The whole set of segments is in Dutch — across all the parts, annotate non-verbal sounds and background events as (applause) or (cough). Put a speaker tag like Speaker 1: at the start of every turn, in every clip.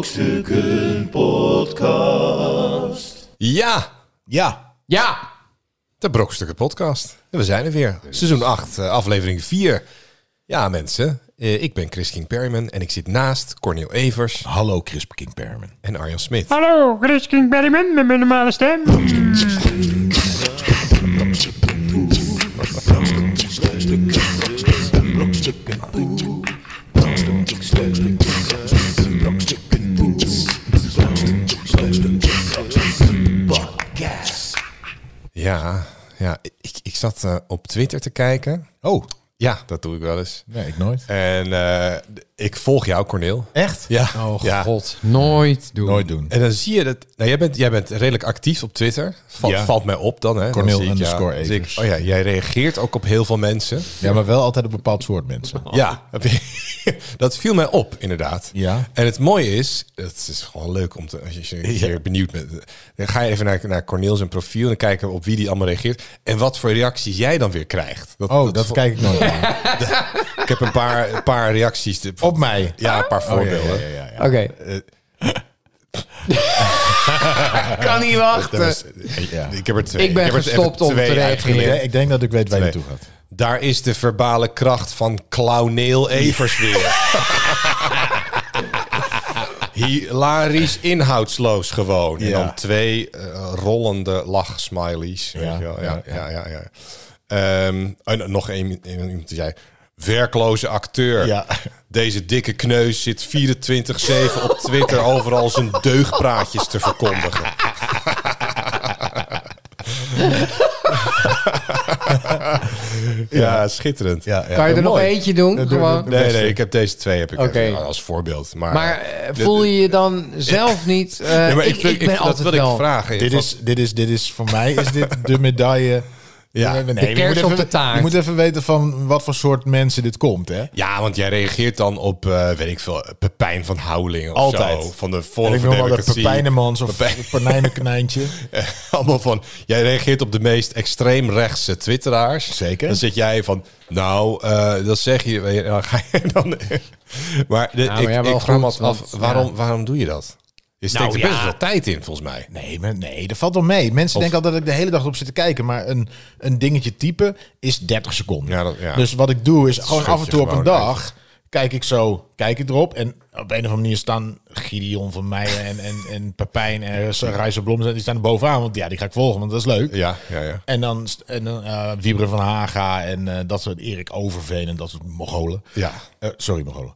Speaker 1: Kookstukken Podcast.
Speaker 2: Ja,
Speaker 3: Ja,
Speaker 4: Ja,
Speaker 2: de Brokstukken Podcast. En we zijn er weer. Seizoen 8, eh, aflevering 4. Ja, mensen. eh, Ik ben Chris King Perryman en ik zit naast Cornel Evers
Speaker 3: hallo Crisp King Perman.
Speaker 2: en Arjan Smit.
Speaker 5: Hallo, Chris King Berryman met mijn normale stem.
Speaker 2: Ja, ja ik, ik zat eh, op Twitter te kijken.
Speaker 3: Oh,
Speaker 2: Ja, dat doe ik wel eens.
Speaker 3: nee, ik nooit.
Speaker 2: En eh, ik volg jou, Cornel.
Speaker 3: Echt?
Speaker 2: Ja.
Speaker 4: oh
Speaker 2: ja.
Speaker 4: god, nooit doen.
Speaker 3: Nooit doen.
Speaker 2: En dan zie je dat... Nou, jij bent, jij bent redelijk actief op Twitter. Val-
Speaker 3: Ja.
Speaker 2: Valt mij op dan, hè?
Speaker 3: Cornel
Speaker 2: dan zie ik, jou-
Speaker 3: underscore
Speaker 2: dan zie ik-
Speaker 3: Evers.
Speaker 2: Oh ja, jij reageert ook op heel Oh. veel mensen.
Speaker 3: Ja, maar wel altijd een bepaald soort mensen.
Speaker 2: Ja, heb je- (laughs) dat viel mij op, inderdaad.
Speaker 3: Ja.
Speaker 2: En het mooie is, het is gewoon leuk om te, als je- als je een keer benieuwd bent, dan ga je even naar, naar Cornel zijn profiel en dan kijken we op wie die allemaal reageert en wat voor reacties jij dan weer krijgt.
Speaker 3: Oh, dat, kijk ik nooit aan.
Speaker 2: Ik heb een paar, een paar reacties. te-
Speaker 3: (laughs) Op mij.
Speaker 2: Ja, een paar
Speaker 3: Oh, ja,
Speaker 2: voorbeelden.
Speaker 3: ja, ja, ja, ja.
Speaker 4: Oké. (laughs) kan niet wachten.
Speaker 2: Dat was-
Speaker 3: eh, Ja.
Speaker 2: Ik heb er twee.
Speaker 4: Ik ben
Speaker 2: heb er even
Speaker 4: gestopt om
Speaker 2: twee
Speaker 4: te reageren.
Speaker 3: Ik,
Speaker 2: uitgeleerd.
Speaker 3: denk- ik denk dat ik weet waar je
Speaker 2: Twee.
Speaker 3: naartoe gaat.
Speaker 2: Daar is de verbale kracht van Clowneel Evers weer. Hilarisch inhoudsloos gewoon. En
Speaker 3: Ja.
Speaker 2: dan twee eh, rollende lachsmileys. Weet
Speaker 3: Ja,
Speaker 2: je wel?
Speaker 3: ja,
Speaker 2: Ja, ja, ja, ja. Ehm, en nog één één iemand die zei... Werkloze acteur.
Speaker 3: Ja.
Speaker 2: Deze dikke kneus zit 24-7 op Twitter overal zijn deugpraatjes te verkondigen. Ja, schitterend.
Speaker 3: Ja, ja.
Speaker 4: Kan je er
Speaker 3: Ja,
Speaker 4: nog
Speaker 3: mooi.
Speaker 4: eentje doen?
Speaker 3: Dat doe-
Speaker 4: Gewoon.
Speaker 3: dat-
Speaker 2: Nee, nee, ik heb deze twee heb ik
Speaker 4: Oké.
Speaker 2: even als voorbeeld. Maar,
Speaker 4: Maar eh, voel je je dan zelf niet... eh,
Speaker 2: Nee, maar
Speaker 4: ik, ik ben
Speaker 2: dat
Speaker 4: altijd
Speaker 2: wil
Speaker 4: wel...
Speaker 2: ik vragen.
Speaker 3: Dit is, dit, is, dit is voor mij is dit de medaille.
Speaker 2: Ja.
Speaker 3: nee,
Speaker 2: De
Speaker 3: je moet
Speaker 4: kers op
Speaker 3: even-
Speaker 4: de taart.
Speaker 3: Je moet even weten van wat voor soort mensen dit komt, hè?
Speaker 2: Ja, want jij reageert dan op, eh, weet ik veel, Pepijn van Houwelingen of
Speaker 3: Altijd.
Speaker 2: zo. Van de
Speaker 3: En
Speaker 2: Forum
Speaker 3: ik
Speaker 2: voor
Speaker 3: noem wel dat
Speaker 2: Democratie.
Speaker 3: Pepijnemans of Panijnenknijntje.
Speaker 2: (laughs) Allemaal van, jij reageert op de meest extreemrechtse twitteraars.
Speaker 3: Zeker.
Speaker 2: Dan zit jij van, nou, eh, dat zeg je. weet je, Dan ga je dan... (laughs) maar de-
Speaker 4: Nou, maar
Speaker 2: ik,
Speaker 4: ja, wel
Speaker 2: ik vraag me
Speaker 4: goed,
Speaker 2: af,
Speaker 4: want-
Speaker 2: waarom,
Speaker 4: ja. Nou
Speaker 2: waarom doe je dat? Je steekt er best wel tijd in, volgens mij.
Speaker 3: Nee, maar nee, dat valt wel mee. Mensen denken altijd dat ik de hele dag op zit te kijken. Maar een, een dingetje typen is 30 seconden.
Speaker 2: Ja, dat- ja.
Speaker 3: Dus wat ik doe is gewoon
Speaker 2: schud
Speaker 3: af en
Speaker 2: je
Speaker 3: toe op een
Speaker 2: gewoon
Speaker 3: dag... kijk ik zo, kijk ik erop. En op een of andere manier staan Gideon van Meijen en, en, en Pepijn en Reizen Blom... die staan er bovenaan, want ja, die ga ik volgen, want dat is leuk.
Speaker 2: Ja, ja, ja.
Speaker 3: En dan, st- en dan eh, Wiebren van Haga en eh, dat soort Erik Overveen en dat soort mogolen.
Speaker 2: Ja.
Speaker 3: Eh, sorry, mogolen.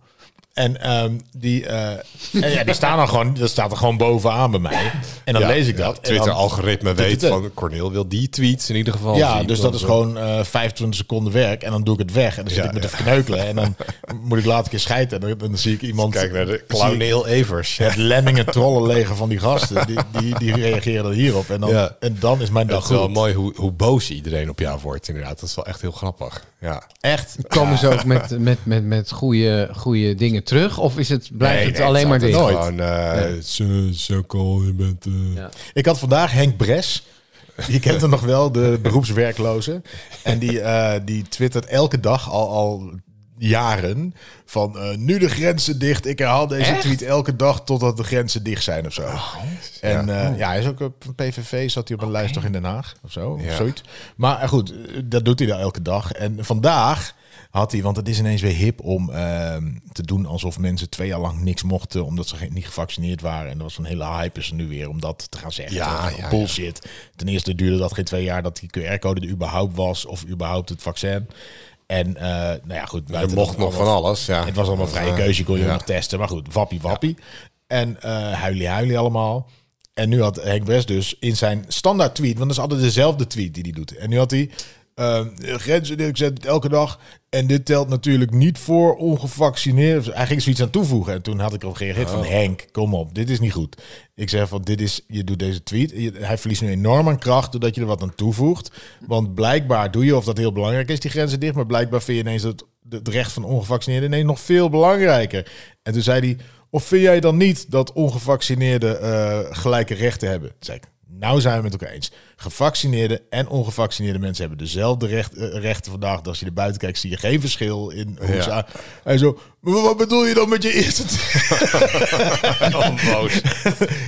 Speaker 3: En ehm, die, eh, en ja, die staan dan gewoon, dat staat er gewoon bovenaan bij mij. En dan
Speaker 2: Ja,
Speaker 3: lees ik
Speaker 2: ja,
Speaker 3: dat. en dan-
Speaker 2: Twitter-algoritme
Speaker 3: Tut,
Speaker 2: weet
Speaker 3: tut, tut.
Speaker 2: van, Cornel wil die tweets in ieder geval
Speaker 3: Ja,
Speaker 2: zien.
Speaker 3: dus dat is gewoon eh 25 seconden werk en dan doe ik het weg. En dan zit
Speaker 2: Ja,
Speaker 3: ik me
Speaker 2: ja. Dus
Speaker 3: te verkneukelen en dan moet ik later een keer scheiden. En dan, dan zie ik iemand...
Speaker 2: Kijk naar de
Speaker 3: zie ik
Speaker 2: Clowneel Evers.
Speaker 3: Het lemmingen trollenleger van die gasten, die, die, die reageren dan hierop. En dan,
Speaker 2: Ja.
Speaker 3: en dan is mijn dag
Speaker 2: Dat is wel
Speaker 3: goed.
Speaker 2: mooi hoe, hoe boos iedereen op jou wordt, inderdaad. Dat is wel echt heel grappig. Ja.
Speaker 3: Echt.
Speaker 4: Komen ze ook met, met, met, met goede, goede dingen terug? Of is het, blijft
Speaker 2: Nee,
Speaker 4: het
Speaker 2: nee,
Speaker 4: alleen maar
Speaker 2: altijd
Speaker 4: dit?
Speaker 3: nooit.
Speaker 2: Gewoon, uh, sukkel, je bent... eh,
Speaker 4: Ja.
Speaker 3: Ik had vandaag Henk Bres. Je kent hem nog wel, de beroepswerkloze. En die, eh, die twittert elke dag al, al jaren van eh, nu de grenzen dicht. Ik herhaal deze tweet elke dag totdat de grenzen dicht zijn of zo. en eh,
Speaker 2: Oh.
Speaker 3: ja. hij is ook op een PVV, zat hij op een lijst toch in Den Haag of zo, of
Speaker 2: Ja.
Speaker 3: zoiets. Maar eh, goed, eh, dat doet hij dan elke dag. En vandaag had hij, want het is ineens weer hip om ehm, te doen alsof mensen twee jaar lang niks mochten omdat ze geen- niet gevaccineerd waren. En er was een hele hype is er nu weer om dat te gaan zeggen.
Speaker 2: Ja,
Speaker 3: Dat is
Speaker 2: ja, ja.
Speaker 3: bullshit. Ten eerste duurde dat geen twee jaar dat die QR-code er überhaupt was of überhaupt het vaccin. En eh, nou ja, goed.
Speaker 2: Je
Speaker 3: buiten
Speaker 2: mocht
Speaker 3: dat
Speaker 2: nog van alles, ja.
Speaker 3: Het was allemaal
Speaker 2: Eh,
Speaker 3: vrije keuze, je kon je
Speaker 2: ja.
Speaker 3: nog testen. Maar goed, wappie wappie. En eh huilie huilie allemaal. En nu had Henk West dus in zijn standaard tweet, want dat is altijd dezelfde tweet die hij doet. En nu had hij ehm, grenzen, ik zet het elke dag. En dit telt natuurlijk niet voor ongevaccineerd. Hij ging zoiets aan toevoegen. En toen had ik al gereageerd
Speaker 2: Oh.
Speaker 3: van Henk, kom op, dit is niet goed. Ik zeg van, dit is, je doet deze tweet. Je- hij verliest nu enorm aan kracht doordat je er wat aan toevoegt. Want blijkbaar doe je, of dat heel belangrijk is, die grenzen dicht. Maar blijkbaar vind je ineens dat het recht van ongevaccineerden ineens nog veel belangrijker. En toen zei hij, of vind jij dan niet dat ongevaccineerden eh, gelijke rechten hebben? Toen zei ik, Nou zijn we het met elkaar eens. Gevaccineerde en ongevaccineerde mensen hebben dezelfde recht, eh, rechten vandaag. Als je er buiten kijkt, zie je geen verschil in hoe
Speaker 2: Ja.
Speaker 3: ze aan- En zo, "Maar wat bedoel je dan met je eerste... t-"
Speaker 2: eh,
Speaker 3: Oh,
Speaker 2: boos.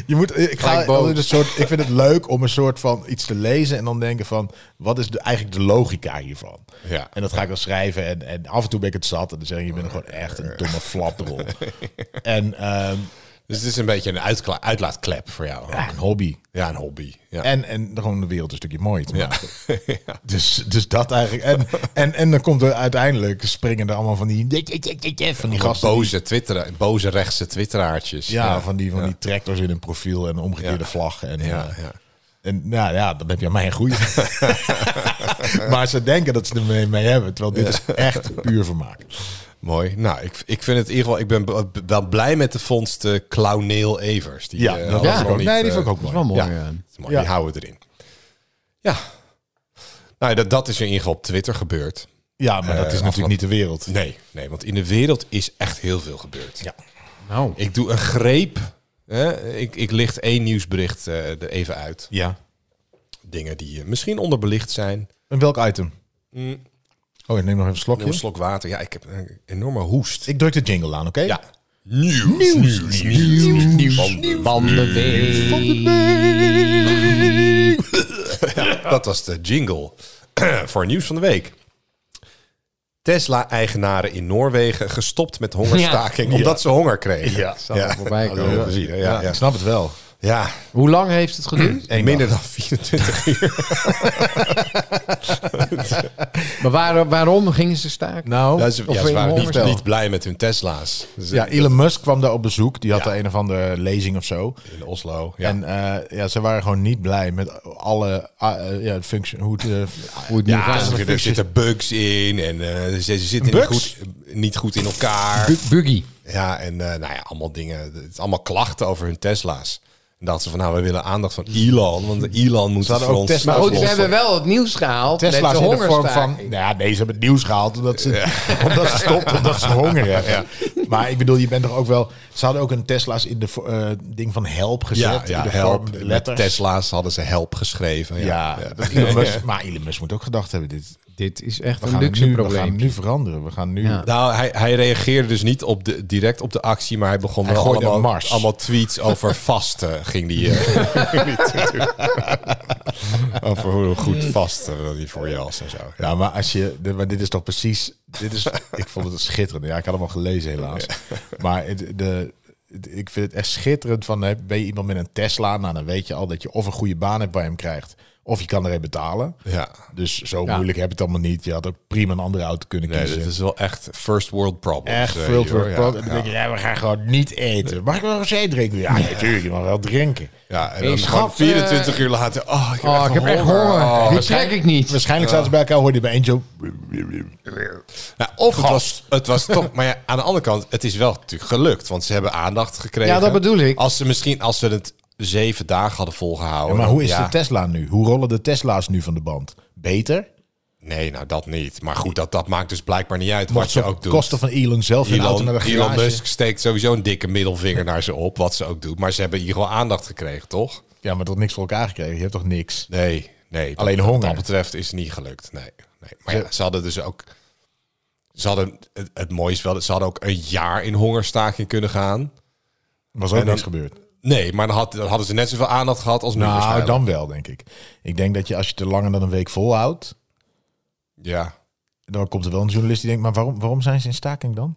Speaker 3: Je moet, ik, ga,
Speaker 4: Gelijk boos.
Speaker 3: altijd een soort, ik vind het leuk om een soort van iets te lezen en dan denken van... Wat is de, eigenlijk de logica hiervan?
Speaker 2: Ja.
Speaker 3: En dat ga ik dan schrijven. En, en af en toe ben ik het zat. En dan zeg ik, je bent gewoon echt een
Speaker 2: (laughs)
Speaker 3: domme flapdrol. en ehm,
Speaker 2: (laughs) Dus het is een beetje een uitkla- uitlaatklep voor jou.
Speaker 3: ja, een hobby.
Speaker 2: Ja, een hobby. Ja.
Speaker 3: En, en gewoon de wereld een stukje mooier
Speaker 2: (laughs)
Speaker 3: te
Speaker 2: Ja.
Speaker 3: maken. Dus, dus dat eigenlijk. En, en, en dan komt er uiteindelijk springen er allemaal van die, van die gasten. die-
Speaker 2: boze, twitteren, boze rechtse twitteraartjes.
Speaker 3: ja, van die, van die tractors in een profiel en een omgekeerde
Speaker 2: Ja.
Speaker 3: vlag. En,
Speaker 2: Ja,
Speaker 3: eh,
Speaker 2: ja.
Speaker 3: en nou ja, dan heb je aan mij een goeie. maar ze denken dat ze er mee, mee hebben. Terwijl dit is echt puur vermaak.
Speaker 2: Mooi. Nou, ik, ik vind het in ieder geval... Ik ben b- b- wel blij met de vondst eh Clowneel Evers. Die,
Speaker 3: Ja,
Speaker 2: eh,
Speaker 3: dat
Speaker 2: was
Speaker 4: was
Speaker 2: nog
Speaker 4: ook-
Speaker 2: niet,
Speaker 3: nee, die
Speaker 2: eh,
Speaker 3: vond ik ook
Speaker 4: Dat is
Speaker 3: mooi.
Speaker 4: wel mooi.
Speaker 2: Ja.
Speaker 4: Ja.
Speaker 2: dat is mooi.
Speaker 3: Ja.
Speaker 2: Die houden we erin. Ja. Nou, dat, dat is in ieder geval op Twitter gebeurd.
Speaker 3: Ja, maar dat is natuurlijk
Speaker 2: afgelopen-
Speaker 3: niet de wereld.
Speaker 2: Nee, nee, want in de wereld is echt heel veel gebeurd.
Speaker 3: Ja.
Speaker 4: Nou,
Speaker 2: Ik doe een greep. Hè? Ik, ik licht één nieuwsbericht eh, er even uit.
Speaker 3: Ja.
Speaker 2: Dingen die eh, misschien onderbelicht zijn.
Speaker 3: En welk item?
Speaker 2: Mm.
Speaker 3: Oh, ik neem nog even een slokje.
Speaker 2: Een slok water. Ja, ik heb een enorme hoest.
Speaker 3: Ik druk de jingle aan, oké?
Speaker 2: Ja. Nieuws. Nieuws.
Speaker 3: nieuws,
Speaker 2: Van- Dat was de jingle (clears throat) voor nieuws van de week. Tesla-eigenaren in Noorwegen gestopt met hongerstaking
Speaker 3: Ja.
Speaker 2: omdat ze honger kregen.
Speaker 3: Ja.
Speaker 4: Zag het
Speaker 3: (laughs)
Speaker 4: voorbij
Speaker 2: Hadden we
Speaker 4: komen.
Speaker 2: gezien, hè?
Speaker 3: Ja,
Speaker 2: ja, ja.
Speaker 3: ik snap het wel.
Speaker 2: ja.
Speaker 4: Hoe lang heeft het geduurd?
Speaker 2: minder dan 24 uur.
Speaker 4: Maar waar- waarom gingen ze staken?
Speaker 3: Nou,
Speaker 2: Ja, ze,
Speaker 4: Of
Speaker 2: ja, ze
Speaker 4: in
Speaker 2: waren niet,
Speaker 4: hongerstel.
Speaker 2: niet blij met hun Tesla's. Dus,
Speaker 3: ja,
Speaker 2: eh,
Speaker 3: Elon Musk kwam daar op bezoek. Die had
Speaker 2: Ja.
Speaker 3: de een of andere lezing of zo.
Speaker 2: in Oslo. Ja.
Speaker 3: En eh, ja, ze waren gewoon niet blij met alle ah, eh, ja, functie, hoe het, eh,
Speaker 4: Hoe het nu
Speaker 2: Ja,
Speaker 4: gaat.
Speaker 2: er, er zitten bugs in en eh, ze, ze zitten niet goed,
Speaker 3: Bugs?
Speaker 2: niet goed in elkaar.
Speaker 4: Bu- Buggy.
Speaker 2: Ja, en eh, nou ja, allemaal dingen. Het is allemaal klachten over hun Tesla's. En dachten ze van, nou, we willen aandacht van Elon. Want Elon moet
Speaker 3: Ze
Speaker 2: het
Speaker 3: hadden
Speaker 2: voor
Speaker 3: ook
Speaker 2: ons...
Speaker 3: Tesla's
Speaker 4: Maar goed, ze
Speaker 3: oplossen.
Speaker 4: hebben wel het nieuws gehaald.
Speaker 3: Tesla's
Speaker 4: met
Speaker 3: in de
Speaker 4: de
Speaker 3: vorm van...
Speaker 4: hongerstaking.
Speaker 3: Nou ja, nee, ze hebben het nieuws gehaald omdat ze, (laughs) omdat ze stopt, omdat ze honger hebben. Maar ik bedoel, je bent toch ook wel... Ze hadden ook een Tesla's in de vo- eh, ding van help gezet.
Speaker 2: Ja,
Speaker 3: in
Speaker 2: ja
Speaker 3: de
Speaker 2: help.
Speaker 3: vorm, de
Speaker 2: Met
Speaker 3: letters.
Speaker 2: Tesla's hadden ze help geschreven. Ja,
Speaker 3: Ja,
Speaker 2: ja.
Speaker 3: dat Elon Musk- maar Elon Musk moet ook gedacht hebben, dit,
Speaker 4: Dit is echt
Speaker 3: we,
Speaker 4: een
Speaker 3: gaan het
Speaker 4: luxe
Speaker 3: nu, we gaan het
Speaker 4: probleem.
Speaker 3: nu veranderen. We gaan nu...
Speaker 4: Ja.
Speaker 2: Nou, hij, hij reageerde dus niet op de, direct op de actie, maar hij begon
Speaker 3: Hij
Speaker 2: wel
Speaker 3: gooide
Speaker 2: allemaal,
Speaker 3: een mars.
Speaker 2: allemaal tweets
Speaker 4: (laughs)
Speaker 2: over vasten. Ging die, eh, ging die doen. (laughs) over hoe goed vasten dat die voor je was en zo. Ja.
Speaker 3: Ja, maar als je. dit- Maar dit is toch precies. Dit is, (laughs) ik vond het schitterend. Ja, ik had hem al gelezen, helaas.
Speaker 2: (laughs)
Speaker 3: Maar het, de, het- ik vind het echt schitterend. Van, hè, ben je iemand met een Tesla? Nou, dan weet je al dat je of een goede baan hebt bij hem krijgt. Of je kan erheen betalen.
Speaker 2: Ja.
Speaker 3: Dus zo
Speaker 4: Ja.
Speaker 3: moeilijk heb je het allemaal niet. Je had ook prima een andere auto kunnen
Speaker 2: Nee,
Speaker 3: kiezen.
Speaker 2: dit is wel echt first world problems.
Speaker 3: Echt
Speaker 2: eh,
Speaker 3: veel
Speaker 2: hier, hoor.
Speaker 3: te
Speaker 2: Ja,
Speaker 3: En dan denk je, ja, we gaan gewoon niet eten. Mag ik wel een zee drinken? Ja, natuurlijk. Je mag wel drinken.
Speaker 2: Ja, en
Speaker 4: Hey,
Speaker 2: dan
Speaker 4: schat, eh,
Speaker 2: gewoon 24 uur later. Oh, ik heb
Speaker 4: Oh,
Speaker 2: echt
Speaker 4: ik heb echt
Speaker 2: honger.
Speaker 4: honger.
Speaker 2: Oh.
Speaker 4: Die trek ik niet.
Speaker 3: Waarschijnlijk zaten ze bij elkaar. Hoorde je bij eentje.
Speaker 2: Nou, of het was, het was toch... Maar ja, aan de andere kant, het is wel natuurlijk gelukt. Want ze hebben aandacht gekregen.
Speaker 4: Ja, dat bedoel ik.
Speaker 2: Als ze misschien als ze het zeven dagen hadden volgehouden.
Speaker 3: Maar
Speaker 2: dan-
Speaker 3: hoe is
Speaker 2: ja.
Speaker 3: de Tesla nu? Hoe rollen de Tesla's nu van de band? Beter?
Speaker 2: Nee, nou dat niet. Maar goed, dat, dat maakt dus blijkbaar niet uit
Speaker 3: Wat
Speaker 2: wat je
Speaker 3: op
Speaker 2: ook doet.
Speaker 3: kosten van Elon zelf een auto naar de
Speaker 2: Elon,
Speaker 3: garage.
Speaker 2: Elon Musk steekt sowieso een dikke middelvinger naar ze op, wat ze ook doet. Maar ze hebben hier wel aandacht gekregen, toch?
Speaker 3: Ja, maar toch niks voor elkaar gekregen. Je hebt toch niks?
Speaker 2: Nee, nee.
Speaker 3: Alleen
Speaker 2: wat,
Speaker 3: honger.
Speaker 2: Wat dat betreft is het niet gelukt. Nee, nee. Maar ja, ze hadden dus ook... Ze hadden, het, het mooie is wel, dat ze hadden ook een jaar in hongerstaking kunnen gaan.
Speaker 3: Was ook
Speaker 2: dan-
Speaker 3: niks gebeurd.
Speaker 2: Nee, maar dan, had, dan hadden ze net zoveel aandacht gehad als nu
Speaker 3: Nou,
Speaker 2: waarschijnlijk.
Speaker 3: dan wel, denk ik. Ik denk dat je als je te langer dan een week volhoudt,
Speaker 2: Ja.
Speaker 3: dan komt er wel een journalist die denkt, maar waarom, waarom zijn ze in staking dan?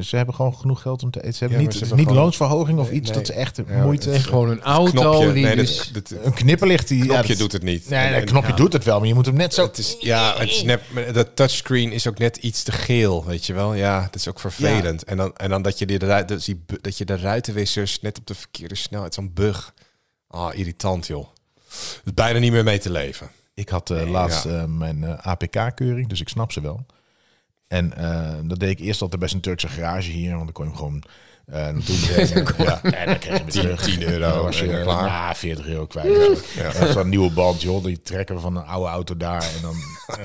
Speaker 3: Ze hebben gewoon genoeg geld om te eten. Ze hebben
Speaker 2: Ja,
Speaker 3: niet,
Speaker 2: maar ze
Speaker 3: het is
Speaker 2: hebben
Speaker 3: niet
Speaker 2: gewoon-
Speaker 3: loonsverhoging of iets
Speaker 2: nee.
Speaker 3: dat ze echt
Speaker 2: maar
Speaker 3: moeite...
Speaker 2: het is-
Speaker 4: Gewoon een auto
Speaker 2: knopje,
Speaker 4: die
Speaker 2: nee, dat-
Speaker 4: dus...
Speaker 2: dat,
Speaker 3: een knipperlicht die...
Speaker 2: knopje
Speaker 3: ja, dat-
Speaker 2: doet het niet.
Speaker 3: Nee,
Speaker 2: En-
Speaker 3: nee,
Speaker 2: en-
Speaker 3: knopje doet het wel, maar je moet hem net zo...
Speaker 2: Het is, ja, het is net, maar dat touchscreen is ook net iets te geel, weet je wel. Ja, dat is ook vervelend. En, dan, en dan dat je, die, ru- dat, die, bu- dat je de ruitenwissers net op de verkeerde snelheid, zo'n bug. Ah, irritant joh. Het is bijna niet meer mee te leven.
Speaker 3: Ik had eh, laatst eh, mijn APK-keuring, dus ik snap ze wel. En eh, dat deed ik eerst altijd bij zijn Turkse garage hier, want dan kon je hem gewoon eh naartoe brengen. ja, en dan kreeg je hem
Speaker 2: 10,
Speaker 3: terug.
Speaker 2: 10
Speaker 3: Dan
Speaker 2: euro
Speaker 3: was
Speaker 2: was
Speaker 3: je
Speaker 2: je
Speaker 3: eh,
Speaker 2: klaar.
Speaker 3: nou, 40 euro kwijt. Ja. Dat is zo'n nieuwe band, joh. Die trekken we van een oude auto daar en dan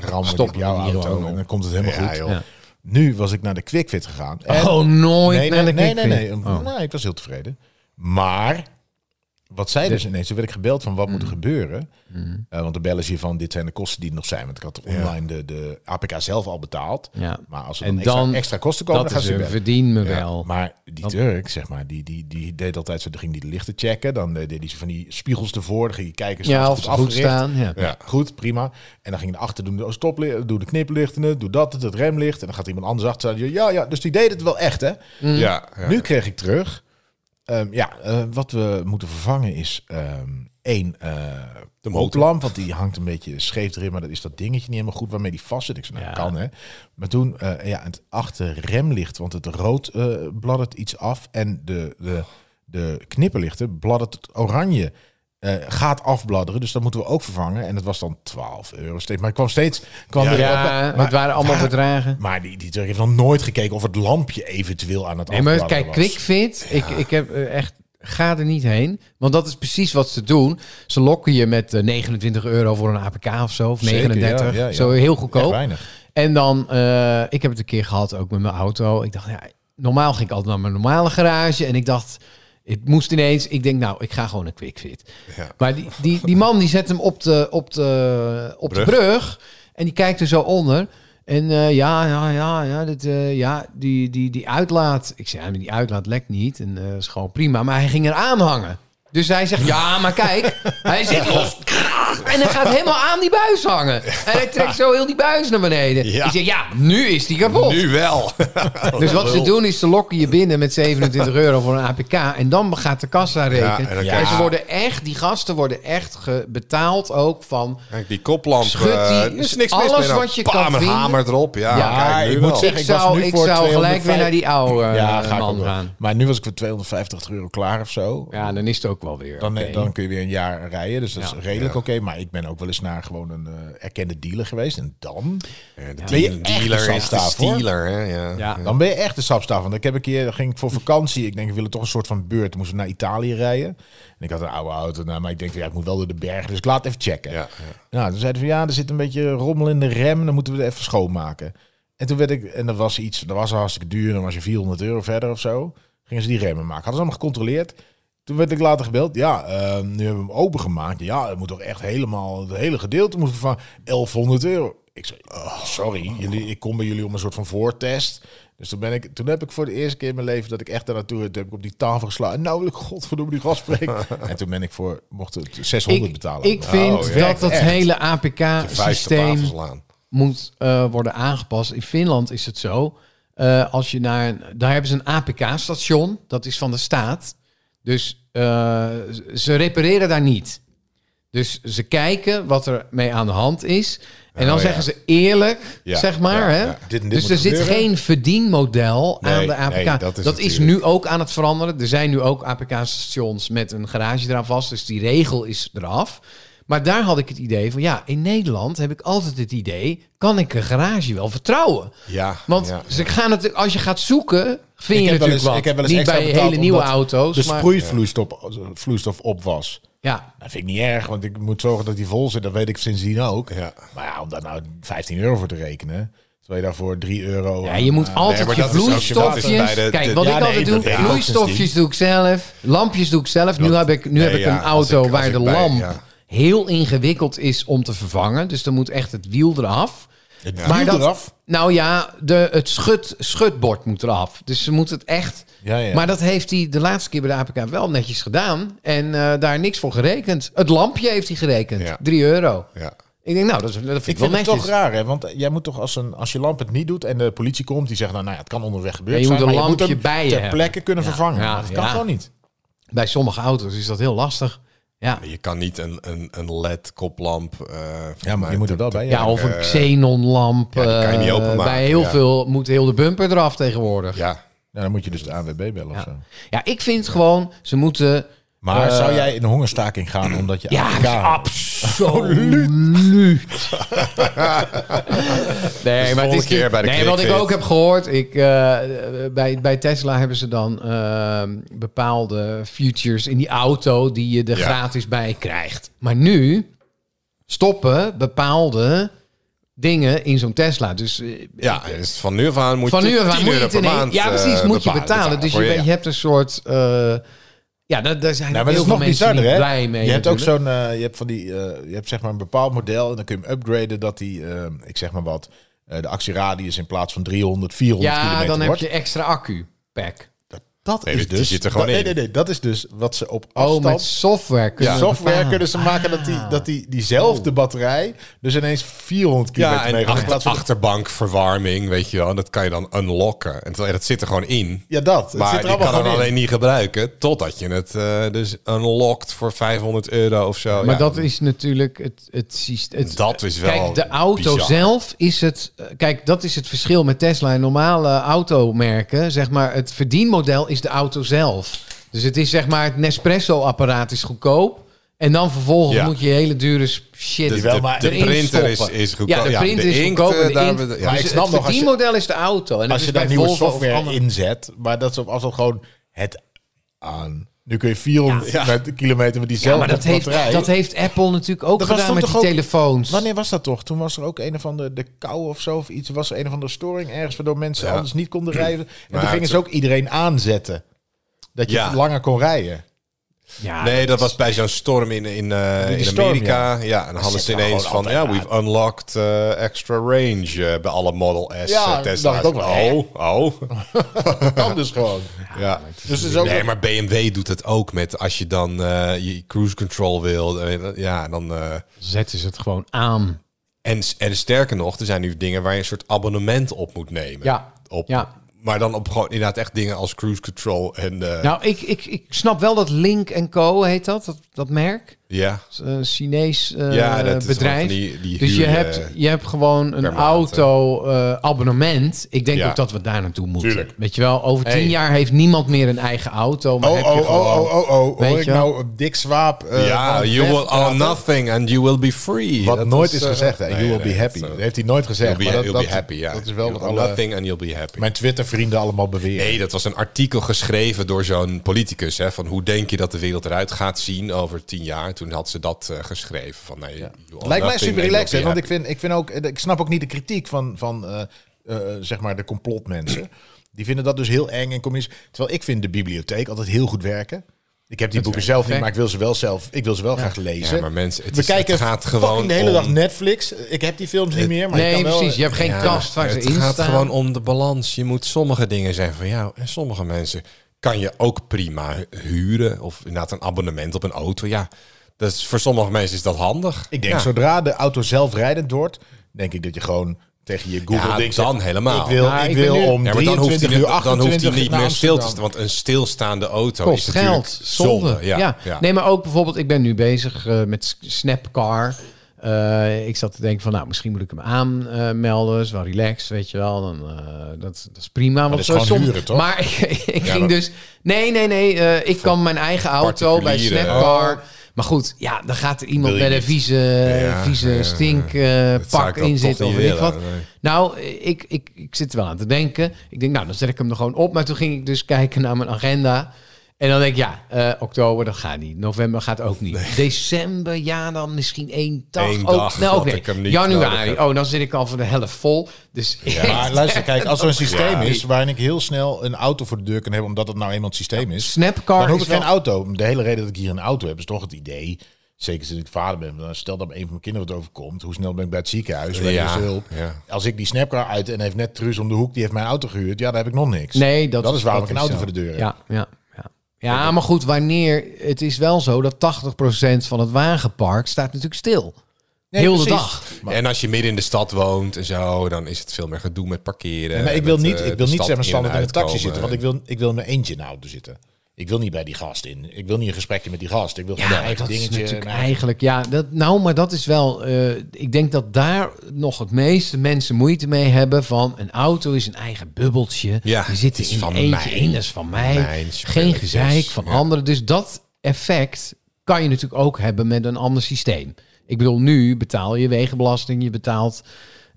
Speaker 3: rammen we die op jouw
Speaker 4: die hier
Speaker 3: auto.
Speaker 4: gewoon
Speaker 3: En dan komt het helemaal
Speaker 2: Ja,
Speaker 3: goed.
Speaker 2: joh.
Speaker 4: Ja.
Speaker 3: Nu was ik naar de QuickFit gegaan. En
Speaker 4: Oh, nooit
Speaker 3: nee,
Speaker 4: naar
Speaker 3: nee,
Speaker 4: de
Speaker 3: nee, nee,
Speaker 4: Quickfit.
Speaker 3: nee.
Speaker 4: Oh.
Speaker 3: Nou, ik was heel tevreden. Maar wat zij
Speaker 4: De-
Speaker 3: dus ineens, toen werd ik gebeld van wat moet er
Speaker 4: Mm.
Speaker 3: gebeuren.
Speaker 4: Mhm.
Speaker 3: Eh, want de bellen is hiervan, dit zijn de kosten die er nog zijn. Want ik had online de, de APK zelf al betaald.
Speaker 4: Ja.
Speaker 3: Maar als er
Speaker 4: En
Speaker 3: dan, extra-
Speaker 4: dan-
Speaker 3: extra, kosten komen,
Speaker 4: Dat
Speaker 3: dan gaan
Speaker 4: is
Speaker 3: ze
Speaker 4: een
Speaker 3: bellen.
Speaker 4: verdien me
Speaker 2: Ja,
Speaker 4: wel.
Speaker 3: Maar die
Speaker 4: Dat-
Speaker 3: Turk, zeg maar, die, die, die deed altijd zo, dan ging die de lichten checken. Dan eh, deed hij zo van die spiegels ervoor, dan ging je kijken.
Speaker 4: Ja, of
Speaker 3: het
Speaker 4: ze goed staan. Ja.
Speaker 3: Ja, goed, prima. En dan ging je achter doen de stoplichten, doe de kniplichten, het, doe dat, het, het remlicht. En dan gaat iemand anders achter. zei, Ja, ja, dus die deed het wel echt, hè?
Speaker 4: Mhm.
Speaker 2: Ja, ja.
Speaker 3: Nu kreeg ik terug. ehm, ja, eh, wat we moeten vervangen is ehm één eh
Speaker 2: De motor.
Speaker 3: koplamp, want die hangt een beetje scheef erin, maar dat is dat dingetje niet helemaal goed waarmee die vast zit. Ik zei, nou,
Speaker 4: Ja.
Speaker 3: kan hè. Maar toen, eh, ja, het achterremlicht, want het rood eh bladdert iets af en de, de, de knipperlichten bladdert het oranje. eh, gaat afbladderen, dus dat moeten we ook vervangen. En dat was dan 12 euro steeds. Maar het kwam steeds. Kwam
Speaker 4: Ja,
Speaker 3: er wat bij. maar,
Speaker 4: het waren allemaal bedragen.
Speaker 3: maar die, die Turk heeft nog nooit gekeken of het lampje eventueel aan het
Speaker 4: Nee, maar
Speaker 3: afbladderen
Speaker 4: kijk,
Speaker 3: was.
Speaker 4: QuickFit, ik, ik heb eh, echt... Ga er niet heen. Want dat is precies wat ze doen. Ze lokken je met eh, 29 euro voor een APK of zo. Of
Speaker 3: Zeker,
Speaker 4: 39.
Speaker 3: ja, ja, ja.
Speaker 4: Zo heel
Speaker 3: Echt
Speaker 4: goedkoop.
Speaker 3: weinig.
Speaker 4: En dan, eh, ik heb het een keer gehad ook met mijn auto. Ik dacht, ja, normaal ging ik altijd naar mijn normale garage. En ik dacht, het moest ineens. Ik denk, nou, ik ga gewoon een quickfit.
Speaker 2: Ja.
Speaker 4: Maar die, die, die man die zet hem op de, op de, op de
Speaker 2: Brug.
Speaker 4: brug. En die kijkt er zo onder. En eh, ja, ja, ja, ja, dit, eh, ja die, die, die uitlaat. Ik zei, ja, maar die uitlaat lekt niet. En eh is gewoon prima. Maar hij ging eraan hangen. Dus hij zegt, ja, maar kijk, hij
Speaker 2: (laughs)
Speaker 4: zit los. En hij gaat helemaal aan die buis hangen. En hij trekt zo heel die buis naar beneden.
Speaker 2: Ja.
Speaker 4: Ik zeg, ja, nu is die kapot.
Speaker 2: Nu wel. (laughs)
Speaker 4: Dus wat ze doen is ze lokken je binnen met 27 euro voor een APK. En dan gaat de kassa
Speaker 2: Ja, en
Speaker 4: rekenen.
Speaker 2: dan
Speaker 4: en,
Speaker 2: krijg je-
Speaker 4: ze worden echt, die gasten worden echt ge- betaald ook van...
Speaker 2: Kijk, die koplamp.
Speaker 4: Schud die-
Speaker 2: eh, er is niks
Speaker 4: alles
Speaker 2: mis mee. Dan
Speaker 4: wat je
Speaker 2: bam,
Speaker 4: kan
Speaker 2: een
Speaker 4: vinden.
Speaker 2: hamer erop. Ja,
Speaker 4: Ja,
Speaker 2: kijk, nu
Speaker 3: ik
Speaker 2: wel.
Speaker 3: moet zeggen-
Speaker 4: ik
Speaker 3: ik was
Speaker 4: zou,
Speaker 3: nu
Speaker 4: ik
Speaker 3: voor
Speaker 4: zou gelijk
Speaker 3: 250
Speaker 4: weer naar die oude
Speaker 3: ja,
Speaker 4: eh,
Speaker 3: ga ik ook
Speaker 4: man
Speaker 3: wel.
Speaker 4: gaan.
Speaker 3: Maar nu was ik voor 250 euro klaar of zo.
Speaker 4: Ja, dan is het ook wel weer.
Speaker 3: Dan, eh,
Speaker 4: oké.
Speaker 3: dan kun je weer een jaar rijden, dus dat
Speaker 4: Ja.
Speaker 3: is redelijk oké. maar ik ben ook wel eens naar gewoon een eh, erkende dealer geweest. En dan,
Speaker 2: Ja, de
Speaker 3: Ben je
Speaker 2: dealer,
Speaker 3: echt
Speaker 2: dealer
Speaker 3: een
Speaker 2: is de
Speaker 3: sapstaaf, hoor.
Speaker 2: stealer. Hè? Ja.
Speaker 4: Ja.
Speaker 3: dan ben je echt de sapstaaf. Want ik heb een keer, dan ging ik voor vakantie. Ik denk, we willen toch een soort van beurt. Toen moesten we naar Italië rijden. En ik had een oude auto, nou, maar ik denk, van, ja, ik moet wel door de bergen. Dus ik laat even checken.
Speaker 2: Ja,
Speaker 3: Nou, toen zeiden ze van ja, er zit een beetje rommel in de rem, dan moeten we het even schoonmaken. En toen werd ik, en dat was iets, dat was al hartstikke duur, dan was je 400 euro verder of zo. Gingen ze die remmen maken. Hadden ze allemaal gecontroleerd. Toen werd ik later gebeld. Ja, eh, nu hebben we hem opengemaakt. Ja, het moet toch echt helemaal, het hele gedeelte moet van 1100 euro. Ik zei, oh, sorry, jullie, ik kom bij jullie om een soort van voortest. Dus toen, ben ik, toen heb ik voor de eerste keer in mijn leven dat ik echt daar naartoe toen heb ik op die tafel geslagen. En nou wil ik godverdomme die gast spreken. en toen ben ik voor, mocht het 600
Speaker 4: Ik,
Speaker 3: betalen.
Speaker 4: ik vind
Speaker 2: Oh, ja.
Speaker 4: dat
Speaker 3: Werkt
Speaker 4: dat
Speaker 3: echt.
Speaker 4: hele
Speaker 2: Je vuist op
Speaker 4: APK-systeem...
Speaker 2: Avondslaan.
Speaker 4: moet eh, worden aangepast. In Finland is het zo. eh, als je naar een, daar hebben ze een APK-station, dat is van de staat. Dus eh, ze repareren daar niet. Dus ze kijken wat er mee aan de hand is. En dan
Speaker 2: Oh, ja.
Speaker 4: zeggen ze eerlijk,
Speaker 2: Ja,
Speaker 4: zeg maar.
Speaker 2: ja,
Speaker 4: hè?
Speaker 2: ja.
Speaker 3: Dit en dit
Speaker 4: dus
Speaker 3: moet
Speaker 4: er zit
Speaker 3: gebeuren.
Speaker 4: geen verdienmodel aan
Speaker 2: Nee,
Speaker 4: de APK.
Speaker 2: nee,
Speaker 4: dat
Speaker 2: dat
Speaker 4: is,
Speaker 2: is
Speaker 4: nu
Speaker 2: natuurlijk-
Speaker 4: ook aan het veranderen. Er zijn nu ook APK-stations met een garage eraan vast. Dus die regel is eraf. Maar daar had ik het idee van, ja, in Nederland heb ik altijd het idee, kan ik een garage wel vertrouwen?
Speaker 2: Ja,
Speaker 4: Want
Speaker 2: ja.
Speaker 4: ze gaan het, als je gaat zoeken, vind
Speaker 3: Ik
Speaker 4: je
Speaker 3: heb wel
Speaker 4: natuurlijk
Speaker 3: eens-
Speaker 4: wat.
Speaker 3: ik heb wel eens
Speaker 4: Niet
Speaker 3: extra
Speaker 4: bij
Speaker 3: betaald Dus
Speaker 4: hele nieuwe
Speaker 3: omdat
Speaker 4: auto's,
Speaker 3: de
Speaker 4: maar
Speaker 3: sproeivloeistof eh, vloeistof op was.
Speaker 4: ja,
Speaker 3: Dat vind ik niet erg, want ik moet zorgen dat die vol zit. Dat weet ik sindsdien ook.
Speaker 2: Ja.
Speaker 3: Maar ja, om daar nou 15 euro voor te rekenen, terwijl je daarvoor 3 euro...
Speaker 4: ja,
Speaker 3: aan- eh,
Speaker 4: je moet
Speaker 3: aan-
Speaker 4: altijd
Speaker 2: maar
Speaker 4: je
Speaker 2: dat is ook- dat is
Speaker 4: vloeistofjes...
Speaker 2: bij de-
Speaker 4: Kijk,
Speaker 2: de-
Speaker 4: wat
Speaker 3: Ja,
Speaker 4: ik
Speaker 3: nee,
Speaker 4: altijd
Speaker 3: dat
Speaker 4: doe,
Speaker 3: weet ik ook
Speaker 4: vloeistofjes
Speaker 3: sindsdien.
Speaker 4: doe ik zelf, lampjes doe ik zelf. Nu
Speaker 2: Dat-
Speaker 4: heb ik, nu
Speaker 2: nee,
Speaker 4: heb ik
Speaker 2: ja,
Speaker 4: een
Speaker 2: als
Speaker 4: auto
Speaker 2: ik- als
Speaker 4: waar
Speaker 2: ik
Speaker 4: de
Speaker 2: bij-
Speaker 4: lamp
Speaker 2: ja.
Speaker 4: heel ingewikkeld is om te vervangen. Dus dan moet echt het wiel eraf.
Speaker 3: Het
Speaker 4: Maar
Speaker 3: wiel
Speaker 4: dat-
Speaker 3: eraf.
Speaker 4: Nou ja, de, het schut, schutbord moet eraf. Dus ze moet het echt...
Speaker 3: Ja, ja.
Speaker 4: Maar dat heeft hij de laatste keer bij de APK wel netjes gedaan. En eh, daar niks voor gerekend. Het lampje heeft hij gerekend.
Speaker 2: Ja.
Speaker 4: 3 euro.
Speaker 2: ja.
Speaker 4: Ik denk, nou, dat, is- dat vind ik,
Speaker 3: ik
Speaker 4: wel
Speaker 3: vind het
Speaker 4: netjes.
Speaker 3: toch raar, hè? Want jij moet toch als, een, als je lamp het niet doet en de politie komt, die zegt, nou, nou ja, het kan onderweg gebeuren.
Speaker 4: Ja, je moet
Speaker 3: zijn,
Speaker 4: een
Speaker 3: maar
Speaker 4: lampje
Speaker 3: hem
Speaker 4: bij je
Speaker 3: ter
Speaker 4: hebben.
Speaker 3: plekke kunnen
Speaker 4: Ja,
Speaker 3: vervangen.
Speaker 4: ja,
Speaker 3: Maar dat kan
Speaker 4: ja.
Speaker 3: gewoon niet.
Speaker 4: Bij sommige auto's is dat heel lastig. Ja,
Speaker 2: Maar Je kan niet een, een, een eh, LED-koplamp...
Speaker 3: Ja, maar je moet er wel bij.
Speaker 4: ja, of een
Speaker 2: eh,
Speaker 4: xenonlamp.
Speaker 2: ja, die kan je niet
Speaker 4: eh,
Speaker 2: openmaken,
Speaker 4: bij heel
Speaker 2: ja.
Speaker 4: veel moet heel de bumper eraf tegenwoordig. Ja,
Speaker 2: Ja,
Speaker 3: Nou, dan moet je dus de ANWB bellen of zo.
Speaker 4: ik vind gewoon, ze moeten...
Speaker 3: Maar
Speaker 4: Eh,
Speaker 3: zou jij in de hongerstaking gaan omdat je
Speaker 4: Ja,
Speaker 3: APK
Speaker 4: (laughs)
Speaker 2: (laughs)
Speaker 4: absoluut. nee, maar het
Speaker 2: volgende
Speaker 4: is
Speaker 2: keer
Speaker 4: niet-
Speaker 2: bij de
Speaker 4: nee, wat ik
Speaker 2: Quickfit.
Speaker 4: ook heb gehoord, ik, eh, bij, bij Tesla hebben ze dan eh, bepaalde features in die auto die je er
Speaker 2: Ja.
Speaker 4: gratis bij krijgt. Maar nu stoppen bepaalde dingen in zo'n Tesla. Dus eh,
Speaker 2: ja dus van nu af aan moet
Speaker 4: van
Speaker 2: je
Speaker 4: nu af aan
Speaker 2: 10
Speaker 4: moet je
Speaker 2: euro
Speaker 4: het
Speaker 2: per
Speaker 3: eh,
Speaker 4: ineens-
Speaker 2: maand
Speaker 4: Ja, precies,
Speaker 2: eh,
Speaker 4: moet je
Speaker 2: bepa-
Speaker 4: betalen. Dus je,
Speaker 2: voor
Speaker 4: bent- je hebt een soort eh, Ja, daar, daar zijn
Speaker 3: Nou, maar
Speaker 4: heel
Speaker 3: dat is nog
Speaker 4: veel mensen
Speaker 3: bizarder,
Speaker 4: niet
Speaker 3: hè?
Speaker 4: blij mee.
Speaker 3: je hebt ook
Speaker 4: natuurlijk.
Speaker 3: zo'n, eh, je hebt van die, eh, je hebt zeg maar een bepaald model en dan kun je hem upgraden dat die, eh, ik zeg maar wat, eh, de actieradius in plaats van 300, 400
Speaker 4: Ja,
Speaker 3: kilometer
Speaker 4: dan heb
Speaker 3: wordt.
Speaker 4: je extra accu-pack.
Speaker 3: Dat
Speaker 2: Nee,
Speaker 3: is
Speaker 2: die- die
Speaker 3: dus,
Speaker 2: zit er gewoon
Speaker 3: dat-
Speaker 2: in.
Speaker 3: Nee, nee, nee, dat is dus wat ze op
Speaker 4: Oh,
Speaker 3: afstand...
Speaker 4: met Ah. software kunnen
Speaker 3: Ja.
Speaker 4: we
Speaker 3: Software
Speaker 4: bepalen.
Speaker 3: kunnen ze maken dat, die, dat die, diezelfde
Speaker 4: Oh.
Speaker 3: batterij dus ineens 400 kilometer
Speaker 2: Ja,
Speaker 3: mee
Speaker 2: en
Speaker 3: gaat. in
Speaker 2: achter,
Speaker 3: plaats van-
Speaker 2: achterbankverwarming, weet je wel. Dat kan je dan unlocken. En terwijl- dat zit er gewoon in.
Speaker 3: Ja, dat. Het
Speaker 2: maar
Speaker 3: zit er
Speaker 2: je
Speaker 3: allemaal
Speaker 2: kan het
Speaker 3: gewoon in.
Speaker 2: alleen niet gebruiken totdat je het eh, dus unlockt voor 500 euro of zo.
Speaker 4: Maar
Speaker 2: Ja,
Speaker 4: dat is natuurlijk het, het systeem. het-
Speaker 2: dat is wel
Speaker 4: Kijk, de auto
Speaker 2: bizar.
Speaker 4: zelf is het. eh, Kijk, dat is het verschil met Tesla en normale automerken. Zeg maar, het verdienmodel is de auto zelf. Dus het is zeg maar, het Nespresso-apparaat is goedkoop. En dan vervolgens
Speaker 2: Ja.
Speaker 4: moet je hele dure shit.
Speaker 2: De,
Speaker 3: wel,
Speaker 2: de-
Speaker 3: maar
Speaker 2: de
Speaker 4: erin
Speaker 2: printer is,
Speaker 4: stoppen.
Speaker 2: is goedkoop.
Speaker 4: ja, de printer is
Speaker 2: inkt,
Speaker 4: goedkoop.
Speaker 2: eh,
Speaker 4: en de
Speaker 2: daar
Speaker 4: inkt-
Speaker 2: hebben we-
Speaker 3: Maar
Speaker 2: ja.
Speaker 4: dus
Speaker 3: ik snap
Speaker 4: het
Speaker 3: nog, als je-
Speaker 4: verdienmodel is de auto. En dat
Speaker 3: Als
Speaker 4: is
Speaker 3: je daar
Speaker 4: bij
Speaker 3: nieuwe
Speaker 4: Volvo of
Speaker 3: software
Speaker 4: andere-
Speaker 3: inzet, maar dat is op afstand gewoon het aan. Nu kun je 400 met- kilometer met
Speaker 4: Ja,
Speaker 3: diezelfde
Speaker 4: maar dat heeft,
Speaker 3: batterij.
Speaker 4: dat heeft Apple natuurlijk ook
Speaker 3: Dat was
Speaker 4: gedaan
Speaker 3: toen
Speaker 4: met die
Speaker 3: toch ook-
Speaker 4: telefoons.
Speaker 3: Wanneer was dat toch? Toen was er ook een of andere de kou of zo of iets. Was er een of andere storing ergens waardoor mensen
Speaker 2: Ja.
Speaker 3: anders niet konden rijden. En toen
Speaker 2: het
Speaker 3: gingen
Speaker 2: is
Speaker 3: ze ook iedereen aanzetten. Dat je
Speaker 2: Ja.
Speaker 3: langer kon
Speaker 2: (laughs)
Speaker 3: rijden.
Speaker 4: Ja,
Speaker 2: Nee, dat was bij zo'n storm in, in, eh,
Speaker 3: Die
Speaker 2: in
Speaker 3: storm,
Speaker 2: Amerika. ja. en dan hadden
Speaker 3: zit
Speaker 2: ze
Speaker 3: er
Speaker 2: ineens
Speaker 3: gewoon
Speaker 2: van... Ja,
Speaker 3: altijd
Speaker 2: we've unlocked eh, extra range eh, bij alle Model S
Speaker 3: Ja,
Speaker 2: eh,
Speaker 3: dat
Speaker 2: Tesla's.
Speaker 3: dacht ik ook wel.
Speaker 2: Oh, oh.
Speaker 3: Dat kan dus gewoon.
Speaker 2: ja.
Speaker 4: Oh,
Speaker 3: Dus het is ook
Speaker 2: Nee, maar BMW doet het ook met als je dan eh, je cruise control wil. eh, ja, dan... eh,
Speaker 4: zetten ze het gewoon aan.
Speaker 2: En, en sterker nog, er zijn nu dingen waar je een soort abonnement op moet nemen.
Speaker 4: Ja.
Speaker 2: Op,
Speaker 4: Ja.
Speaker 2: Maar dan op gewoon inderdaad echt dingen als cruise control en eh,
Speaker 4: Nou, ik, ik, ik snap wel dat Link Co. heet dat, dat, dat merk.
Speaker 2: ja.
Speaker 4: Dat is een Chinees eh,
Speaker 2: ja, dat is gewoon
Speaker 4: bedrijf.
Speaker 2: van die, die
Speaker 4: dus je
Speaker 2: huur,
Speaker 4: hebt,
Speaker 2: eh,
Speaker 4: je hebt gewoon een
Speaker 2: per maand,
Speaker 4: auto-abonnement. ik denk
Speaker 2: Ja.
Speaker 4: ook dat we daar naartoe moeten.
Speaker 3: Tuurlijk.
Speaker 4: Weet je wel, over tien
Speaker 3: Hey.
Speaker 4: jaar heeft niemand meer een eigen auto. Maar
Speaker 3: Oh,
Speaker 4: heb
Speaker 3: oh,
Speaker 4: je
Speaker 3: oh,
Speaker 4: gewoon...
Speaker 3: oh, oh, oh.
Speaker 4: Weet
Speaker 3: Hoor ik
Speaker 4: je?
Speaker 3: nou eh, Dick Zwaap... eh, van
Speaker 2: ja,
Speaker 3: het
Speaker 2: you
Speaker 3: West
Speaker 2: will own
Speaker 3: praten?
Speaker 2: nothing and you will be free.
Speaker 3: Wat
Speaker 2: Dat
Speaker 3: nooit
Speaker 2: was,
Speaker 3: is
Speaker 2: eh,
Speaker 3: gezegd. hè.
Speaker 2: nee,
Speaker 3: you will
Speaker 2: nee,
Speaker 3: be happy.
Speaker 2: dat is,
Speaker 3: Dat
Speaker 2: eh,
Speaker 3: heeft hij nooit gezegd.
Speaker 2: You'll be,
Speaker 3: maar dat,
Speaker 2: you'll be
Speaker 3: dat-
Speaker 2: happy, ja.
Speaker 3: Dat is wel
Speaker 2: You'll
Speaker 3: wat
Speaker 2: own
Speaker 3: alle,
Speaker 2: nothing and you'll be happy.
Speaker 3: mijn Twitter-vrienden allemaal beweren.
Speaker 2: Nee, dat was een artikel geschreven door zo'n politicus. Hè, van hoe denk je dat de wereld eruit gaat zien over tien jaar? Toen had ze dat eh, geschreven. Van, nee, you own
Speaker 3: Lijkt mij
Speaker 2: nothing and
Speaker 3: super
Speaker 2: you'll
Speaker 3: relaxed,
Speaker 2: be
Speaker 3: hè, want ik
Speaker 2: happy.
Speaker 3: vind, ik vind ook, ik snap ook niet de kritiek van, van eh, eh, zeg maar de complotmensen. Die vinden dat dus heel eng en communistisch. Terwijl ik vind de bibliotheek altijd heel goed werken. Ik heb die boeken zelf niet,
Speaker 4: perfect.
Speaker 3: maar ik wil ze wel zelf. Ik wil ze wel graag lezen.
Speaker 2: Ja, maar mensen, het,
Speaker 3: We
Speaker 2: is, het
Speaker 3: kijken
Speaker 2: gaat
Speaker 3: fucking
Speaker 2: gewoon
Speaker 3: de hele dag
Speaker 2: om-
Speaker 3: Netflix. Ik heb die films niet meer, maar ik
Speaker 4: nee,
Speaker 3: kan wel-
Speaker 4: precies. Je hebt geen
Speaker 2: Ja,
Speaker 4: kast waar ze
Speaker 2: het
Speaker 4: in
Speaker 2: gaat
Speaker 4: staan.
Speaker 2: gewoon om de balans. Je moet sommige dingen zijn van jou. En sommige mensen kan je ook prima hu- huren. Of inderdaad een abonnement op een auto. Ja, dat is, voor sommige mensen is dat handig.
Speaker 3: Ik denk,
Speaker 2: ja.
Speaker 3: zodra de auto zelfrijdend wordt, denk ik dat je gewoon tegen je Google
Speaker 2: Ja,
Speaker 3: ding
Speaker 2: dan
Speaker 3: zegt,
Speaker 2: helemaal.
Speaker 3: Ik wil,
Speaker 4: Nou,
Speaker 3: ik
Speaker 4: ik ben
Speaker 3: wil
Speaker 4: nu-
Speaker 3: om
Speaker 2: Ja, maar dan hoeft
Speaker 3: 23
Speaker 2: hij,
Speaker 3: uur
Speaker 2: niet- dan hoeft hij
Speaker 3: 28
Speaker 2: niet
Speaker 3: naar
Speaker 2: meer stil te
Speaker 3: Amsterdam.
Speaker 2: staan. Want een stilstaande auto
Speaker 4: kost
Speaker 2: is natuurlijk
Speaker 4: geld, zonde. Ja,
Speaker 2: Ja,
Speaker 4: Nee, maar ook bijvoorbeeld, ik ben nu bezig eh, met S- Snapcar. Eh, ik zat te denken van, nou, misschien moet ik hem aanmelden. is wel relaxed, weet je wel. Dan, eh, dat, dat is prima. want
Speaker 3: dat is
Speaker 4: zo
Speaker 3: gewoon
Speaker 4: soms-
Speaker 3: huren, toch?
Speaker 4: Maar (laughs) ik, ik ging
Speaker 2: maar-
Speaker 4: dus... Nee, nee, nee. eh, ik kan mijn eigen auto bij
Speaker 2: particulieren.
Speaker 4: Snapcar... Maar goed, ja, dan gaat er iemand
Speaker 3: Wil je
Speaker 4: met een
Speaker 3: niet.
Speaker 4: vieze,
Speaker 2: Ja,
Speaker 4: vieze
Speaker 2: ja,
Speaker 4: stink
Speaker 2: Dat
Speaker 4: eh,
Speaker 2: zou ik
Speaker 4: pak
Speaker 2: dan
Speaker 4: in
Speaker 2: toch
Speaker 4: zitten. Of
Speaker 2: niet
Speaker 4: weet ik wat.
Speaker 2: willen, nee.
Speaker 4: Nou, ik, ik, ik zit er wel aan te denken. Ik denk, nou, dan zet ik hem er gewoon op. Maar toen ging ik dus kijken naar mijn agenda. En dan denk ik, ja, eh, oktober, dat gaat niet. November gaat ook niet. December, ja, dan misschien één dag.
Speaker 2: Eén
Speaker 4: ook,
Speaker 2: dag
Speaker 4: nou, ook
Speaker 2: dat
Speaker 4: nee.
Speaker 2: ik hem niet nodig
Speaker 4: Januari,
Speaker 2: heb.
Speaker 4: oh, dan zit ik al voor de helft vol. Dus (laughs)
Speaker 3: Maar luister, kijk, als er een systeem
Speaker 2: Ja.
Speaker 3: is waarin ik heel snel een auto voor de deur kan hebben, omdat het nou eenmaal het systeem is, dan
Speaker 4: Snapcar
Speaker 3: hoef
Speaker 4: is
Speaker 3: ik geen
Speaker 4: wel...
Speaker 3: auto. De hele reden dat ik hier een auto heb, is toch het idee. Zeker sinds ik vader ben. want Stel dat een van mijn kinderen het overkomt. Hoe snel ben ik bij het ziekenhuis? Bij
Speaker 2: Ja,
Speaker 3: de hulp.
Speaker 2: ja.
Speaker 3: Als ik die snapcar uit en heeft net Truus om de hoek, die heeft mijn auto gehuurd. Ja, daar heb ik nog niks.
Speaker 4: Nee, dat,
Speaker 3: Dat is waarom
Speaker 4: dat
Speaker 3: ik een auto
Speaker 4: zo.
Speaker 3: voor de deur heb.
Speaker 4: Ja, ja, ja. ja maar goed, wanneer... Het is wel zo dat 80% van het wagenpark staat natuurlijk stil.
Speaker 3: Nee,
Speaker 4: Heel de
Speaker 3: precies.
Speaker 4: dag.
Speaker 3: Maar-
Speaker 2: en als je midden in de stad woont en zo, dan is het veel meer gedoe met parkeren.
Speaker 3: Nee, maar ik
Speaker 2: met,
Speaker 3: wil niet,
Speaker 2: eh,
Speaker 3: ik
Speaker 2: de
Speaker 3: wil niet
Speaker 2: stad
Speaker 3: zeg maar
Speaker 2: in en
Speaker 3: standaard in een taxi
Speaker 2: uitkomen.
Speaker 3: zitten, want ik wil, ik wil in mijn eentje in de auto zitten. Ik wil niet bij die gast in. Ik wil niet een gesprekje met die gast. Ik wil gewoon
Speaker 4: Ja,
Speaker 3: mijn eigen
Speaker 4: dat is
Speaker 3: dingetje.
Speaker 4: natuurlijk
Speaker 3: mijn eigen-
Speaker 4: eigenlijk... Ja, dat, nou, maar dat is wel... eh, ik denk dat daar nog het meeste mensen moeite mee hebben van... Een auto is een eigen bubbeltje.
Speaker 2: Ja,
Speaker 4: Je zit
Speaker 2: het is
Speaker 4: er in
Speaker 2: van
Speaker 4: je eentje
Speaker 2: mij.
Speaker 4: in, dat is van mij.
Speaker 2: Mijn
Speaker 4: Geen
Speaker 2: spulletjes.
Speaker 4: gezeik van
Speaker 2: Ja.
Speaker 4: anderen. Dus dat effect kan je natuurlijk ook hebben met een ander systeem. Ik bedoel, nu betaal je wegenbelasting, je betaalt...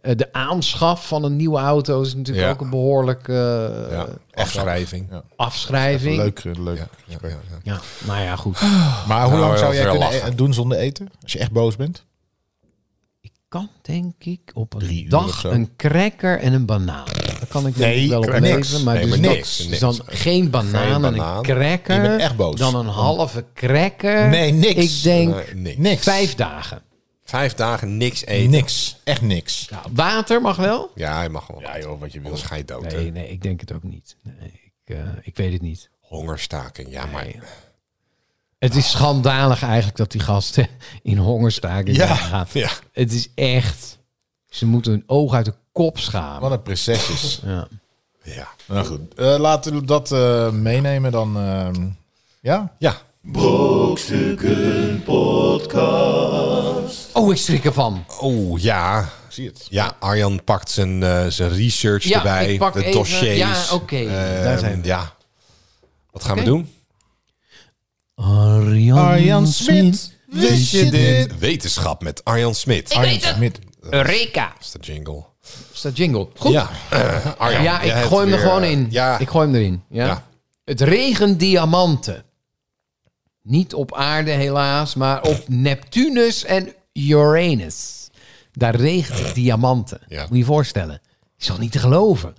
Speaker 4: eh, de aanschaf van een nieuwe auto is natuurlijk
Speaker 2: Ja.
Speaker 4: ook een behoorlijke eh,
Speaker 2: Ja, afschrijving.
Speaker 3: Ja.
Speaker 4: afschrijving.
Speaker 3: Leuk, leuk.
Speaker 2: Ja, ja, ja, ja.
Speaker 4: Ja, nou ja, goed.
Speaker 3: Maar hoe
Speaker 2: Nou,
Speaker 3: lang
Speaker 2: dat
Speaker 3: zou jij
Speaker 2: is wel
Speaker 3: kunnen
Speaker 2: lachen.
Speaker 3: e- doen zonder eten? Als je echt boos bent?
Speaker 4: Ik kan denk ik op een
Speaker 3: Drie uur of
Speaker 4: dag
Speaker 3: zo.
Speaker 4: een cracker en een banaan. Dat kan ik
Speaker 3: Nee,
Speaker 4: denk ik wel op
Speaker 3: crackers.
Speaker 4: leven. Maar
Speaker 2: Nee,
Speaker 4: dus
Speaker 2: maar
Speaker 4: dat-
Speaker 2: niks,
Speaker 4: dus
Speaker 2: niks.
Speaker 4: dan geen banaan,
Speaker 2: Geen
Speaker 4: en een
Speaker 2: banaan.
Speaker 4: cracker.
Speaker 3: Ik ben echt boos. Hm.
Speaker 4: Dan een halve cracker.
Speaker 3: Nee, niks.
Speaker 4: Ik denk
Speaker 2: Nee, niks.
Speaker 3: Niks.
Speaker 4: vijf dagen.
Speaker 2: Vijf dagen niks eten.
Speaker 3: Niks. Echt niks.
Speaker 4: Nou, water mag wel?
Speaker 2: Ja, je mag wel.
Speaker 3: Ja, joh, wat je wil.
Speaker 2: Anders ga je dood. hè.
Speaker 4: Nee, nee, ik denk het ook niet. Nee, ik, eh, ik weet het niet.
Speaker 2: Hongerstaking. Ja, maar
Speaker 4: Nee. Het is schandalig eigenlijk dat die gasten (laughs) in hongerstaking
Speaker 3: Ja,
Speaker 4: gaan.
Speaker 2: ja.
Speaker 4: Het is echt... Ze moeten hun oog uit de kop schamen.
Speaker 3: Wat een prinsesjes. (laughs)
Speaker 4: Ja.
Speaker 2: ja.
Speaker 3: nou goed, Eh, laten we dat eh, meenemen dan. ehm, ja?
Speaker 2: Ja.
Speaker 4: Oh, ik schrik ervan.
Speaker 2: Oh, ja.
Speaker 3: Ik zie het.
Speaker 2: Ja, Arjan pakt zijn, eh, zijn research
Speaker 4: Ja,
Speaker 2: erbij.
Speaker 4: ik pak
Speaker 2: de
Speaker 4: even-
Speaker 2: dossiers.
Speaker 4: ja, oké,
Speaker 2: Ehm,
Speaker 4: daar zijn we.
Speaker 2: Ja. Wat gaan
Speaker 4: Oké.
Speaker 2: we doen?
Speaker 4: Arjan,
Speaker 3: Arjan Smit, wist je dit?
Speaker 2: Wetenschap met Arjan Smit. Dat
Speaker 3: Arjan Smit.
Speaker 4: Eh. Eureka.
Speaker 2: is de jingle.
Speaker 4: Is dat jingle? Goed. Ja,
Speaker 2: Ja. Arjan,
Speaker 4: Eh, ik
Speaker 2: jij hebt
Speaker 4: gooi hem er
Speaker 2: weer,
Speaker 4: gewoon
Speaker 2: eh,
Speaker 4: in.
Speaker 2: Ja.
Speaker 4: Ik gooi hem erin. Ja.
Speaker 2: Ja.
Speaker 4: Het regent diamanten. Niet op aarde helaas, maar
Speaker 2: (laughs)
Speaker 4: op Neptunus en Uranus. Daar regent het diamanten.
Speaker 2: Ja.
Speaker 4: Moet je je voorstellen. Is toch niet te geloven?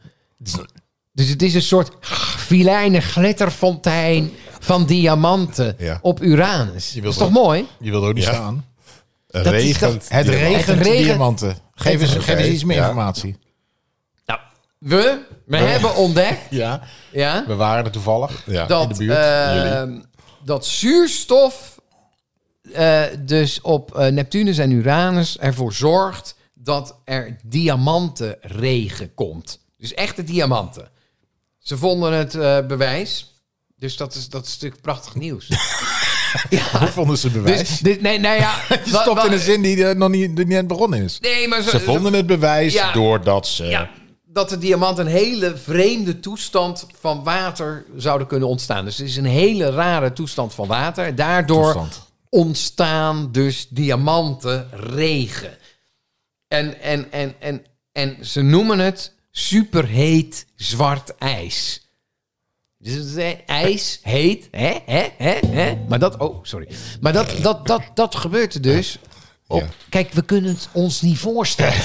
Speaker 4: Dus het is een soort filijnen glitterfontein van diamanten
Speaker 2: Ja.
Speaker 4: op Uranus. Dat
Speaker 3: wilt
Speaker 4: is toch
Speaker 3: wel-
Speaker 4: mooi?
Speaker 3: Je wilde ook niet
Speaker 2: Ja.
Speaker 3: staan.
Speaker 4: dat-
Speaker 2: regent.
Speaker 3: Het
Speaker 2: die-
Speaker 3: regent,
Speaker 4: Het regent-
Speaker 3: diamanten. Geef eens, geef eens iets meer
Speaker 2: ja.
Speaker 3: informatie.
Speaker 4: Nou, we, we hebben ontdekt
Speaker 3: Ja,
Speaker 4: ja,
Speaker 3: we waren er toevallig. (laughs)
Speaker 2: Ja.
Speaker 4: dat,
Speaker 3: de buurt,
Speaker 4: eh, dat zuurstof eh, dus op eh, Neptunus en Uranus ervoor zorgt dat er diamantenregen komt. Dus echte diamanten. Ze vonden het eh, bewijs. Dus dat is, dat is natuurlijk prachtig nieuws.
Speaker 3: Hoe vonden ze het bewijs?
Speaker 4: dus, dit, nee, nou ja.
Speaker 3: (laughs) Je
Speaker 4: wa-
Speaker 3: stopt
Speaker 4: wa-
Speaker 3: in een zin die eh, nog niet, die net begonnen is.
Speaker 4: Nee, maar
Speaker 3: Ze vonden het bewijs
Speaker 4: Ja.
Speaker 3: doordat ze...
Speaker 4: Ja, eh, dat de diamant een hele vreemde toestand van water zouden kunnen ontstaan. Dus het is een hele rare toestand van water. En Daardoor
Speaker 3: Toestand.
Speaker 4: ontstaan dus diamantenregen. En, en, en, en, en ze noemen het superheet zwart ijs. Dus het is, eh, ijs, heet, hè, hè, hè, hè. Maar dat, oh, sorry. Maar dat, dat, dat, dat gebeurt er dus. Op,
Speaker 2: Ja.
Speaker 4: Kijk, we kunnen het ons niet
Speaker 2: (laughs)
Speaker 4: voorstellen.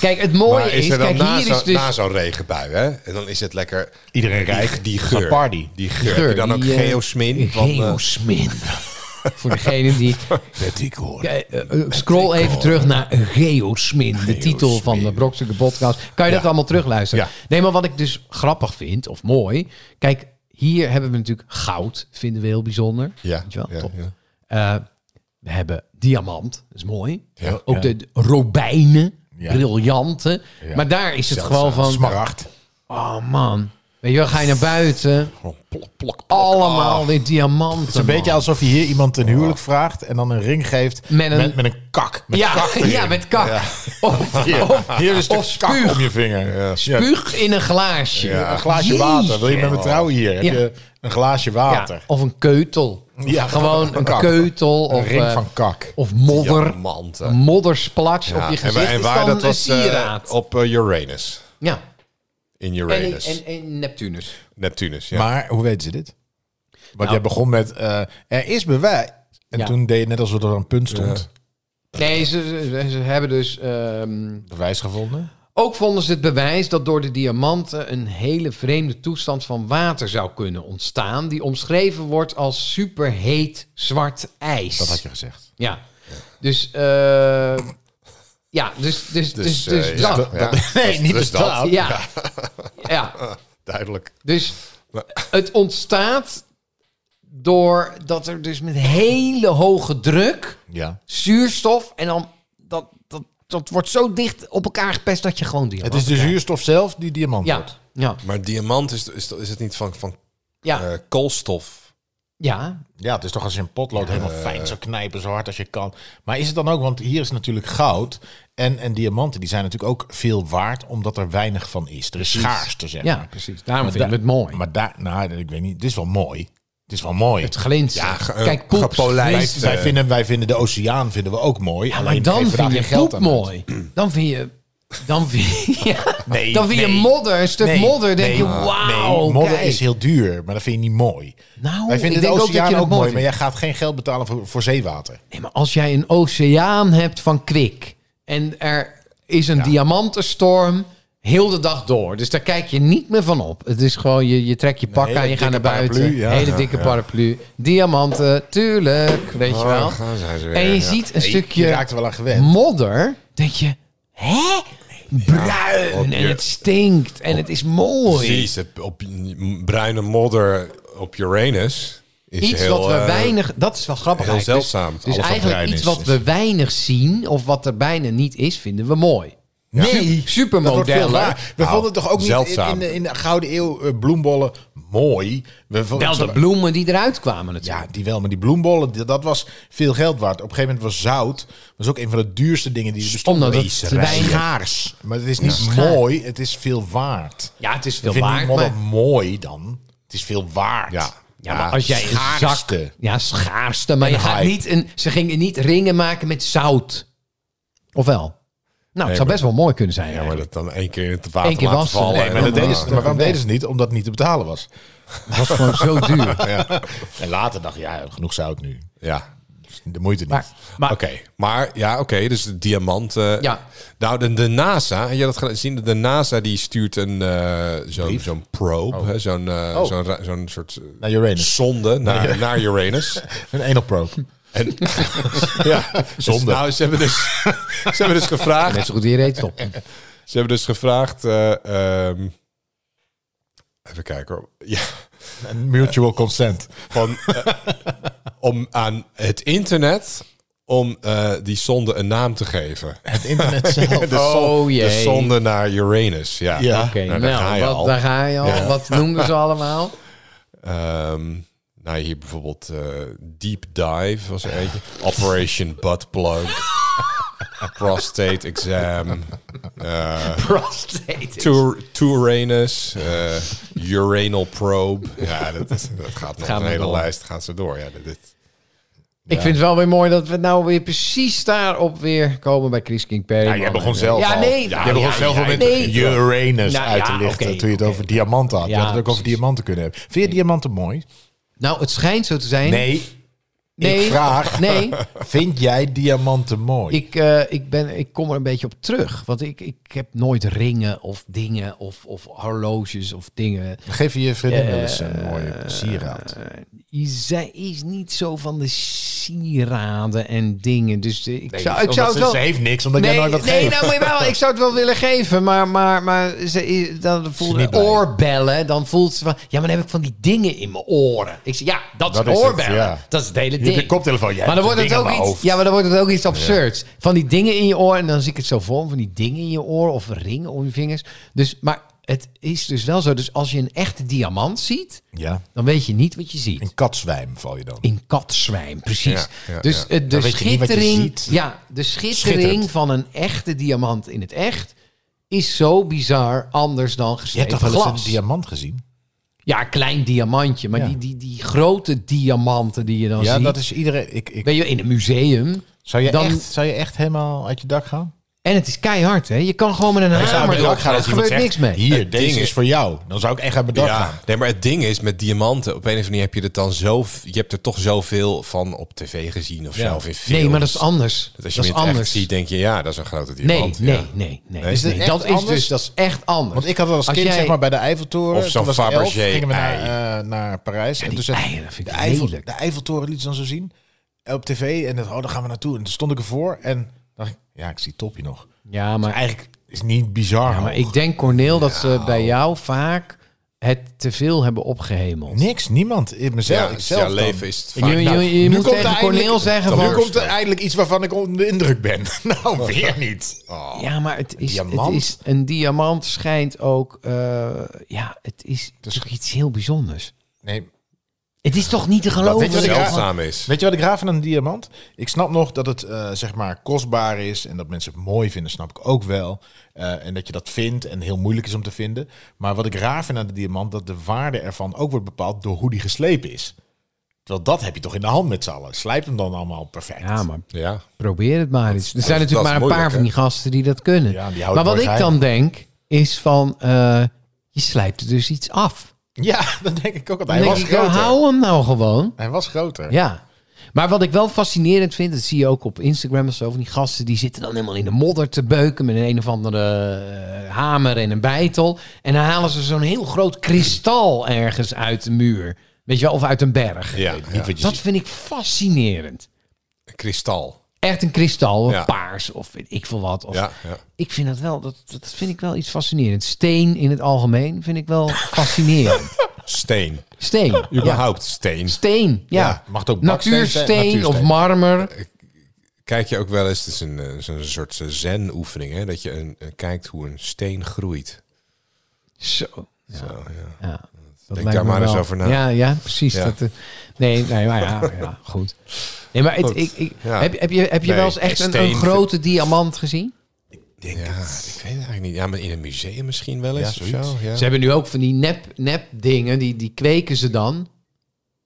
Speaker 4: Kijk, het mooie
Speaker 2: Maar
Speaker 4: is,
Speaker 2: is er dan
Speaker 4: kijk,
Speaker 2: na
Speaker 4: hier
Speaker 2: zo'n
Speaker 4: is dus...
Speaker 2: na zo'n regenbui, hè? En dan is het lekker...
Speaker 3: Iedereen
Speaker 2: die-
Speaker 3: rijdt.
Speaker 2: Die
Speaker 3: Een
Speaker 2: geur.
Speaker 3: party.
Speaker 2: Die geur. Heb je dan ook
Speaker 4: die, eh,
Speaker 2: geosmin? van, eh,
Speaker 4: Geosmin. Voor
Speaker 2: (laughs)
Speaker 4: degene die... Kijk, eh, eh, scroll even terug naar Geosmin, de titel van de Brokstukken podcast. Kan je dat allemaal terugluisteren?
Speaker 2: Ja.
Speaker 4: Nee, maar wat ik dus grappig vind, of mooi... Kijk, hier hebben we natuurlijk goud, vinden we heel bijzonder.
Speaker 2: Ja,
Speaker 4: Weet je wel?
Speaker 2: ja,
Speaker 4: Top.
Speaker 2: ja.
Speaker 4: Eh, we hebben diamant, dat is mooi.
Speaker 2: Ja.
Speaker 4: Ook de de robijnen,
Speaker 3: Ja. eh,
Speaker 4: briljanten. Maar daar is het gewoon van...
Speaker 3: Smaragd.
Speaker 4: Oh man. Weet je wel, ga je naar buiten.
Speaker 2: Plok, plok, plok.
Speaker 4: Allemaal die diamanten.
Speaker 3: oh. Het is een beetje alsof je hier iemand een huwelijk vraagt en dan een ring geeft
Speaker 4: Met
Speaker 3: met
Speaker 4: een-
Speaker 3: een, met, een kak. Met
Speaker 4: (laughs) ja,
Speaker 3: kak erin.
Speaker 4: ja, met kak. Of,
Speaker 3: (laughs)
Speaker 2: (laughs)
Speaker 4: of
Speaker 3: Hier is
Speaker 4: Of
Speaker 3: de
Speaker 4: spuug.
Speaker 3: kak om je vinger. Ja.
Speaker 4: puug in een glaasje.
Speaker 3: Ja, Een glaasje
Speaker 4: Jeetje.
Speaker 3: water. Wil je met me trouwen hier? Heb
Speaker 4: Ja.
Speaker 3: je een glaasje
Speaker 4: Ja,
Speaker 3: water?
Speaker 4: of een keutel.
Speaker 3: Ja.
Speaker 4: Gewoon een
Speaker 3: Kak.
Speaker 4: keutel.
Speaker 3: Een
Speaker 4: Of,
Speaker 3: ring
Speaker 4: eh,
Speaker 3: van kak.
Speaker 4: of modder.
Speaker 2: Diamanten.
Speaker 4: Een moddersplatsch op je
Speaker 2: eh. en,
Speaker 4: gezicht
Speaker 2: waar- en
Speaker 4: is
Speaker 2: waar
Speaker 4: dan
Speaker 2: dat was
Speaker 4: een
Speaker 2: eh,
Speaker 4: sieraad.
Speaker 2: op eh, Uranus.
Speaker 4: ja.
Speaker 2: In
Speaker 4: En,
Speaker 2: Uranus.
Speaker 4: en, en Neptunus.
Speaker 2: Neptunus, ja.
Speaker 3: Maar hoe weten ze dit? Want jij begon met, eh, er is bewijs. En
Speaker 4: Nou. Ja.
Speaker 3: toen deed je net alsof er een punt stond.
Speaker 4: Nee, ze, ze, ze hebben dus... ehm,
Speaker 3: Bewijs gevonden.
Speaker 4: Ook vonden ze het bewijs dat door de diamanten een hele vreemde toestand van water zou kunnen ontstaan, die omschreven wordt als superheet zwart ijs.
Speaker 3: Dat had je gezegd.
Speaker 4: Ja. Dus, eh, ja, dus, dus, dus, dus,
Speaker 2: eh,
Speaker 4: dat.
Speaker 2: ja, ja.
Speaker 3: (laughs) Nee, niet
Speaker 2: dus dat.
Speaker 3: bestaat.
Speaker 4: Ja. ja,
Speaker 2: Duidelijk.
Speaker 4: dus het ontstaat doordat er dus met hele hoge druk
Speaker 3: Ja.
Speaker 4: zuurstof en dan dat, dat, dat wordt zo dicht op elkaar gepest dat je gewoon
Speaker 3: Het
Speaker 4: diamanten
Speaker 3: is de zuurstof zelf die diamant
Speaker 4: Ja,
Speaker 3: wordt.
Speaker 4: ja,
Speaker 2: Maar diamant is, is, is het niet van, van
Speaker 4: ja.
Speaker 2: eh, koolstof?
Speaker 4: Ja,
Speaker 3: Ja, het is toch als je een potlood helemaal fijn zou knijpen, zo hard als je kan. Maar is het dan ook, want hier is natuurlijk goud en, en diamanten, die zijn natuurlijk ook veel waard, omdat er weinig van is. Er is schaarste, zeg
Speaker 4: ja
Speaker 3: maar.
Speaker 4: precies. Daarom
Speaker 3: Maar
Speaker 4: vinden we
Speaker 3: da-
Speaker 4: het mooi.
Speaker 3: Maar daar, nou, ik weet niet, het is wel mooi. Het is wel mooi.
Speaker 4: het glinstert.
Speaker 2: Ja, ge- eh,
Speaker 4: Kijk, poep
Speaker 2: gepolijst.
Speaker 3: wij,
Speaker 4: glinstert.
Speaker 3: wij vinden, wij vinden de oceaan vinden we ook mooi.
Speaker 4: Ja, maar
Speaker 3: alleen
Speaker 4: dan
Speaker 3: geven we daar
Speaker 4: vind je
Speaker 3: geen geld
Speaker 4: poep
Speaker 3: aan uit.
Speaker 4: mooi. Dan vind je... Dan vind, ja,
Speaker 3: (laughs) Nee,
Speaker 4: dan vind je
Speaker 3: nee.
Speaker 4: modder, een stuk
Speaker 3: Nee,
Speaker 4: modder. denk
Speaker 3: nee,
Speaker 4: je,
Speaker 3: ah,
Speaker 4: wauw,
Speaker 3: nee, modder
Speaker 4: kijk.
Speaker 3: is heel duur, maar dat vind je niet mooi.
Speaker 4: Nou,
Speaker 3: wij
Speaker 4: ik
Speaker 3: vinden de
Speaker 4: denk ook dat
Speaker 3: oceaan
Speaker 4: je
Speaker 3: ook,
Speaker 4: dat mooi
Speaker 3: mooi, maar jij
Speaker 4: vindt.
Speaker 3: gaat geen geld betalen voor, voor zeewater.
Speaker 4: Nee, maar als jij een oceaan hebt van kwik... en er is een diamantenstorm... Heel de dag door. Dus daar kijk je niet meer van op. Het is gewoon, je, je trekt je pak
Speaker 3: hele
Speaker 4: aan, je gaat
Speaker 3: dikke
Speaker 4: naar buiten.
Speaker 3: paraplu, ja.
Speaker 4: Hele
Speaker 3: Ja,
Speaker 4: dikke paraplu. Diamanten, tuurlijk. Weet je wel.
Speaker 2: Oh, daar zijn ze weer.
Speaker 4: En je
Speaker 2: ja.
Speaker 4: ziet een
Speaker 3: Je
Speaker 4: stukje
Speaker 3: raakt er wel aan gewend.
Speaker 4: modder. Denk je, hè? Bruin.
Speaker 2: op
Speaker 4: En
Speaker 2: je-
Speaker 4: het stinkt. En het is mooi.
Speaker 2: Precies, het- op bruine modder op Uranus is
Speaker 4: Iets
Speaker 2: heel,
Speaker 4: wat we
Speaker 2: eh,
Speaker 4: weinig... Dat is wel grappig
Speaker 2: heel
Speaker 4: eigenlijk. Dus-
Speaker 2: zeldzaam.
Speaker 4: Dus
Speaker 2: Alles wat
Speaker 4: eigenlijk
Speaker 2: bruin
Speaker 4: iets
Speaker 2: is,
Speaker 4: wat
Speaker 2: is-
Speaker 4: we weinig zien... of wat er bijna niet is, vinden we mooi.
Speaker 3: Nee,
Speaker 4: Sup- supermodellen.
Speaker 3: Dat wordt veel waar. We
Speaker 2: Nou,
Speaker 3: vonden toch ook niet in,
Speaker 2: zeldzaam.
Speaker 3: in, de, in de Gouden Eeuw eh, bloembollen mooi. We vonden-
Speaker 4: Wel de bloemen die eruit kwamen natuurlijk.
Speaker 3: Ja, die wel. Maar die bloembollen, d- dat was veel geld waard. Op een gegeven moment was zout was ook een van de duurste dingen die er bestond.
Speaker 4: Omdat het
Speaker 3: Wees
Speaker 4: te
Speaker 3: rijk.
Speaker 4: weinig-
Speaker 3: schaars. Maar het is niet
Speaker 4: schaar.
Speaker 3: mooi, het is veel waard.
Speaker 4: Ja, het is
Speaker 3: Ik
Speaker 4: veel
Speaker 3: vind
Speaker 4: waard.
Speaker 3: die modder
Speaker 4: maar-
Speaker 3: mooi dan. Het is veel waard.
Speaker 2: Ja.
Speaker 4: Ja, maar als jij een zak...
Speaker 3: schaarste.
Speaker 4: Ja, schaarste. Maar je gaat
Speaker 3: hype.
Speaker 4: niet een, ze gingen niet ringen maken met zout. Of wel? Nou, het zou
Speaker 2: maar-
Speaker 4: best wel mooi kunnen zijn.
Speaker 2: Ja, maar dat dan één keer in het water
Speaker 4: Eén keer
Speaker 2: laten
Speaker 4: wassen.
Speaker 2: vallen.
Speaker 4: Nee,
Speaker 2: en
Speaker 3: Maar, dat
Speaker 2: dan-
Speaker 3: deden ze, maar waarom
Speaker 4: weg.
Speaker 3: deden ze het niet? Omdat het niet te betalen was.
Speaker 4: Het
Speaker 2: (laughs)
Speaker 4: was gewoon zo duur.
Speaker 3: En later dacht je, ja, genoeg zout nu.
Speaker 2: Ja,
Speaker 3: De moeite niet.
Speaker 4: Maar, maar
Speaker 2: oké. Maar ja, oké, dus de diamant. eh,
Speaker 4: Ja.
Speaker 2: Nou, de, de NASA, heb je dat gezien? De NASA die stuurt een eh, zo'n zo'n probe,
Speaker 4: Oh.
Speaker 2: hè, zo'n eh, zo'n ra- zo'n soort eh,
Speaker 3: Naar Nou, Uranus.
Speaker 2: zonde naar, naar Uranus.
Speaker 3: Een anal probe.
Speaker 2: (laughs) En, ja, zonde. nou, ze hebben dus, ze hebben dus gevraagd.
Speaker 4: net zo goed die reeds op.
Speaker 2: Ze hebben dus gevraagd. eh, ehm, even kijken hoor. Ja,
Speaker 3: Een mutual consent.
Speaker 2: van,
Speaker 4: (laughs)
Speaker 2: eh, om aan het internet. om eh, die zonde een naam te
Speaker 4: (laughs)
Speaker 2: geven.
Speaker 3: Het (laughs) internet zelf.
Speaker 2: (laughs) De, zon-
Speaker 4: Oh, jee.
Speaker 2: de zonde naar Uranus. Ja.
Speaker 3: Ja.
Speaker 4: Oké,
Speaker 2: Nou, daar ga
Speaker 4: nou,
Speaker 2: je
Speaker 4: wat,
Speaker 2: al.
Speaker 4: daar ga je al.
Speaker 2: Ja.
Speaker 4: Wat noemden ze
Speaker 3: (laughs)
Speaker 4: allemaal?
Speaker 2: Ehm, nou, hier bijvoorbeeld eh, Deep Dive was er eentje. Operation Butt
Speaker 4: (laughs)
Speaker 2: Plug. Prostate Exam.
Speaker 4: Prostate.
Speaker 2: Tour, Touranus, eh, Uranal Probe. Ja, dat, is- dat gaat nog
Speaker 4: Gaan
Speaker 2: een
Speaker 4: we
Speaker 2: hele
Speaker 4: door.
Speaker 2: lijst. Gaan ze door. Ja, dit- dit,
Speaker 4: Ik vind het wel weer mooi dat we nou weer precies daarop weer komen bij Chris King Perry.
Speaker 3: Ja, jij begon zelf
Speaker 4: Ja,
Speaker 3: al.
Speaker 4: nee.
Speaker 3: Jij
Speaker 4: Ja,
Speaker 3: begon
Speaker 4: ja,
Speaker 3: zelf al
Speaker 4: ja,
Speaker 3: met
Speaker 4: nee.
Speaker 3: Uranus
Speaker 4: Nou,
Speaker 3: uit te
Speaker 4: ja,
Speaker 3: lichten.
Speaker 4: oké,
Speaker 3: toen je het over diamanten had.
Speaker 4: Ja,
Speaker 3: je had het ook over
Speaker 4: precies.
Speaker 3: diamanten kunnen hebben. Vind je diamanten mooi?
Speaker 4: Nou, het schijnt zo te zijn.
Speaker 3: Nee.
Speaker 4: nee,
Speaker 3: Ik vraag, (laughs)
Speaker 4: (laughs) Nee,
Speaker 3: vind jij diamanten mooi?
Speaker 4: ik, eh, ik, ben, ik kom er een beetje op terug. Want ik, ik heb nooit ringen of dingen of, of horloges of dingen.
Speaker 3: Geef je je vriendin
Speaker 4: Eh,
Speaker 3: wel eens een mooie sieraad.
Speaker 4: Zij is niet zo van de sieraden en dingen. Dus eh, ik zou, ik
Speaker 3: Omdat
Speaker 4: zou het
Speaker 3: ze,
Speaker 4: wel...
Speaker 3: ze heeft niks, omdat jij nooit wat
Speaker 4: nee,
Speaker 3: geeft.
Speaker 4: nou, maar wel, ik zou het wel willen geven, maar, maar, maar ze, i- dan voelt
Speaker 3: niet
Speaker 4: ze
Speaker 3: blij.
Speaker 4: oorbellen, dan voelt ze van, ja, maar dan heb ik van die dingen in mijn oren. Ik zeg, ja, dat,
Speaker 3: Dat
Speaker 4: is
Speaker 3: is het,
Speaker 4: oorbellen.
Speaker 3: ja.
Speaker 4: Dat is het hele
Speaker 3: Je
Speaker 4: ding.
Speaker 3: hebt een koptelefoon, jij
Speaker 4: maar dan
Speaker 3: hebt
Speaker 4: wordt
Speaker 3: een
Speaker 4: het
Speaker 3: ding
Speaker 4: ook
Speaker 3: aan mijn
Speaker 4: iets,
Speaker 3: hoofd.
Speaker 4: ja, maar dan wordt het ook iets absurds. Van die dingen in je oor en dan zie ik het zo vorm van die dingen in je oor of ringen om je vingers. Dus, maar het is dus wel zo. Dus als je een echte diamant ziet,
Speaker 3: Ja,
Speaker 4: dan weet je niet wat je ziet.
Speaker 3: een katzwijm val je dan.
Speaker 4: In katzwijn, precies.
Speaker 2: Ja, ja,
Speaker 4: dus
Speaker 2: ja.
Speaker 4: eh, de
Speaker 3: Dan weet je niet wat je
Speaker 4: schittering,
Speaker 3: ziet.
Speaker 4: ja, de schittering
Speaker 3: Schitterend.
Speaker 4: van een echte diamant in het echt is zo bizar anders dan
Speaker 3: Je hebt
Speaker 4: geslepen
Speaker 3: toch wel eens
Speaker 4: glas.
Speaker 3: een diamant gezien?
Speaker 4: ja, een klein diamantje, maar
Speaker 3: Ja.
Speaker 4: die, die, die grote diamanten die je dan
Speaker 3: Ja,
Speaker 4: ziet,
Speaker 3: dat is iedereen... Ik, ik,
Speaker 4: ben je in een museum.
Speaker 3: zou, je
Speaker 4: dan-
Speaker 3: echt, zou je echt helemaal uit je dak gaan?
Speaker 4: En het is keihard, hè? Je kan gewoon met een hamer erop. Er gebeurt niks mee.
Speaker 3: Hier,
Speaker 2: ding
Speaker 3: deze is
Speaker 2: is-
Speaker 3: voor jou. Dan zou ik echt uit mijn dak gaan.
Speaker 2: Ja, nee, maar het ding is met diamanten. Op een of andere manier heb je het dan zo. Je hebt er toch zoveel van op tv gezien of
Speaker 3: Ja.
Speaker 2: zo. Of in films.
Speaker 4: Nee, maar dat is anders.
Speaker 2: Dat als je
Speaker 4: dat
Speaker 2: hem in
Speaker 4: is
Speaker 2: het
Speaker 4: anders.
Speaker 2: echt ziet, denk je, ja, dat is een grote
Speaker 4: nee,
Speaker 2: diamant.
Speaker 4: nee,
Speaker 2: ja.
Speaker 4: nee, nee,
Speaker 2: Is
Speaker 3: dit
Speaker 4: nee.
Speaker 3: echt
Speaker 4: Dat is dus
Speaker 3: anders?
Speaker 4: dat is echt anders.
Speaker 3: Want ik had het als kind,
Speaker 4: jij-
Speaker 3: zeg maar, bij de Eiffeltoren.
Speaker 2: Of zo'n
Speaker 3: Toen was ik elf,
Speaker 2: Fabergé
Speaker 3: gingen we naar,
Speaker 2: ei.
Speaker 3: eh, naar Parijs. en
Speaker 4: die
Speaker 3: toen zei-
Speaker 4: eieren, dat vind
Speaker 3: de,
Speaker 4: ik
Speaker 3: Eiffel,
Speaker 4: lelijk.
Speaker 3: de Eiffeltoren liet ze dan zo zien. eh, Op tv. En dat, oh, daar gaan we naartoe. En toen stond ik ervoor. En dacht ik, ja, ik zie het topje nog.
Speaker 4: Ja, maar
Speaker 3: Eigenlijk is het niet bizar.
Speaker 4: Ja, maar
Speaker 3: hoog.
Speaker 4: ik denk, Corneel, dat ze
Speaker 3: Nou.
Speaker 4: bij jou vaak het te veel hebben opgehemeld.
Speaker 3: Niks, niemand. Ik mezelf,
Speaker 2: Ja,
Speaker 3: ikzelf
Speaker 2: jouw
Speaker 3: dan.
Speaker 2: leven is het
Speaker 4: Je-
Speaker 2: vaak-
Speaker 4: je
Speaker 2: Nou, (laughs)
Speaker 4: je, je
Speaker 3: Nu
Speaker 4: moet
Speaker 3: komt
Speaker 4: tegen
Speaker 3: er
Speaker 4: Corneel
Speaker 3: eindelijk-
Speaker 4: zeggen
Speaker 3: Nu
Speaker 4: van...
Speaker 3: komt er eindelijk iets waarvan ik onder de indruk ben. (laughs) Nou, weer niet.
Speaker 4: Ja, maar het is, het
Speaker 3: diamant?
Speaker 4: is... Een diamant schijnt ook... eh, ja, het is toch iets heel bijzonders.
Speaker 3: Nee,
Speaker 4: Het is toch niet te
Speaker 3: weet
Speaker 4: geloven?
Speaker 3: je wat ik-
Speaker 2: zeldzaam is.
Speaker 3: Weet je wat ik raar vind aan een diamant? Ik snap nog dat het eh, zeg maar kostbaar is en dat mensen het mooi vinden, snap ik ook wel. Eh, en dat je dat vindt en heel moeilijk is om te vinden. Maar wat ik raar vind aan de diamant, dat de waarde ervan ook wordt bepaald door hoe die geslepen is. Terwijl dat heb je toch in de hand met z'n allen. Slijp hem dan allemaal perfect.
Speaker 4: Ja, maar
Speaker 2: Ja.
Speaker 4: probeer het maar eens. Er zijn
Speaker 2: dat is
Speaker 4: natuurlijk maar een paar
Speaker 2: moeilijk,
Speaker 4: van die gasten die dat kunnen.
Speaker 3: Ja, die houden
Speaker 4: maar
Speaker 3: het
Speaker 4: wat
Speaker 3: mooi
Speaker 4: ik
Speaker 3: geheim.
Speaker 4: dan denk, is van... eh, je slijpt er dus iets af.
Speaker 3: Ja, (laughs) dat denk ik ook. Want
Speaker 4: Dan
Speaker 3: hij
Speaker 4: denk
Speaker 3: was
Speaker 4: ik, ja,
Speaker 3: groter.
Speaker 4: hou hem nou gewoon.
Speaker 3: Hij was groter.
Speaker 4: Ja. Maar wat ik wel fascinerend vind, dat zie je ook op Instagram of zo, van die gasten die zitten dan helemaal in de modder te beuken met een, een of andere eh, hamer en een bijtel. En dan halen ze zo'n heel groot kristal ergens uit de muur. Weet je wel, of uit een berg.
Speaker 2: Ja, ja.
Speaker 4: Dat vind ik fascinerend.
Speaker 2: kristal.
Speaker 4: Echt een kristal, een
Speaker 2: Ja.
Speaker 4: paars of weet ik veel wat. Of
Speaker 2: Ja, ja.
Speaker 4: ik vind dat wel, dat, dat vind ik wel iets fascinerends. Steen in het algemeen vind ik wel fascinerend.
Speaker 2: Steen.
Speaker 4: Steen. Ja.
Speaker 2: Überhaupt steen.
Speaker 4: Steen, ja.
Speaker 3: mag het ook baksteen zijn?
Speaker 4: Natuursteen of
Speaker 3: Natuursteen.
Speaker 4: marmer.
Speaker 2: Kijk je ook wel eens, het is een, eh, zo'n soort eh, zen-oefening, hè? Dat je een, eh, kijkt hoe een steen groeit.
Speaker 4: Zo.
Speaker 2: Zo, ja.
Speaker 4: Ja, dat
Speaker 2: Denk
Speaker 4: lijkt
Speaker 2: daar
Speaker 4: me
Speaker 2: maar
Speaker 4: wel.
Speaker 2: eens over na.
Speaker 4: Ja, ja precies.
Speaker 2: Ja.
Speaker 4: Dat, eh, nee, nee, maar ja, ja goed. Nee, maar het,
Speaker 2: Goed.
Speaker 4: ik, ik,
Speaker 2: Ja.
Speaker 4: heb, heb je, heb je
Speaker 2: Nee,
Speaker 4: wel eens echt een,
Speaker 2: steen
Speaker 4: een grote diamant gezien?
Speaker 2: Denk ja, ik weet het eigenlijk niet. Ja, maar in een museum misschien wel eens
Speaker 3: Ja,
Speaker 2: of
Speaker 3: zoiets.
Speaker 2: zo. Ja.
Speaker 4: Ze hebben nu ook van die nep, nep dingen, die, die kweken ze dan.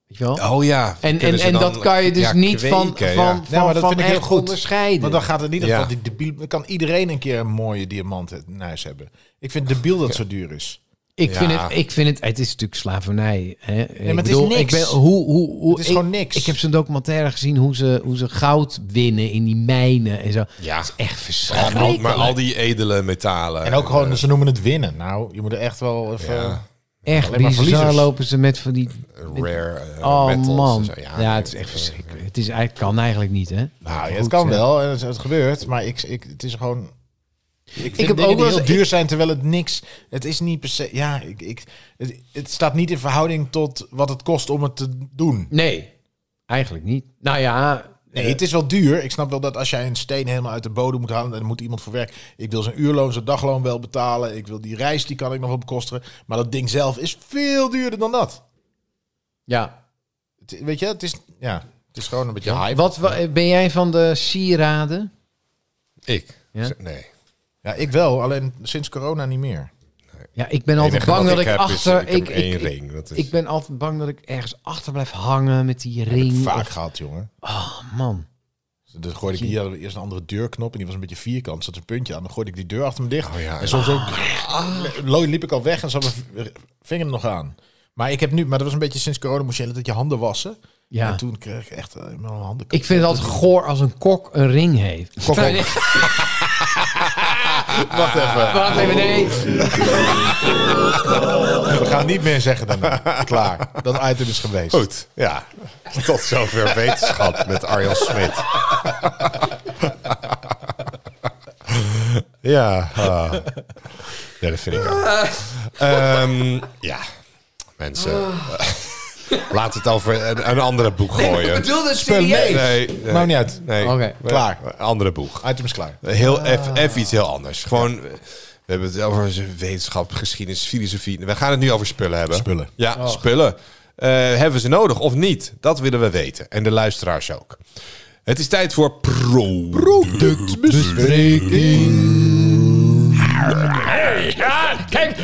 Speaker 4: Weet je wel?
Speaker 2: Oh ja.
Speaker 4: en en,
Speaker 2: kunnen ze
Speaker 4: en
Speaker 2: dan-
Speaker 4: dat kan je dus
Speaker 2: ja,
Speaker 4: niet van, van,
Speaker 2: kweken,
Speaker 4: van,
Speaker 2: ja.
Speaker 3: Nee, maar dat
Speaker 4: van
Speaker 3: vind ik heel
Speaker 4: echt
Speaker 3: goed.
Speaker 4: onderscheiden.
Speaker 3: Want dan gaat het niet
Speaker 2: Ja.
Speaker 3: dat die debiel... Dan kan iedereen een keer een mooie diamant eh, in huis hebben. Ik vind debiel dat het zo duur is.
Speaker 4: Ik, vind
Speaker 2: Ja.
Speaker 4: het, ik vind het, het is natuurlijk slavernij. Hè? ik
Speaker 3: het is niks.
Speaker 4: Ik ben, hoe, hoe, hoe,
Speaker 3: Het is
Speaker 4: ik-
Speaker 3: gewoon niks.
Speaker 4: Ik heb zo'n documentaire gezien hoe ze, hoe ze goud winnen in die mijnen en zo.
Speaker 2: Ja.
Speaker 4: Dat is echt
Speaker 2: Ja, maar,
Speaker 4: verschrikkelijk.
Speaker 2: maar al die edele metalen.
Speaker 3: En ook gewoon, ze noemen het winnen. Nou, je moet er echt wel even...
Speaker 2: Ja.
Speaker 4: echt
Speaker 3: alleen maar
Speaker 4: bizar
Speaker 3: verliezers.
Speaker 4: lopen ze met van die...
Speaker 2: rare eh,
Speaker 4: Oh
Speaker 2: metals en
Speaker 4: man.
Speaker 2: zo.
Speaker 4: Ja, het is
Speaker 2: nee,
Speaker 4: echt
Speaker 2: eh,
Speaker 4: verschrikkelijk. Het is, eigenlijk- kan eigenlijk niet, hè?
Speaker 3: Nou, ja,
Speaker 4: Goed,
Speaker 3: het kan
Speaker 4: ja.
Speaker 3: wel, en het, het gebeurt, maar ik, ik, het is gewoon... Ik vind
Speaker 4: heb
Speaker 3: heb
Speaker 4: ook
Speaker 3: ook
Speaker 4: wel
Speaker 3: die heel
Speaker 4: eens-
Speaker 3: duur zijn, terwijl het niks... Het is niet per se... Ja, ik, ik, het, het staat niet in verhouding tot wat het kost om het te doen.
Speaker 4: Nee, eigenlijk niet. Nou ja...
Speaker 3: Nee,
Speaker 4: eh,
Speaker 3: het is wel duur. Ik snap wel dat als jij een steen helemaal uit de bodem moet halen... en daar moet iemand voor werken. Ik wil zijn uurloon, zijn dagloon wel betalen. Ik wil die reis, die kan ik nog wel bekostigen. Maar dat ding zelf is veel duurder dan dat.
Speaker 4: ja.
Speaker 3: Het- weet je, het is... Ja, het is gewoon een beetje hype.
Speaker 4: Wat, wa- ben jij van de sieraden?
Speaker 2: Ik?
Speaker 4: Ja?
Speaker 2: Nee.
Speaker 3: Ja, ik wel, alleen sinds corona niet meer.
Speaker 4: Ja, ik ben
Speaker 2: Het
Speaker 4: altijd
Speaker 2: enige
Speaker 4: bang
Speaker 2: wat
Speaker 4: dat ik,
Speaker 2: heb is,
Speaker 4: achter...
Speaker 2: ik, heb één
Speaker 4: ik,
Speaker 2: ring. Dat is,
Speaker 4: ik ben altijd bang dat ik ergens achter blijf hangen met die ring.
Speaker 3: Vaak
Speaker 4: of-
Speaker 3: gehad, jongen.
Speaker 4: Oh man.
Speaker 3: Dus gooide ik hier hadden we eerst een andere deurknop en die was een beetje vierkant. Zat een puntje aan. Dan gooide ik die deur achter me dicht.
Speaker 2: Oh, ja.
Speaker 3: En soms ook lo- liep ik al weg en zat mijn v- vinger er nog aan. Maar ik heb nu, maar dat was een beetje sinds corona moest je hele tijd je handen wassen.
Speaker 4: Ja.
Speaker 3: En toen kreeg ik echt eh, mijn handen.
Speaker 4: Ik vind het altijd goor als een kok een ring heeft.
Speaker 3: Kok ook.
Speaker 4: Nee,
Speaker 3: Wacht even.
Speaker 4: Wacht even, nee.
Speaker 3: We gaan niet meer
Speaker 2: (laughs)
Speaker 3: zeggen daarna. Klaar. Dat item is geweest.
Speaker 2: Goed, ja. (laughs) Tot zover wetenschap met Arjan Smit. (laughs) ja, ah. ja, dat vind ik ook. Ehm, ja, mensen. laat het over een, een andere boek gooien.
Speaker 4: dat
Speaker 3: serieus.
Speaker 2: nee, nee.
Speaker 3: Maakt niet uit.
Speaker 2: Nee,
Speaker 4: Oké,
Speaker 2: we-
Speaker 3: klaar.
Speaker 2: Andere boek.
Speaker 3: Item is klaar.
Speaker 2: Heel even, even iets heel anders. Gewoon, eh, we hebben het over wetenschap, geschiedenis, filosofie. We gaan het nu over spullen hebben.
Speaker 3: Spullen.
Speaker 2: Ja, spullen. Eh, hebben we ze nodig of niet? Dat willen we weten. En de luisteraars ook. Het is tijd voor productbespreking.
Speaker 1: Kijk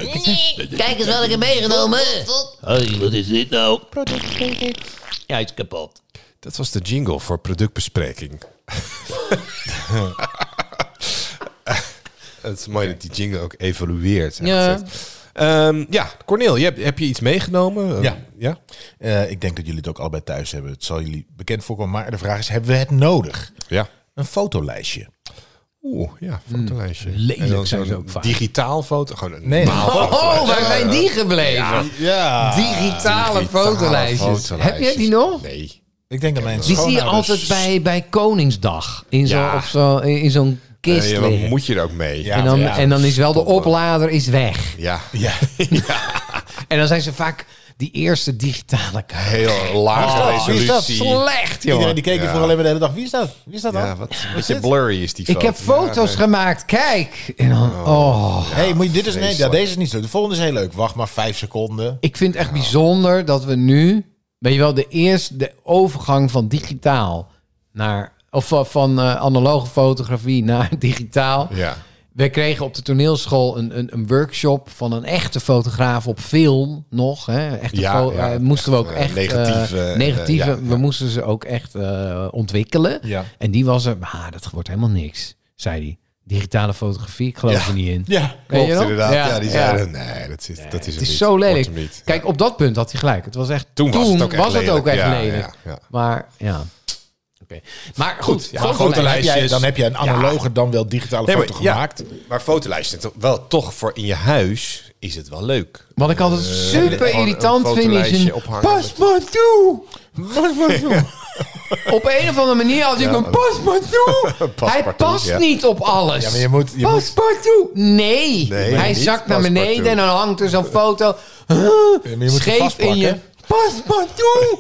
Speaker 1: eens wat ik heb meegenomen. Hoi, wat is dit nou? Ja, hij is kapot.
Speaker 2: Dat was de jingle voor productbespreking. (laughs) Het is mooi dat die jingle ook evolueert.
Speaker 4: Ja.
Speaker 2: Ehm, ja, Cornel, je hebt, heb je iets meegenomen?
Speaker 3: Ja.
Speaker 2: ja?
Speaker 3: Eh, ik denk dat jullie het ook allebei thuis hebben. Het zal jullie bekend voorkomen. Maar de vraag is, hebben we het nodig?
Speaker 2: Ja.
Speaker 3: Een fotolijstje.
Speaker 2: Oeh, ja, fotolijstje.
Speaker 4: Hmm. lelijk
Speaker 2: En dan
Speaker 4: zijn
Speaker 2: zo'n
Speaker 4: ze ook vaak.
Speaker 2: Digitaal foto? Gewoon een
Speaker 3: Nee.
Speaker 2: normaal fotolijstje.
Speaker 4: Oh, waar zijn die gebleven?
Speaker 3: Ja.
Speaker 4: digitale, fotolijstjes. Heb je die nog?
Speaker 2: Nee.
Speaker 3: Ik denk dat mijn
Speaker 4: Die zie je
Speaker 3: schoonouders-
Speaker 4: altijd bij, bij Koningsdag. In zo'n
Speaker 2: Ja.
Speaker 4: op zo, in in zo'n kist
Speaker 2: Nee, wat
Speaker 4: liggen.
Speaker 2: moet je er ook mee?
Speaker 3: Ja.
Speaker 4: En dan,
Speaker 3: ja.
Speaker 4: en dan is wel de oplader is weg.
Speaker 2: (laughs) Ja.
Speaker 3: Ja.
Speaker 4: En dan zijn ze vaak die eerste digitale kaart.
Speaker 2: Heel lage
Speaker 3: Oh, wie is dat?
Speaker 2: resolutie.
Speaker 4: Slecht,
Speaker 3: Iedereen
Speaker 4: joh.
Speaker 3: die keek
Speaker 2: Ja.
Speaker 3: voor alleen maar de hele dag. Wie is dat? Wie is dat dan?
Speaker 2: Ja, wat een beetje
Speaker 3: dit?
Speaker 2: blurry is die foto.
Speaker 4: Ik heb foto's
Speaker 2: Ja,
Speaker 4: gemaakt, kijk. En dan, oh.
Speaker 3: hey, moet je dit is nee, ja,
Speaker 2: vreselijk.
Speaker 3: deze is niet zo. De volgende is heel leuk. Wacht maar vijf seconden.
Speaker 4: Ik vind het echt bijzonder dat we nu, weet je wel, de eerste de overgang van digitaal naar of van- van eh, analoge fotografie naar (laughs) digitaal.
Speaker 2: nee. Ja.
Speaker 4: We kregen op de toneelschool een, een, een workshop van een echte fotograaf op film nog. Hè. Echte
Speaker 2: Ja,
Speaker 4: fo-
Speaker 2: ja,
Speaker 4: eh, moesten we ook
Speaker 2: eh,
Speaker 4: echt
Speaker 2: negatieve,
Speaker 4: eh,
Speaker 2: eh,
Speaker 4: negatieve
Speaker 2: ja,
Speaker 4: we moesten ze ook echt eh, ontwikkelen.
Speaker 3: Ja.
Speaker 4: En die was er, maar dat wordt helemaal niks, zei hij. Digitale fotografie, ik geloof
Speaker 2: Ja.
Speaker 4: er niet in.
Speaker 3: Ja.
Speaker 4: Weet je
Speaker 2: Klopt,
Speaker 4: wel?
Speaker 2: inderdaad. Ja, die
Speaker 4: ja.
Speaker 2: zeiden, nee, dat is, dat is
Speaker 4: Het is zo lelijk. Kijk, op dat punt had hij gelijk. Het was echt, toen was het ook echt
Speaker 2: ja,
Speaker 4: lelijk.
Speaker 2: ja, ja.
Speaker 4: Maar ja, Maar goed,
Speaker 2: ja,
Speaker 4: fotolijst.
Speaker 2: grote
Speaker 3: Dan heb, jij,
Speaker 2: lijstjes.
Speaker 3: dan heb jij een analoge, dan wel digitale
Speaker 2: Nee, maar,
Speaker 3: foto
Speaker 2: ja,
Speaker 3: gemaakt.
Speaker 2: maar fotolijsten, toch wel toch voor in je huis is het wel leuk.
Speaker 4: Wat ik
Speaker 3: Eh,
Speaker 4: altijd super
Speaker 2: gewoon een
Speaker 4: irritant vind is
Speaker 2: fotolijstje
Speaker 4: een
Speaker 2: ophangen met-
Speaker 4: paspartout. Op een of andere manier als ik een
Speaker 3: (laughs)
Speaker 4: paspartout. Hij
Speaker 2: Paspartout,
Speaker 4: past
Speaker 2: ja.
Speaker 4: niet op alles.
Speaker 3: Ja, maar je moet- je moet-
Speaker 4: paspartout. Nee.
Speaker 2: Nee,
Speaker 4: Hij
Speaker 2: niet
Speaker 4: zakt naar beneden
Speaker 2: paspartout.
Speaker 4: en dan hangt er zo'n foto. Huh,
Speaker 3: je moet ze
Speaker 4: scheef in je.
Speaker 3: vastplakken.
Speaker 4: Paspartout.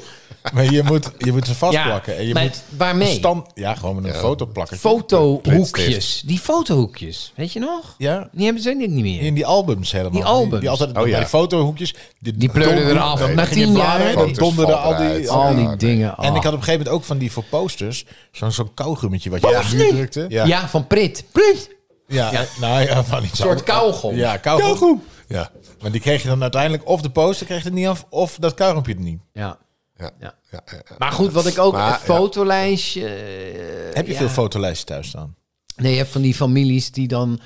Speaker 3: Maar je moet, je moet ze vastplakken.
Speaker 4: Ja,
Speaker 3: en je
Speaker 4: maar
Speaker 3: moet
Speaker 4: waarmee?
Speaker 3: een stand, ja, gewoon met een foto plakken.
Speaker 4: Fotohoekjes. Die fotohoekjes. Weet je nog?
Speaker 3: Ja.
Speaker 4: Die hebben ze denk ik niet meer.
Speaker 3: In die albums helemaal.
Speaker 4: Die albums.
Speaker 3: Die altijd
Speaker 2: Oh, ja.
Speaker 3: bij die fotohoekjes.
Speaker 4: Die pleurden
Speaker 3: donder-
Speaker 4: eraf.
Speaker 3: dan
Speaker 4: Na
Speaker 3: ging je
Speaker 4: tien
Speaker 3: bladeren,
Speaker 4: jaar,
Speaker 3: dan
Speaker 2: die-
Speaker 3: donderden al
Speaker 2: Foto's
Speaker 3: die...
Speaker 2: vallen
Speaker 4: Al die
Speaker 2: Ja, nee.
Speaker 4: dingen.
Speaker 3: En
Speaker 4: ah.
Speaker 3: ik had op een gegeven moment ook van die voor posters zo'n zo'n kauwgummetje wat je aan de muur
Speaker 4: Posters?
Speaker 3: drukte.
Speaker 4: ja.
Speaker 2: Ja.
Speaker 4: van Prit. Prit.
Speaker 3: Ja,
Speaker 4: Ja.
Speaker 3: nou ja, van iets
Speaker 4: soort
Speaker 3: anders.
Speaker 4: kauwgom.
Speaker 3: Ja, kauwgom.
Speaker 2: Kauwgom.
Speaker 3: Ja, maar die kreeg je dan uiteindelijk of de poster kreeg het niet af, of dat kauwgompje er niet.
Speaker 4: Ja.
Speaker 2: Ja.
Speaker 4: Ja.
Speaker 2: Ja, ja, ja.
Speaker 4: Maar goed, wat ik ook...
Speaker 2: Maar,
Speaker 4: een
Speaker 2: ja.
Speaker 4: fotolijstje... eh,
Speaker 3: Heb je veel fotolijsten thuis staan?
Speaker 4: Nee, je hebt van die families die dan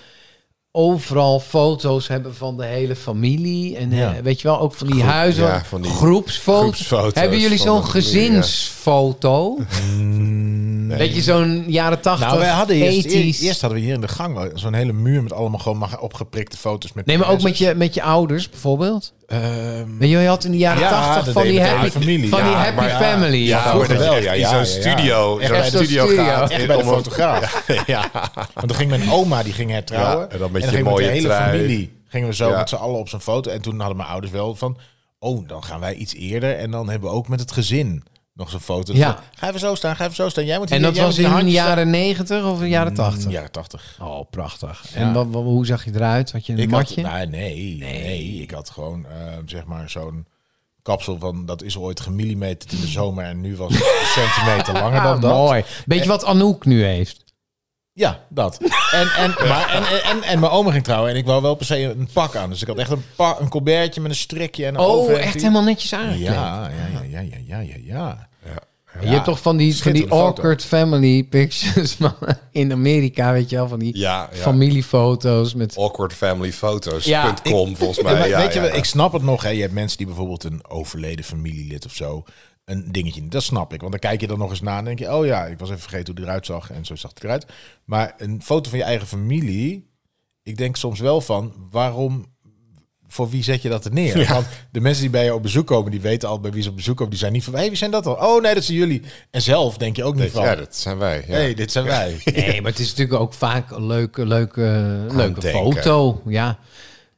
Speaker 4: overal foto's hebben van de hele familie. En eh,
Speaker 3: Ja.
Speaker 4: weet je wel, ook van die huizen.
Speaker 2: ja, van die
Speaker 4: groepsfoto's.
Speaker 2: groepsfoto's
Speaker 4: Hebben jullie
Speaker 2: van
Speaker 4: zo'n
Speaker 2: de familie, ja.
Speaker 3: (laughs)
Speaker 4: gezinsfoto? Weet je, zo'n jaren tachtig,
Speaker 3: Mm. Nou, wij hadden eerst, eerst,
Speaker 4: 80s.
Speaker 3: eerst hadden we hier in de gang wel zo'n hele muur met allemaal gewoon maar opgeprikte foto's. Met
Speaker 4: Nee, maar ook
Speaker 3: mensen.
Speaker 4: met je, met je ouders bijvoorbeeld.
Speaker 2: Ehm,
Speaker 4: Weet je, wel, je had in de jaren
Speaker 3: Ja,
Speaker 4: tachtig
Speaker 3: dat
Speaker 4: van,
Speaker 3: deed
Speaker 4: die
Speaker 3: met de hele
Speaker 4: happy,
Speaker 3: familie.
Speaker 4: van die
Speaker 3: Ja,
Speaker 4: happy
Speaker 3: maar ja.
Speaker 2: ja,
Speaker 4: family.
Speaker 3: Ja,
Speaker 2: hoor,
Speaker 3: vroeger
Speaker 2: dat
Speaker 3: wel,
Speaker 2: je
Speaker 3: ja,
Speaker 2: in
Speaker 3: ja,
Speaker 2: zo'n
Speaker 3: ja, ja.
Speaker 2: studio,
Speaker 3: Echt
Speaker 2: zo'n
Speaker 4: zo'n
Speaker 2: studio
Speaker 4: studio.
Speaker 2: gaat.
Speaker 3: Echt
Speaker 2: in
Speaker 3: bij de
Speaker 2: om een-
Speaker 3: fotograaf.
Speaker 2: (laughs) ja.
Speaker 3: Want toen ging mijn oma, die ging hertrouwen.
Speaker 2: Ja, en dan met je
Speaker 3: gingen we
Speaker 2: mooie
Speaker 3: de hele
Speaker 2: trui.
Speaker 3: familie gingen we zo
Speaker 2: Ja.
Speaker 3: met z'n allen op zo'n foto. En toen hadden mijn ouders wel van... Oh, dan gaan wij iets eerder. En dan hebben we ook met het gezin nog zo'n foto.
Speaker 4: Ja.
Speaker 3: Van, ga even zo staan, ga even zo staan. Jij moet
Speaker 4: En
Speaker 3: hier,
Speaker 4: dat
Speaker 3: jij
Speaker 4: was
Speaker 3: moet hier
Speaker 4: in de
Speaker 3: handjes staan.
Speaker 4: jaren negentig of in de
Speaker 3: Mm,
Speaker 4: jaren tachtig?
Speaker 3: Jaren tachtig.
Speaker 4: Oh, prachtig. En wat, wat- hoe zag je eruit? Had je een
Speaker 3: Ik had,
Speaker 4: matje?
Speaker 3: nou, nee, nee, Ik had gewoon, eh, zeg maar, zo'n kapsel van... Dat is ooit gemillimeterd in de zomer. En nu was het een centimeter langer dan
Speaker 4: Ah,
Speaker 3: dat. Eh,
Speaker 4: mooi. Beetje wat Anouk nu heeft.
Speaker 3: Ja, dat. En, en, maar, en, en, en, en mijn oma ging trouwen en ik wou wel per se een pak aan. Dus ik had echt een, pa, een colbertje met een strikje en een
Speaker 4: Oh,
Speaker 3: overhemdje.
Speaker 4: echt helemaal netjes aangekleed.
Speaker 3: Ja, ja, ja, ja, ja, ja, ja, ja.
Speaker 4: Je hebt toch van die, van die
Speaker 3: schitterende foto.
Speaker 4: awkward family pictures (laughs) man, in Amerika, weet je wel, van die
Speaker 2: Ja, ja.
Speaker 4: familiefoto's met...
Speaker 3: Oh,
Speaker 4: Ja,
Speaker 2: awkwardfamilyphotos.com volgens mij.
Speaker 3: Maar
Speaker 2: ja,
Speaker 3: weet je
Speaker 2: ja,
Speaker 3: wel, ik snap het nog. Hè. Je hebt mensen die bijvoorbeeld een overleden familielid of zo... een dingetje, dat snap ik. Want dan kijk je dan nog eens na en denk je... oh ja, ik was even vergeten hoe die eruit zag en zo zag het eruit. Maar een foto van je eigen familie... ik denk soms wel van, waarom... Voor wie zet je dat er neer? Want de mensen die bij je op bezoek komen, die weten al bij wie ze op bezoek komen. Die zijn niet van, hé, wie zijn dat dan? Oh nee, dat zijn jullie. En zelf denk je ook niet van,
Speaker 2: Ja, dat zijn wij. Ja.
Speaker 3: hé, dit zijn
Speaker 2: (laughs)
Speaker 3: wij.
Speaker 4: Nee, maar het is natuurlijk ook vaak een leuke, leuke, leuke
Speaker 2: denken.
Speaker 4: foto. Ja.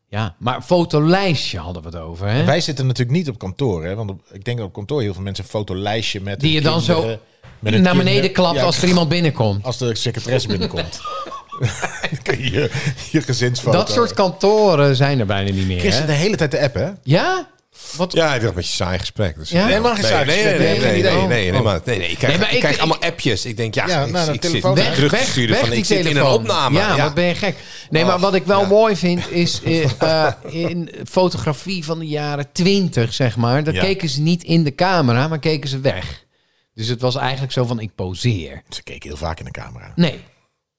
Speaker 4: ja, maar fotolijstje hadden we het over, hè?
Speaker 3: Wij zitten natuurlijk niet op kantoor, hè? want op- ik denk dat op kantoor heel veel mensen een fotolijstje met
Speaker 4: Die
Speaker 3: hun
Speaker 4: je dan zo
Speaker 3: kinderen, met hun
Speaker 4: Naar beneden
Speaker 3: kinderen-
Speaker 4: klapt
Speaker 3: Ja,
Speaker 4: als er iemand binnenkomt.
Speaker 3: als de secretaresse
Speaker 4: (laughs)
Speaker 3: binnenkomt. Dan kun je je je gezinsfoto.
Speaker 4: Dat soort kantoren zijn er bijna niet meer,
Speaker 3: Christen
Speaker 4: hè?
Speaker 3: de hele tijd de app, hè?
Speaker 4: Ja? Wat?
Speaker 2: Ja, ik dacht een beetje saai gesprek. Dus
Speaker 4: Ja?
Speaker 3: Helemaal geen
Speaker 2: nee,
Speaker 3: saai
Speaker 2: nee, nee,
Speaker 3: gesprek,
Speaker 2: nee,
Speaker 3: nee,
Speaker 2: nee,
Speaker 3: geen
Speaker 2: nee,
Speaker 3: idee.
Speaker 2: nee, nee, maar- nee, nee, Ik krijg,
Speaker 4: Nee, maar
Speaker 2: ik
Speaker 4: ik-
Speaker 2: krijg
Speaker 4: ik-
Speaker 2: allemaal appjes. Ik denk, ja,
Speaker 3: Ja,
Speaker 2: ik,
Speaker 3: nou, dat
Speaker 2: ik zit
Speaker 3: telefoon-
Speaker 2: niet
Speaker 3: Weg,
Speaker 2: terug te sturen van ik zit in een opname.
Speaker 4: Ja,
Speaker 2: Ja.
Speaker 4: wat ben je gek. Nee, maar wat ik wel mooi vind is (laughs) eh, eh, in fotografie van de jaren twintig, zeg maar. Dan
Speaker 3: Ja.
Speaker 4: keken ze niet in de camera, maar keken ze weg. Dus het was eigenlijk zo van ik poseer.
Speaker 3: Ze keken heel vaak in de camera.
Speaker 4: Nee,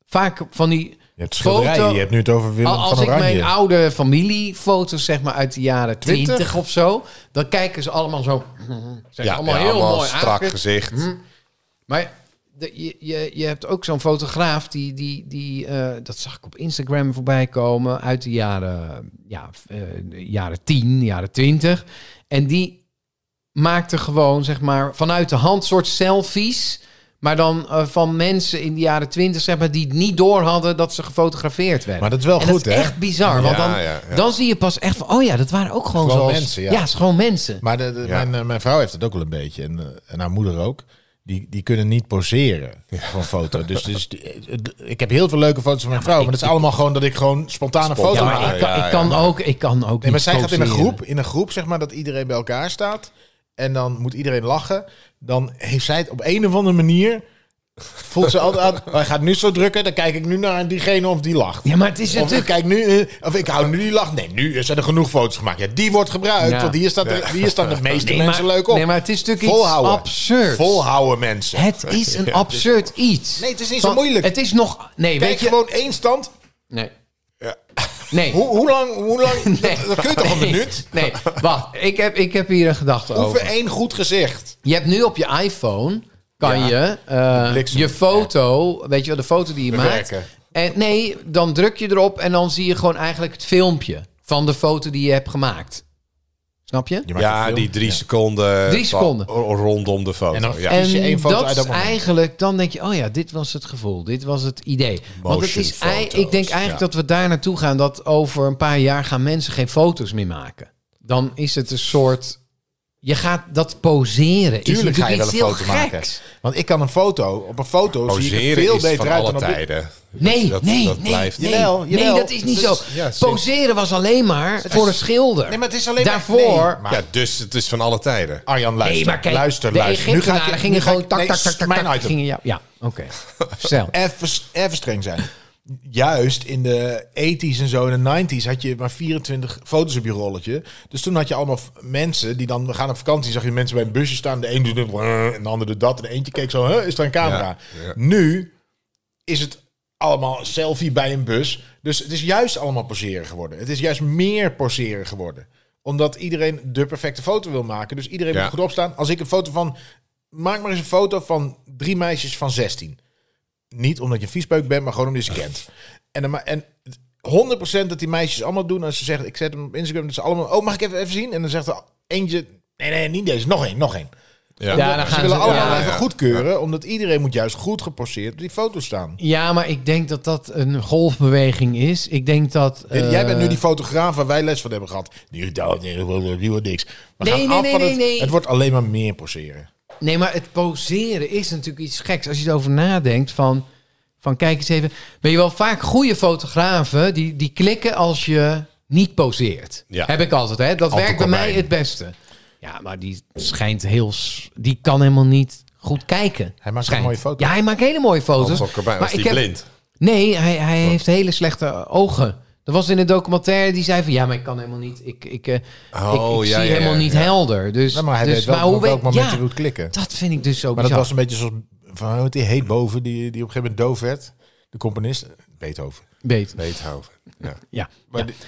Speaker 4: vaak van die
Speaker 3: Je hebt schilderijen,
Speaker 4: foto.
Speaker 3: je hebt nu het over Willem
Speaker 4: Al- Als
Speaker 3: van
Speaker 4: ik
Speaker 3: Oranje.
Speaker 4: mijn oude familiefoto's zeg maar uit de jaren
Speaker 3: 20?
Speaker 4: twintig of zo, dan kijken ze allemaal zo. (laughs) Zijn
Speaker 2: Ja,
Speaker 4: allemaal
Speaker 2: ja,
Speaker 4: heel
Speaker 2: allemaal
Speaker 4: mooi
Speaker 2: strak
Speaker 4: aangekleed.
Speaker 2: gezicht.
Speaker 4: Maar de- je, je, je hebt ook zo'n fotograaf die, die, die eh, dat zag ik op Instagram voorbij komen uit de jaren, ja, eh, de jaren 10, jaren 20. En die maakte gewoon, zeg maar, vanuit de hand soort selfies. Maar dan eh, van mensen in de jaren 20, zeg maar, die het niet door hadden dat ze gefotografeerd werden.
Speaker 3: Maar dat is wel
Speaker 4: En
Speaker 3: goed,
Speaker 4: is
Speaker 3: hè?
Speaker 4: echt bizar. Want
Speaker 2: Ja,
Speaker 4: dan,
Speaker 2: ja, ja.
Speaker 4: dan zie je pas echt van, oh ja, dat waren ook gewoon,
Speaker 3: Gewoon
Speaker 4: zoals-
Speaker 3: mensen, ja.
Speaker 4: Ja, is gewoon mensen.
Speaker 3: Maar de, de- mijn, eh, mijn vrouw heeft het ook wel een beetje. En, eh, en haar moeder ook. Die, die kunnen niet poseren van foto. Dus, dus die- eh, d- ik heb heel veel leuke foto's van mijn vrouw. Maar dat is allemaal gewoon dat ik gewoon spontane
Speaker 2: Spontaan.
Speaker 3: foto's
Speaker 4: Ja,
Speaker 3: maak.
Speaker 4: maar
Speaker 2: maar-
Speaker 4: ik kan,
Speaker 2: ja,
Speaker 4: ik kan
Speaker 2: ja,
Speaker 4: ook, ik kan ook
Speaker 3: Nee, maar
Speaker 4: niet
Speaker 3: zij gaat in een
Speaker 4: poseren.
Speaker 3: groep, in een groep zeg maar, dat iedereen bij elkaar staat. En dan moet iedereen lachen. Dan heeft zij het op een of andere manier. Voelt ze altijd aan. Hij gaat nu zo drukken. Dan kijk ik nu naar diegene of die lacht.
Speaker 4: Ja, maar het is
Speaker 3: Of ik
Speaker 4: natuurlijk...
Speaker 3: kijk nu, eh, of ik hou nu die lach. Nee, nu zijn er genoeg foto's gemaakt. Ja, die wordt gebruikt,
Speaker 4: Ja.
Speaker 3: want hier, staat de, hier staan
Speaker 4: (laughs)
Speaker 3: de meeste
Speaker 4: Nee,
Speaker 3: mensen
Speaker 4: maar-
Speaker 3: leuk op.
Speaker 4: nee, maar het is natuurlijk iets absurds.
Speaker 3: Volhouden mensen.
Speaker 4: Het is een absurd iets.
Speaker 3: Nee, het is niet
Speaker 4: Van-
Speaker 3: zo moeilijk.
Speaker 4: Het is nog... Nee,
Speaker 3: Kijk
Speaker 4: weet je...
Speaker 3: gewoon één stand.
Speaker 4: Nee. Nee.
Speaker 3: Hoe, hoe lang, hoe lang
Speaker 4: (laughs) Nee.
Speaker 3: dat, dat kun je toch een
Speaker 4: Nee.
Speaker 3: minuut?
Speaker 4: (laughs) Nee, wacht. Ik heb, ik heb hier een gedachte
Speaker 3: Hoeveel
Speaker 4: over.
Speaker 3: één goed gezicht?
Speaker 4: Je hebt nu op je iPhone... kan je eh,
Speaker 3: bliksem.
Speaker 4: je foto, weet je wel, de foto die je
Speaker 3: Bewerken.
Speaker 4: maakt. En nee, dan druk je erop en dan zie je gewoon eigenlijk het filmpje van de foto die je hebt gemaakt. Snap je?
Speaker 3: Je maakt een
Speaker 2: Ja,
Speaker 3: film.
Speaker 2: die drie
Speaker 3: Ja.
Speaker 2: seconden.
Speaker 4: Drie
Speaker 2: van-
Speaker 4: seconden.
Speaker 2: ro- Rondom de foto.
Speaker 3: En dan-
Speaker 2: ja.
Speaker 3: en-
Speaker 4: En
Speaker 3: je één foto
Speaker 4: dat
Speaker 3: uit dat
Speaker 4: is
Speaker 3: moment.
Speaker 4: eigenlijk, dan denk je, oh ja, dit was het gevoel, dit was het idee. Want het is,
Speaker 2: Motion
Speaker 4: ei-
Speaker 2: foto's,
Speaker 4: ik denk eigenlijk
Speaker 2: ja.
Speaker 4: dat we daar naartoe gaan, dat over een paar jaar gaan mensen geen foto's meer maken. Dan is het een soort, je gaat dat poseren. is
Speaker 3: Tuurlijk ga je wel een
Speaker 4: natuurlijk
Speaker 3: foto
Speaker 4: iets heel Oh,
Speaker 3: maken.
Speaker 4: geks.
Speaker 3: Want ik kan een foto, op een foto zie ik er
Speaker 2: Poseren
Speaker 3: veel
Speaker 2: is
Speaker 3: beter
Speaker 2: van
Speaker 3: uit
Speaker 2: alle
Speaker 3: dan op dit-
Speaker 2: tijden.
Speaker 4: Nee,
Speaker 2: dat-
Speaker 4: nee,
Speaker 2: dat
Speaker 4: nee,
Speaker 2: blijft-
Speaker 4: nee,
Speaker 3: Jawel,
Speaker 4: nee,
Speaker 3: jawel.
Speaker 4: dat is niet
Speaker 3: Dat
Speaker 4: zo.
Speaker 3: is-
Speaker 2: ja, sinds-
Speaker 4: Poseren was alleen maar voor een schilder.
Speaker 3: Nee, maar het is alleen maar-
Speaker 4: Daarvoor...
Speaker 3: nee, maar-
Speaker 2: Ja, dus het is van alle tijden.
Speaker 3: Arjan, luister,
Speaker 4: Nee, maar kijk,
Speaker 3: luister,
Speaker 4: de
Speaker 3: luister.
Speaker 4: Egyptenaren
Speaker 3: ik-
Speaker 4: gingen
Speaker 3: nu ga ik-
Speaker 4: gewoon tak,
Speaker 3: nee,
Speaker 4: tak, tak, tak,
Speaker 3: Mijn
Speaker 4: tak,
Speaker 3: item.
Speaker 4: gingen jou- ja,
Speaker 3: (laughs)
Speaker 4: oké. Stel.
Speaker 3: even, even streng zijn. Juist in de 80s en zo, in de 90s, had je maar 24 foto's op je rolletje. Dus toen had je allemaal f- mensen die dan we gaan op vakantie. Zag je mensen bij een busje staan. De een doet dit, en de ander doet dat. En eentje keek zo, huh, is er een camera?
Speaker 2: Ja, ja.
Speaker 3: Nu is het allemaal selfie bij een bus. Dus het is juist allemaal poseren geworden. Het is juist meer poseren geworden. Omdat iedereen de perfecte foto wil maken. Dus iedereen
Speaker 2: Ja.
Speaker 3: moet goed opstaan. Als ik een foto van... Maak maar eens een foto van drie meisjes van 16. Niet omdat je een viespeuk bent, maar gewoon omdat je ze kent. En, dan, ma- en 100% dat die meisjes allemaal doen als ze zeggen... Ik zet hem op Instagram, dat ze allemaal... Oh, mag ik even, even zien? En dan zegt er eentje... Nee, nee, niet deze. Nog één, nog één.
Speaker 2: Ja.
Speaker 4: Ja, dan
Speaker 3: Ze
Speaker 4: gaan
Speaker 3: willen
Speaker 4: ze...
Speaker 3: allemaal
Speaker 4: ja.
Speaker 3: even goedkeuren, omdat iedereen moet juist goed geposeerd op die foto staan.
Speaker 4: Ja, maar ik denk dat dat een golfbeweging is. Ik denk dat...
Speaker 3: Dit-
Speaker 4: eh,
Speaker 3: Jij bent nu die fotograaf waar wij les van hebben gehad. Die doet die doet- die doet niks. We
Speaker 4: Nee,
Speaker 3: gaan
Speaker 4: nee,
Speaker 3: af
Speaker 4: nee,
Speaker 3: van
Speaker 4: nee,
Speaker 3: het,
Speaker 4: nee.
Speaker 3: het wordt alleen maar meer poseren.
Speaker 4: Nee, maar het poseren is natuurlijk iets geks. Als je erover nadenkt van... Van kijk eens even... Ben je wel vaak goede fotografen... Die, die klikken als je niet poseert.
Speaker 2: Ja.
Speaker 4: Heb ik altijd, hè? Dat
Speaker 2: Anton
Speaker 4: werkt bij mij
Speaker 2: Corbijn.
Speaker 4: het beste. Ja, maar die schijnt heel... s- Die kan helemaal niet goed kijken.
Speaker 3: Hij maakt
Speaker 4: Schijnt.
Speaker 3: een mooie foto.
Speaker 4: Ja, hij maakt hele mooie foto's.
Speaker 2: Anton Corbijn, was
Speaker 4: ik
Speaker 2: die
Speaker 4: heb-
Speaker 2: blind?
Speaker 4: Nee, hij, hij heeft hele slechte ogen. Er was in een documentaire die zei van... Ja, maar ik kan helemaal niet... Ik, ik, eh, ik,
Speaker 2: Oh,
Speaker 4: ik
Speaker 2: ja,
Speaker 4: zie
Speaker 2: ja,
Speaker 4: helemaal
Speaker 2: ja,
Speaker 4: niet
Speaker 2: ja.
Speaker 4: helder. Dus,
Speaker 3: maar hij weet
Speaker 4: dus,
Speaker 3: wel op
Speaker 4: weet-
Speaker 3: welk moment
Speaker 4: ja,
Speaker 3: hij moet klikken.
Speaker 4: Dat vind ik dus zo
Speaker 3: Maar dat
Speaker 4: bizar.
Speaker 3: was een beetje zoals van hoe heet die heet boven die, die op een gegeven moment doof werd. De componist Beethoven.
Speaker 4: Beet.
Speaker 2: Beethoven. Ja.
Speaker 4: Ja.
Speaker 3: Maar
Speaker 4: Ja.
Speaker 3: die- (laughs)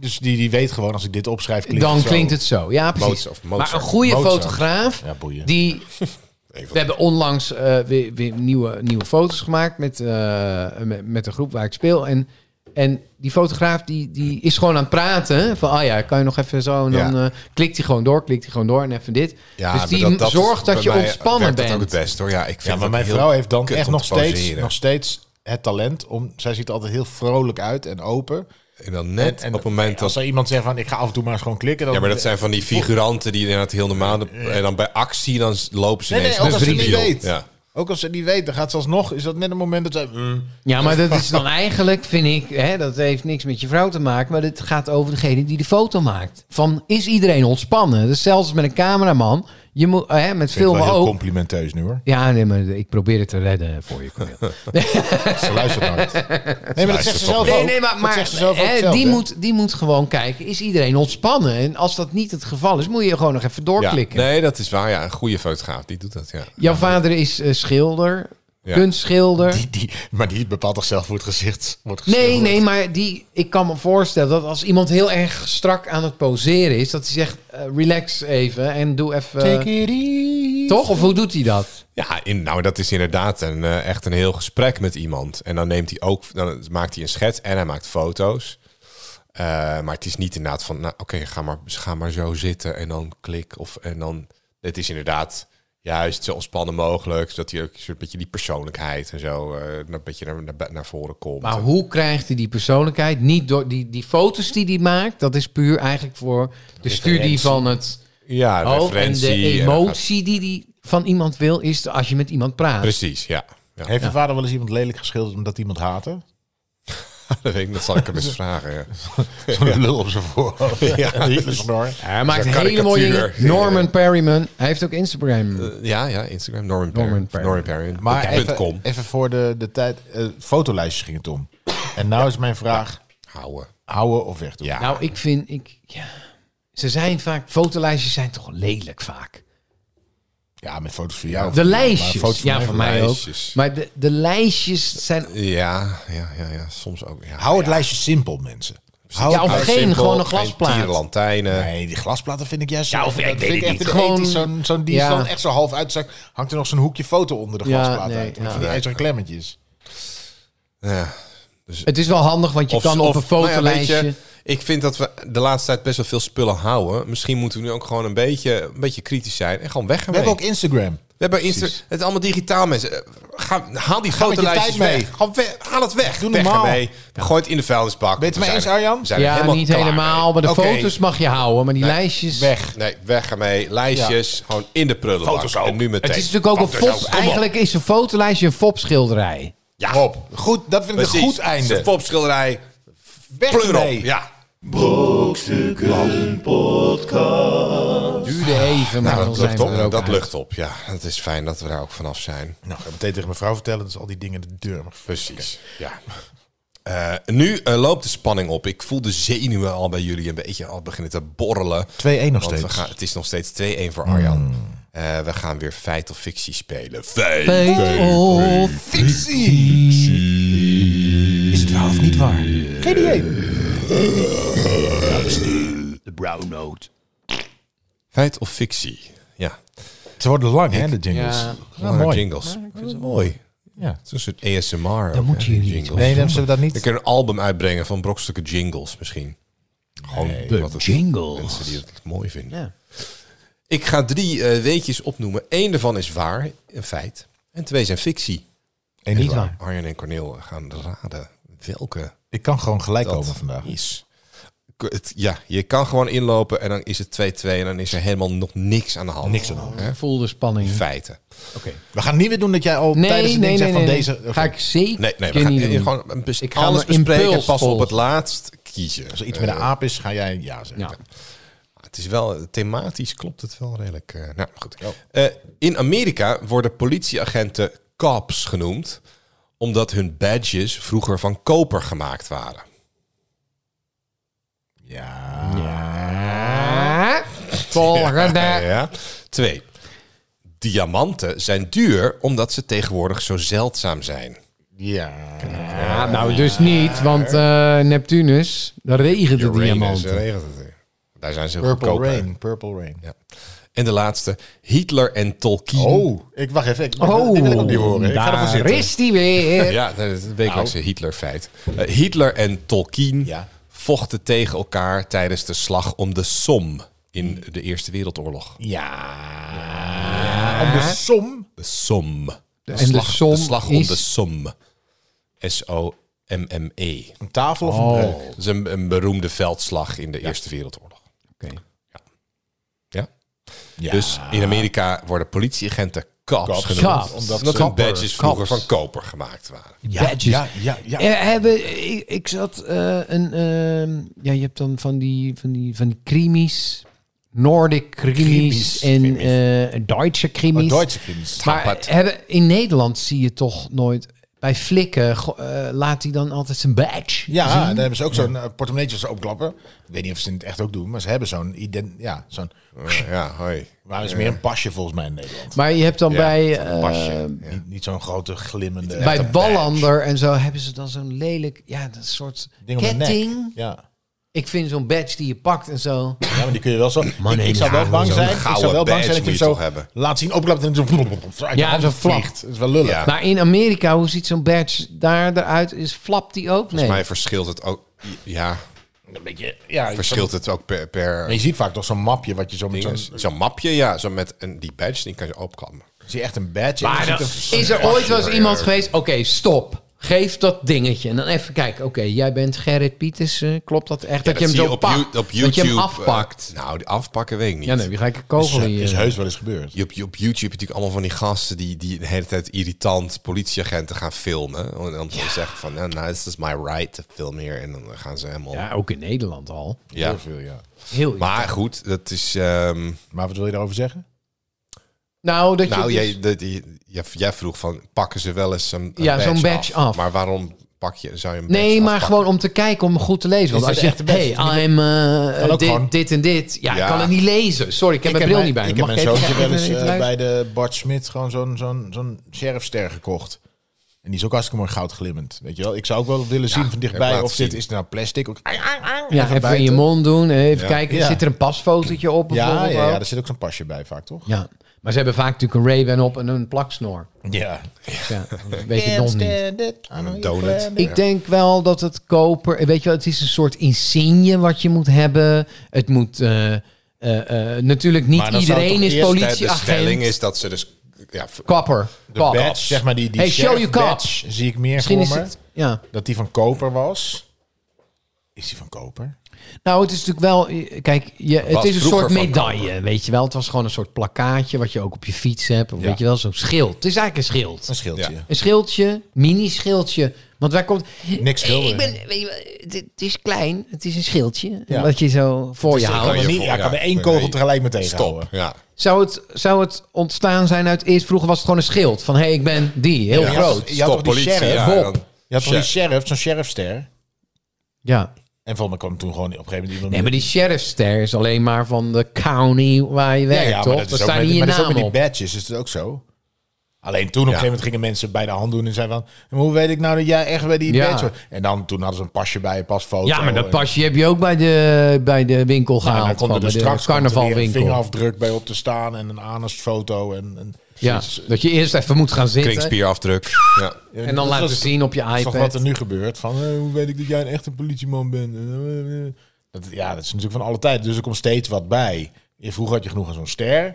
Speaker 3: dus die, die weet gewoon als ik dit opschrijf klinkt
Speaker 4: Dan
Speaker 3: het zo.
Speaker 4: klinkt het zo. Ja, precies.
Speaker 2: Mozart, Mozart.
Speaker 4: Maar een goede
Speaker 3: Mozart.
Speaker 4: fotograaf
Speaker 3: Ja, boeien.
Speaker 4: die... (laughs)
Speaker 2: Even-
Speaker 4: We hebben onlangs eh, weer, weer nieuwe, nieuwe foto's gemaakt met, eh, met, met de groep waar ik speel. En, en die fotograaf die, die is gewoon aan het praten. Van, ah ja, kan je nog even zo? En dan
Speaker 2: Ja.
Speaker 4: eh, klikt hij gewoon door, klikt hij gewoon door en even dit.
Speaker 2: Ja,
Speaker 4: dus
Speaker 2: maar
Speaker 4: die
Speaker 2: dat- dat
Speaker 4: zorgt
Speaker 2: bij
Speaker 4: dat je
Speaker 2: mij
Speaker 4: ontspannen
Speaker 2: werkt Dat ook
Speaker 4: bent.
Speaker 2: het best hoor. Ja, ik vind
Speaker 3: Ja, maar
Speaker 2: dat
Speaker 3: mijn
Speaker 2: heel
Speaker 3: vrouw heeft dan
Speaker 2: kut
Speaker 3: echt
Speaker 2: om
Speaker 3: nog
Speaker 2: te
Speaker 3: steeds,
Speaker 2: poseren.
Speaker 3: nog steeds het talent om. Zij ziet er altijd heel vrolijk uit en open.
Speaker 2: En dan net op het moment
Speaker 3: als
Speaker 2: dat...
Speaker 3: er iemand zegt van ik ga af en toe maar eens gewoon klikken. Dan
Speaker 2: Ja, maar dat zijn van die figuranten die inderdaad heel normaal... de- En dan bij actie, dan s- lopen ze
Speaker 3: Nee, nee,
Speaker 2: ineens
Speaker 3: ook als ze
Speaker 2: een
Speaker 3: het niet
Speaker 2: wiel.
Speaker 3: weet.
Speaker 2: Ja.
Speaker 3: Ook als ze het niet weet, dan gaat ze alsnog. Is dat net een moment dat ze. mm,
Speaker 4: Ja, maar dat is dan eigenlijk, vind ik, hè, dat heeft niks met je vrouw te maken, maar dit gaat over degene die de foto maakt. Van is iedereen ontspannen? Dus zelfs met een cameraman, je moet, hè, met
Speaker 3: vind het
Speaker 4: filmen
Speaker 3: wel heel
Speaker 4: ook.
Speaker 3: complimenteus nu hoor.
Speaker 4: Ja, nee, maar ik probeer het te redden voor je. Cornel.
Speaker 3: Ze luistert (laughs) nooit. Nee, maar dat zegt ze
Speaker 2: toch
Speaker 3: zelf
Speaker 2: niet.
Speaker 3: ook.
Speaker 4: Nee, nee, maar,
Speaker 3: Dat
Speaker 4: maar
Speaker 3: zegt ze zelf ook
Speaker 4: hè,
Speaker 3: zelf,
Speaker 4: die,
Speaker 3: hè?
Speaker 4: moet, die moet gewoon kijken, is iedereen ontspannen? En als dat niet het geval is, moet je gewoon nog even
Speaker 2: Ja.
Speaker 4: doorklikken.
Speaker 2: Nee, dat is waar. Ja, een goede fotograaf, die doet dat, ja.
Speaker 4: Jouw vader is eh, schilder,
Speaker 2: Ja.
Speaker 4: kunstschilder.
Speaker 3: Die, die, maar die bepaalt toch zelf hoe het gezicht wordt
Speaker 4: Nee,
Speaker 3: geschilderd?
Speaker 4: nee, maar die, ik kan me voorstellen dat als iemand heel erg strak aan het poseren is, dat hij zegt: eh, relax even en doe
Speaker 3: Eh.
Speaker 4: even. Toch? Of hoe doet hij dat?
Speaker 2: Ja, in, nou, dat is inderdaad een, eh, echt een heel gesprek met iemand. En dan neemt hij ook, dan maakt hij een schets en hij maakt foto's. Eh, maar het is niet inderdaad van, nou, oké, ga, maar, ga maar zo zitten en dan klik. Of, en dan, het is inderdaad juist zo ontspannen mogelijk. Zodat hij ook een soort beetje die persoonlijkheid en zo eh, een beetje naar, naar, naar voren komt.
Speaker 4: Maar hoe krijgt hij die persoonlijkheid? Niet door die, die foto's die hij maakt, dat is puur eigenlijk voor de studie van het.
Speaker 2: ja,
Speaker 4: Oh, en
Speaker 2: referentie. eh,
Speaker 4: de
Speaker 2: en dan gaat-
Speaker 4: emotie die hij van iemand wil, is als je met iemand praat.
Speaker 2: precies, ja. ja.
Speaker 3: Heeft je vader wel eens iemand lelijk geschilderd omdat iemand (laughs) haatte?
Speaker 2: dat, weet ik, dat zal ik hem eens vragen. Ja.
Speaker 3: Zo'n lul op zijn voorhoofd. (laughs) Ja, Hitlersnor.
Speaker 4: Hij maakt
Speaker 2: Zo'n
Speaker 4: hele mooie dingen.
Speaker 2: karikatuur. Eh,
Speaker 4: Norman Perryman, hij heeft ook Instagram.
Speaker 2: Ja, ja, Instagram, Norman
Speaker 4: Norman
Speaker 2: Perrin.
Speaker 4: Perrin.
Speaker 2: Norman Perrin.
Speaker 3: Maar
Speaker 2: Punt com.
Speaker 3: even, even voor de, de tijd. eh, fotolijstjes ging het om. En nou is mijn vraag.
Speaker 2: Houden.
Speaker 3: Houden of wegdoen? Ja.
Speaker 4: Nou, ik vind, ik, ja. ze zijn vaak, fotolijstjes zijn toch lelijk vaak.
Speaker 3: ja, met foto's van jou.
Speaker 4: De
Speaker 3: Maar
Speaker 4: lijstjes,
Speaker 3: foto's
Speaker 4: ja,
Speaker 3: van
Speaker 4: voor
Speaker 3: mij
Speaker 4: mij ook.
Speaker 2: lijstjes.
Speaker 4: Maar de, de lijstjes zijn,
Speaker 2: Ja, ja, ja, ja, soms ook. Ja.
Speaker 3: Hou het lijstje simpel, mensen. Hou
Speaker 4: Ja,
Speaker 3: het
Speaker 4: of
Speaker 3: nou
Speaker 4: geen,
Speaker 2: simpel,
Speaker 4: gewoon een
Speaker 2: geen
Speaker 4: glasplaat.
Speaker 2: tieren lantijnen.
Speaker 3: Nee, die glasplaten vind ik juist zo.
Speaker 1: Ja, of
Speaker 3: dat
Speaker 1: ik
Speaker 3: vind
Speaker 1: weet
Speaker 3: ik
Speaker 1: het
Speaker 3: echt
Speaker 1: niet.
Speaker 3: in de
Speaker 4: Gewoon-
Speaker 3: 80's zo'n zo'n die
Speaker 4: Ja.
Speaker 3: is dan echt zo half uitzak. Hangt er nog zo'n hoekje foto onder de
Speaker 4: Ja,
Speaker 3: glasplaat
Speaker 4: nee,
Speaker 3: uit.
Speaker 4: ja.
Speaker 3: Met van die ijzeren klemmetjes.
Speaker 2: Ja. Dus
Speaker 4: Het is wel handig, want je
Speaker 2: Of-
Speaker 4: kan op
Speaker 2: of-
Speaker 4: een
Speaker 2: nou ja, weet
Speaker 4: fotolijstje...
Speaker 2: je, ik vind dat we de laatste tijd best wel veel spullen houden. Misschien moeten we nu ook gewoon een beetje, een beetje kritisch zijn. En gewoon weg
Speaker 3: We
Speaker 2: ermee.
Speaker 3: hebben ook Instagram.
Speaker 2: we hebben Insta-
Speaker 4: Precies.
Speaker 2: Het is allemaal digitaal, mensen. Eh, Ga, haal die
Speaker 3: met je
Speaker 2: fotolijstjes
Speaker 3: tijd mee.
Speaker 2: weg. Gewoon weg. Haal het weg.
Speaker 3: Doe
Speaker 2: weg
Speaker 3: normaal.
Speaker 2: ermee. Gooi het in de vuilnisbak.
Speaker 3: Ben je het
Speaker 2: We zijn
Speaker 3: mee eens,
Speaker 2: er-
Speaker 3: Arjan?
Speaker 2: we zijn er
Speaker 4: Ja,
Speaker 2: helemaal
Speaker 4: niet
Speaker 2: klaar
Speaker 4: helemaal,
Speaker 2: mee.
Speaker 4: maar de
Speaker 2: Oké.
Speaker 4: foto's mag je houden. Maar die lijstjes...
Speaker 3: Weg.
Speaker 2: Nee, weg ermee. Lijstjes. Gewoon in de prullenbak.
Speaker 3: Foto's ook.
Speaker 2: En nu meteen.
Speaker 4: Het is natuurlijk ook een
Speaker 2: Foto's
Speaker 4: fop.
Speaker 2: ook. Kom op.
Speaker 4: Eigenlijk is een fotolijstje een fopschilderij.
Speaker 2: Ja.
Speaker 3: Hop. Goed, dat vind ik
Speaker 2: Precies.
Speaker 3: een goed einde.
Speaker 2: De popschilderij.
Speaker 3: Weg
Speaker 2: Pleur
Speaker 3: ermee.
Speaker 2: op. Ja.
Speaker 4: Duurde even, maar
Speaker 2: Nou,
Speaker 4: dan
Speaker 2: dat
Speaker 4: zijn
Speaker 2: lucht
Speaker 4: we
Speaker 2: op.
Speaker 4: er ook
Speaker 2: Dat
Speaker 4: uit.
Speaker 2: lucht op. Ja, het is fijn dat we daar ook vanaf zijn.
Speaker 3: Nou, ik ga meteen tegen mijn vrouw vertellen dat ze al die dingen de deur mag
Speaker 2: Precies. Ja. Eh, nu eh, loopt de spanning op. Ik voel de zenuwen al bij jullie een beetje al beginnen te borrelen.
Speaker 3: 2-1 nog
Speaker 2: Want we
Speaker 3: steeds.
Speaker 2: gaan, het is nog steeds 2-1 voor Arjan. Eh, we gaan weer feit of fictie spelen. Feit.
Speaker 4: Feit of
Speaker 3: Fictie. Is het waar of niet waar? Geen
Speaker 2: Eh,
Speaker 3: idee.
Speaker 1: De brown note.
Speaker 2: Feit of fictie. Ja.
Speaker 3: Ze worden lang, hè, de jingles.
Speaker 4: Ja.
Speaker 3: Ja,
Speaker 2: Lange
Speaker 3: mooi.
Speaker 2: Jingles. Ah, Ik vind het mooi.
Speaker 3: Ja.
Speaker 2: Het is een soort ASMR.
Speaker 4: Dan moeten jullie
Speaker 2: jingles.
Speaker 3: Nee, dan zullen we dat
Speaker 2: Ik
Speaker 3: niet.
Speaker 2: kan een album uitbrengen van brokstukken jingles misschien. Gewoon
Speaker 1: De
Speaker 2: wat het-
Speaker 1: jingles.
Speaker 2: mensen die het mooi vinden.
Speaker 4: Ja.
Speaker 2: Ik ga drie eh, weetjes opnoemen. Eén daarvan is waar, een feit. En twee zijn fictie.
Speaker 3: Eén
Speaker 4: Niet
Speaker 3: is waar.
Speaker 4: waar.
Speaker 2: Arjen en Corneel gaan raden welke
Speaker 3: Ik kan gewoon gelijk
Speaker 2: dat
Speaker 3: komen vandaag.
Speaker 2: is. K- het- ja, je kan gewoon inlopen en dan is het 2-2 en dan is er helemaal nog niks aan de hand.
Speaker 3: Niks aan de hand.
Speaker 2: Hè?
Speaker 4: Voel de spanning.
Speaker 2: Feiten.
Speaker 3: We gaan niet weer doen dat jij al
Speaker 4: Nee,
Speaker 3: tijdens het
Speaker 4: nee, nee,
Speaker 3: ding
Speaker 4: nee,
Speaker 3: zegt van
Speaker 4: nee.
Speaker 3: deze...
Speaker 4: Ga ik zeker
Speaker 2: Nee, nee, we gaan
Speaker 4: niet doen.
Speaker 2: gewoon een bes-
Speaker 4: Ik ga
Speaker 2: alles
Speaker 4: mijn
Speaker 2: bespreken en
Speaker 4: impuls
Speaker 2: pas op
Speaker 4: volgen.
Speaker 2: het laatst kiezen.
Speaker 3: Als er iets met een aap is, ga jij ja zeggen.
Speaker 4: Ja.
Speaker 2: Het is wel thematisch, klopt het wel redelijk. eh, nou, goed. Eh, in Amerika worden politieagenten cops genoemd, omdat hun badges vroeger van koper gemaakt waren.
Speaker 3: Ja.
Speaker 4: Ah, Volgende.
Speaker 2: Ja. Twee. Diamanten zijn duur omdat ze tegenwoordig zo zeldzaam zijn.
Speaker 3: Ja.
Speaker 4: Ja, nou, dus niet, want eh, Neptunus, daar regent de
Speaker 2: Uranus,
Speaker 4: diamanten.
Speaker 2: eh, regent het. Daar zijn ze
Speaker 3: Purple
Speaker 2: goedkoper.
Speaker 3: Rain. Purple Rain.
Speaker 2: Ja. En de laatste. Hitler en Tolkien.
Speaker 3: Oh, ik wacht even. Ik,
Speaker 4: Oh,
Speaker 3: die wil ik ook niet horen. Ik ga ervoor
Speaker 4: daar
Speaker 3: zitten.
Speaker 4: is die weer.
Speaker 2: Ja, dat is het wekelijkse
Speaker 4: Nou.
Speaker 2: Hitler-feit. Eh, Hitler en Tolkien
Speaker 3: Ja.
Speaker 2: vochten tegen elkaar tijdens de slag om de Somme in de Eerste Wereldoorlog.
Speaker 3: Ja. Om de som.
Speaker 2: De Somme. De,
Speaker 4: en de Somme
Speaker 2: de slag om
Speaker 4: is-
Speaker 2: de Somme. S-O-M-M-E.
Speaker 3: Een tafel of een
Speaker 4: Oh.
Speaker 3: breuk.
Speaker 2: E. Dat is een, een beroemde veldslag in de Eerste Wereldoorlog.
Speaker 4: Oké.
Speaker 2: Ja?
Speaker 3: Ja.
Speaker 2: Dus in Amerika worden politieagenten cops
Speaker 3: Cops.
Speaker 2: genoemd.
Speaker 4: Cops.
Speaker 2: Omdat
Speaker 3: Omdat
Speaker 2: hun
Speaker 3: koper-
Speaker 2: badges vroeger
Speaker 4: cops.
Speaker 2: van koper gemaakt waren.
Speaker 3: ja,
Speaker 4: Badges.
Speaker 3: ja, ja, ja.
Speaker 4: Eh, hebben, ik, ik zat eh, een... ehm, ja, je hebt dan van die, van die, van die krimis. Nordic krimis.
Speaker 3: Krimis.
Speaker 4: En
Speaker 3: Krimis.
Speaker 4: eh, Duitse krimis.
Speaker 3: Oh, Duitse films.
Speaker 4: Maar
Speaker 2: Tappert.
Speaker 4: hebben, in Nederland zie je toch nooit... Bij flikken go- eh, laat hij dan altijd zijn badge
Speaker 3: Ja,
Speaker 4: zien.
Speaker 3: daar hebben ze ook zo'n eh, portemonneetje als ze opklappen. Ik weet niet of ze het echt ook doen, maar ze hebben zo'n ident... Ja, zo'n...
Speaker 2: Eh, ja, hoi.
Speaker 3: Waar is meer een pasje volgens mij in Nederland?
Speaker 4: Maar je hebt dan bij... eh,
Speaker 3: Niet, niet zo'n grote glimmende...
Speaker 4: bij Wallander en zo hebben ze dan zo'n lelijk, ja, dat soort
Speaker 3: Ding om de nek.
Speaker 4: ketting.
Speaker 3: Ja.
Speaker 4: Ik vind zo'n badge die je pakt en zo.
Speaker 3: ja, maar die kun je wel zo... ik, ik zou
Speaker 4: ja,
Speaker 3: wel bang
Speaker 2: zo'n
Speaker 3: zijn. Ik
Speaker 2: gouden
Speaker 3: zou wel bang
Speaker 2: badge
Speaker 3: zijn dat je
Speaker 2: moet
Speaker 3: hem
Speaker 2: je
Speaker 3: zo
Speaker 2: toch hebben.
Speaker 3: laat zien, opklapt en zo... uit je
Speaker 4: Ja,
Speaker 3: hand
Speaker 4: zo flap.
Speaker 3: vliegt. Dat is wel lullig.
Speaker 2: Ja.
Speaker 4: Maar in Amerika, hoe ziet zo'n badge daar eruit? Is flapt die ook? Nee.
Speaker 2: Volgens mij verschilt het ook... Ja,
Speaker 3: Een beetje... Ja,
Speaker 2: verschilt het ook per... per
Speaker 3: Maar je ziet vaak toch zo'n mapje wat je zo met zo'n...
Speaker 2: dinges. Zo'n mapje, ja. Zo met een, die badge, die kan je opklappen.
Speaker 3: Zie je echt een badge? en
Speaker 4: Maar
Speaker 3: je
Speaker 4: dan-
Speaker 3: ziet een-
Speaker 4: Ah, is er ooit wel eens
Speaker 2: Ja,
Speaker 4: iemand
Speaker 2: ja.
Speaker 4: geweest? Oké, stop. Geef dat dingetje. En dan even kijken. Oké, jij bent Gerrit Pieters. eh, klopt dat echt? dat, je hem
Speaker 2: zie
Speaker 4: zo pakt.
Speaker 2: You- op YouTube,
Speaker 4: dat je hem
Speaker 2: eh,
Speaker 4: afpakt.
Speaker 2: nou, die afpakken weet ik niet.
Speaker 4: ja, nee, wie ga ik een eh, kogel in je-
Speaker 3: is heus wel eens gebeurd.
Speaker 2: Je op, op YouTube heb je natuurlijk allemaal van die gasten die, die de hele tijd irritant politieagenten gaan filmen. En dan zeggen van, nou, nou, this is my right to film here. En dan gaan ze helemaal...
Speaker 4: Ja, ook in Nederland al.
Speaker 2: Ja.
Speaker 3: Heel veel, ja.
Speaker 4: Heel
Speaker 2: Maar goed, dat is... ehm,
Speaker 3: Maar wat wil je daarover zeggen?
Speaker 4: Nou, dat
Speaker 2: nou,
Speaker 4: je dus-
Speaker 2: jij, dat- jij, jij vroeg van, pakken ze wel eens een, een
Speaker 4: Ja, zo'n badge af.
Speaker 2: Maar waarom pak je, zou je een badge
Speaker 4: Nee, maar
Speaker 2: afpakken?
Speaker 4: gewoon om te kijken, om goed te lezen. Want
Speaker 3: Is
Speaker 4: als je
Speaker 3: dit
Speaker 4: zegt,
Speaker 3: echt de
Speaker 4: hey,
Speaker 3: beste?
Speaker 4: I'm eh,
Speaker 3: Kan ook gewoon.
Speaker 4: dit, dit en dit. Ja,
Speaker 2: Ja.
Speaker 4: ik kan het niet lezen. Sorry, ik heb mijn bril niet bij.
Speaker 3: Ik
Speaker 4: me.
Speaker 3: heb
Speaker 4: Mag
Speaker 3: mijn zoontje
Speaker 4: even-
Speaker 3: wel eens
Speaker 4: even
Speaker 3: eh, bij
Speaker 4: luisteren?
Speaker 3: de Bart Smit gewoon zo'n zo'n zo'n sheriffster gekocht. En En die is ook hartstikke mooi goud glimmend. Weet je wel? Ik zou ook wel willen zien van dichtbij
Speaker 2: laat
Speaker 3: of dit
Speaker 2: zien.
Speaker 3: is nou plastic. Ook-
Speaker 4: Ja, even in je
Speaker 3: bijten.
Speaker 4: mond doen. Even
Speaker 2: Ja.
Speaker 4: kijken,
Speaker 3: Ja.
Speaker 4: zit er een pasfotootje op?
Speaker 3: Ja,
Speaker 4: bijvoorbeeld
Speaker 3: ja, ja,
Speaker 4: ook?
Speaker 3: daar zit ook zo'n pasje bij vaak, toch?
Speaker 4: ja. Maar ze hebben vaak natuurlijk een Ray-Ban op en een plaksnor.
Speaker 3: Ja.
Speaker 4: Dus ja, dat weet je nog niet.
Speaker 3: Aan
Speaker 2: een donut.
Speaker 4: Ik denk wel dat het koper... Weet je wel, het is een soort insigne wat je moet hebben. Het moet... eh, eh, eh, natuurlijk niet
Speaker 3: Maar dan zou
Speaker 4: iedereen
Speaker 3: toch
Speaker 4: is
Speaker 3: eerst bij de
Speaker 2: De stelling
Speaker 4: politieagent.
Speaker 2: is dat ze dus... Ja, v-
Speaker 4: Kapper.
Speaker 3: De
Speaker 4: Kap.
Speaker 3: badge, zeg maar die, die
Speaker 4: Hey, show
Speaker 3: sheriff
Speaker 4: your cop.
Speaker 3: badge zie ik meer
Speaker 4: Misschien is
Speaker 3: voor me.
Speaker 4: het... Ja.
Speaker 3: Dat die van koper was. Is die van koper?
Speaker 4: Nou, het is natuurlijk wel... eh, Kijk, je, het
Speaker 2: Was
Speaker 4: is een
Speaker 2: vroeger
Speaker 4: soort
Speaker 2: van
Speaker 4: medaille, weet je wel. Het was gewoon een soort plakkaatje wat je ook op je fiets hebt. Of
Speaker 3: Ja.
Speaker 4: weet je wel, zo'n schild. Het is eigenlijk een schild.
Speaker 3: Een schildje.
Speaker 2: Ja.
Speaker 4: Een schildje, mini-schildje. Want waar komt...
Speaker 3: Niks schilderen.
Speaker 4: Ik ben, weet je, wel, het, het is klein, het is een schildje. eh,
Speaker 3: Ja.
Speaker 4: Wat je zo voor je
Speaker 2: kan
Speaker 4: houdt.
Speaker 3: Kan
Speaker 2: je
Speaker 3: niet,
Speaker 2: voor-
Speaker 3: ja, kan
Speaker 2: ja,
Speaker 3: er één
Speaker 2: nee,
Speaker 3: kogel
Speaker 2: nee.
Speaker 3: tegelijk meteen
Speaker 2: Stop. Ja.
Speaker 4: Zou het, zou het ontstaan zijn uit eerst... Vroeger was het gewoon een schild. Van, hé, hey, ik ben die. Heel
Speaker 3: Ja.
Speaker 4: groot.
Speaker 3: Je had
Speaker 2: Stop,
Speaker 3: toch die
Speaker 2: politie. ja,
Speaker 3: sheriff,
Speaker 4: Bob?
Speaker 2: dan-
Speaker 3: Je had toch die
Speaker 2: Sheriff.
Speaker 3: sheriff, zo'n sheriffster.
Speaker 4: Ja.
Speaker 3: En volgens mij kwam toen gewoon op een gegeven moment iemand...
Speaker 4: Nee, maar die sheriffster is alleen maar van de county waar je
Speaker 3: ja,
Speaker 4: werkt,
Speaker 3: ja, maar
Speaker 4: toch?
Speaker 3: dat
Speaker 4: Daar
Speaker 3: is ook
Speaker 4: staan
Speaker 3: met,
Speaker 4: niet
Speaker 3: die-
Speaker 4: je
Speaker 3: maar dat is ook
Speaker 4: naam
Speaker 3: met die
Speaker 4: op.
Speaker 3: badges, is dat ook zo? Alleen toen op een gegeven moment gingen mensen bij de hand doen en zeiden van... "Maar Hoe weet ik nou dat jij echt bij die
Speaker 4: Ja.
Speaker 3: badge hoort?" En dan toen hadden ze een pasje bij, een pasfoto.
Speaker 4: Ja, maar dat
Speaker 3: en-
Speaker 4: pasje heb je ook bij de, bij de winkel
Speaker 3: Ja,
Speaker 4: gehaald.
Speaker 3: dan komt
Speaker 4: gewoon
Speaker 3: er dus
Speaker 4: bij
Speaker 3: straks
Speaker 4: de
Speaker 3: komt er weer een
Speaker 4: carnavalwinkel.
Speaker 3: vingerafdruk bij op te staan en een anusfoto. En, en,
Speaker 4: Ja, dat je eerst even moet gaan zitten.
Speaker 2: Kringspierafdruk. Ja.
Speaker 4: En dan laten zien op je
Speaker 3: Dat is toch wat
Speaker 4: iPad.
Speaker 3: er nu gebeurt. Van, eh, hoe weet ik dat jij een echte politieman bent? En, eh, eh. Dat, ja, dat is natuurlijk van alle tijd. Dus er komt steeds wat bij. Je- Vroeger had je genoeg aan zo'n ster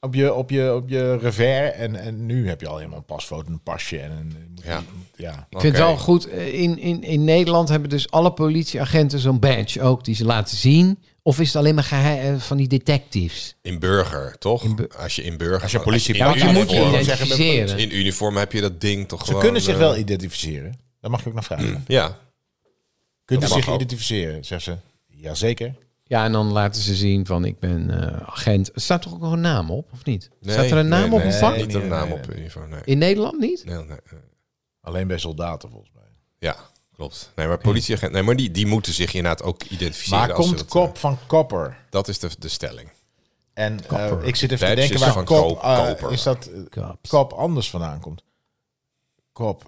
Speaker 3: op je, op je, op je revers. En, en nu heb je al helemaal een pasfoto en een pasje. En, een-
Speaker 2: Ja.
Speaker 3: ja.
Speaker 4: Ik vind het
Speaker 2: Oké.
Speaker 4: wel goed. eh, In, in, in Nederland hebben dus alle politieagenten zo'n badge ook die ze laten zien. Of is het alleen maar geheim, eh, van die detectives?
Speaker 2: In burger, toch? als je in burger...
Speaker 3: Als je politie-
Speaker 2: in
Speaker 3: Ja, want je moet je
Speaker 2: uniform-
Speaker 3: identificeren.
Speaker 4: identificeren.
Speaker 2: In uniform heb je dat ding toch
Speaker 3: Ze
Speaker 2: gewoon...
Speaker 3: kunnen zich
Speaker 2: eh,
Speaker 3: wel identificeren. Daar mag je ook naar vragen.
Speaker 2: Ja.
Speaker 3: Kunnen
Speaker 2: Dat mag
Speaker 3: ze zich
Speaker 2: ook.
Speaker 3: identificeren, zegt ze. Jazeker.
Speaker 4: Ja, en dan laten ze zien van ik ben eh, agent. Er staat toch ook nog een naam op, of niet?
Speaker 2: Nee,
Speaker 4: staat er een naam
Speaker 2: nee,
Speaker 4: op een
Speaker 2: nee,
Speaker 4: vak?
Speaker 2: niet een
Speaker 3: Nee,
Speaker 2: naam
Speaker 3: nee,
Speaker 2: op
Speaker 3: nee.
Speaker 2: een uniform, nee.
Speaker 4: In Nederland niet?
Speaker 2: Nee, nee, nee.
Speaker 3: Alleen bij soldaten volgens mij.
Speaker 2: Ja, klopt. Nee, maar politieagent... Nee, maar die, die moeten zich inderdaad ook identificeren.
Speaker 3: Maar
Speaker 2: als ze
Speaker 3: komt
Speaker 2: dat, eh,
Speaker 3: kop van kopper?
Speaker 2: Dat is de, de stelling.
Speaker 3: En eh,
Speaker 4: Kapper.
Speaker 3: ik zit even te
Speaker 2: Badges
Speaker 3: denken waar
Speaker 2: van
Speaker 3: kop,
Speaker 2: koop-
Speaker 3: eh,
Speaker 2: koper.
Speaker 3: is dat eh,
Speaker 4: Kaps.
Speaker 3: kop anders vandaan komt. Kop,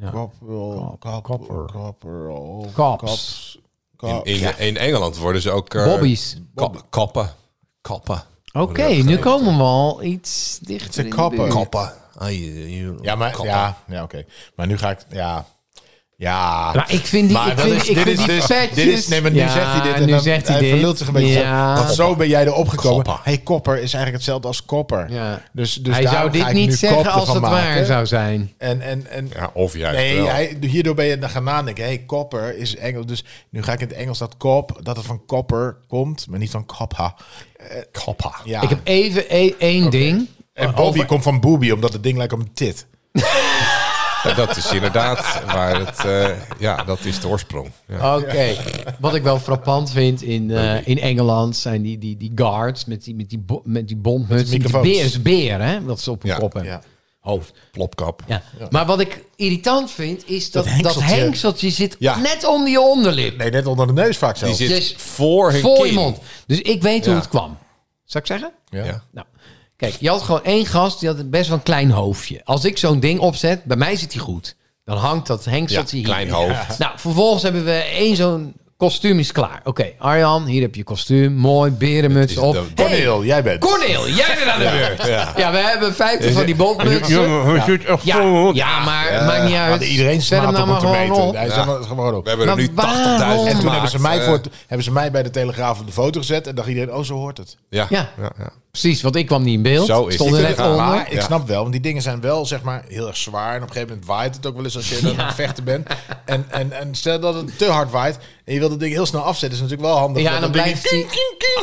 Speaker 4: Ja.
Speaker 3: kop,
Speaker 4: Kop,
Speaker 3: kop,
Speaker 4: kopper.
Speaker 3: kopper, kopper,
Speaker 4: Kaps.
Speaker 2: In,
Speaker 3: kop.
Speaker 2: in, in Engeland worden ze ook... eh,
Speaker 4: Bobbies.
Speaker 2: Kap, kappen. Kappen.
Speaker 4: Oké, nu komen we al iets dichter in de
Speaker 3: kapper.
Speaker 4: buurt.
Speaker 2: Kappen. Ja,
Speaker 3: Ja, maar ja, ja, oké. Maar nu ga ik, ja, ja.
Speaker 4: Maar Nou, ik vind die,
Speaker 3: Maar
Speaker 4: ik
Speaker 3: dat
Speaker 4: vind,
Speaker 3: is-
Speaker 4: ik
Speaker 3: dit
Speaker 4: vind
Speaker 3: is
Speaker 4: die
Speaker 3: dus-
Speaker 4: petjes-
Speaker 3: Dit is, nee, maar nu
Speaker 4: Ja,
Speaker 3: zegt hij dit en
Speaker 4: nu
Speaker 3: dan
Speaker 4: zegt hij
Speaker 3: hij
Speaker 4: dit.
Speaker 3: verlult zich een beetje.
Speaker 4: Ja.
Speaker 3: Want zo ben jij erop gekomen.
Speaker 2: Kopper.
Speaker 3: hey, kopper is eigenlijk hetzelfde als kopper.
Speaker 4: Ja.
Speaker 3: Dus, dus
Speaker 4: hij
Speaker 3: daarom
Speaker 4: zou
Speaker 3: ga
Speaker 4: dit
Speaker 3: ik
Speaker 4: niet
Speaker 3: nu kop
Speaker 4: zeggen als
Speaker 3: ervan
Speaker 4: het waar
Speaker 3: maken.
Speaker 4: zou zijn.
Speaker 3: En, en, en
Speaker 2: Ja, of juist
Speaker 3: Nee,
Speaker 2: wel.
Speaker 3: hij- hierdoor ben je dan gaan nadenken. Hey, copper is Engels. Dus nu ga ik in het Engels dat kop, dat het van copper komt, maar niet van kappa.
Speaker 2: Kappa.
Speaker 3: Ja.
Speaker 4: Ik heb Oh, even e- één ding.
Speaker 3: en Bobby komt van booby, omdat het ding lijkt op een tit.
Speaker 2: Ja, dat is inderdaad waar het... eh, ja, dat is de oorsprong. Ja.
Speaker 4: Oké, wat ik wel frappant vind in, eh, in Engeland zijn die, die, die guards met die, met die, bo- met die bondmuts.
Speaker 3: Met
Speaker 4: Met
Speaker 3: die
Speaker 4: die
Speaker 3: microfoons.
Speaker 4: beer is beer, hè? Dat ze op hun
Speaker 2: Ja,
Speaker 4: kop hebben.
Speaker 3: ja.
Speaker 4: Hoofd.
Speaker 2: Plopkap.
Speaker 4: Ja. Maar wat ik irritant vind, is dat dat hengseltje,
Speaker 3: hengseltje.
Speaker 4: zit
Speaker 2: Ja.
Speaker 4: net onder je onderlip.
Speaker 3: Nee, net onder de neus vaak
Speaker 2: Die
Speaker 3: zelfs.
Speaker 2: zit
Speaker 4: Dus
Speaker 2: voor hun
Speaker 4: voor
Speaker 2: kin.
Speaker 4: je mond. Dus ik weet hoe
Speaker 2: Ja.
Speaker 4: het kwam. Zal ik zeggen?
Speaker 3: Ja.
Speaker 2: Ja.
Speaker 4: Nou, kijk, je had gewoon één gast, die had best wel een klein hoofdje. Als ik zo'n ding opzet, bij mij zit hij goed. Dan hangt dat
Speaker 2: Ja,
Speaker 4: hengseltje hier.
Speaker 2: klein hoofd.
Speaker 4: (laughs) Nou, vervolgens hebben we één zo'n kostuum is klaar. Oké, Arjan, hier heb je kostuum. Mooi, berenmuts
Speaker 2: is
Speaker 4: op.
Speaker 2: de-
Speaker 4: Hey,
Speaker 3: Dus Cornel, jij bent.
Speaker 4: Cornel, jij bent aan de beurt. Ja, we hebben 50 van die bondmutsen.
Speaker 6: Jongen, hoe zit echt
Speaker 4: Ja, ja, maar maakt niet uit.
Speaker 3: Hadden Eh, iedereen
Speaker 4: Zet hem
Speaker 3: smaad op
Speaker 4: nou
Speaker 3: moeten
Speaker 4: maar gewoon
Speaker 3: meten.
Speaker 4: op.
Speaker 3: Hij
Speaker 2: Ja.
Speaker 3: zat er gewoon op.
Speaker 2: We hebben er
Speaker 4: Maar
Speaker 2: nu 80.000
Speaker 4: waarom?
Speaker 2: gemaakt.
Speaker 4: En
Speaker 3: En toen hebben ze, mij
Speaker 2: eh,
Speaker 3: voor, het- hebben ze mij bij de Telegraaf op de foto gezet. En dacht iedereen, oh, zo hoort het.
Speaker 2: Ja.
Speaker 4: Ja.
Speaker 2: Ja. Ja, ja.
Speaker 4: Precies, want ik kwam niet in beeld.
Speaker 2: Zo is
Speaker 4: Stond
Speaker 2: het.
Speaker 4: er
Speaker 2: Ik vind
Speaker 4: net
Speaker 2: het
Speaker 4: onder.
Speaker 3: Maar ik
Speaker 2: Ja.
Speaker 3: snap wel, want die dingen zijn wel zeg maar heel erg zwaar. En op een gegeven moment waait het ook wel eens als je dan aan het vechten bent. En, en, en stel dat het te hard waait en je wilt het ding heel snel afzetten, is natuurlijk wel handig.
Speaker 4: Ja,
Speaker 3: dat
Speaker 4: dan
Speaker 3: dat ding
Speaker 4: blijft hij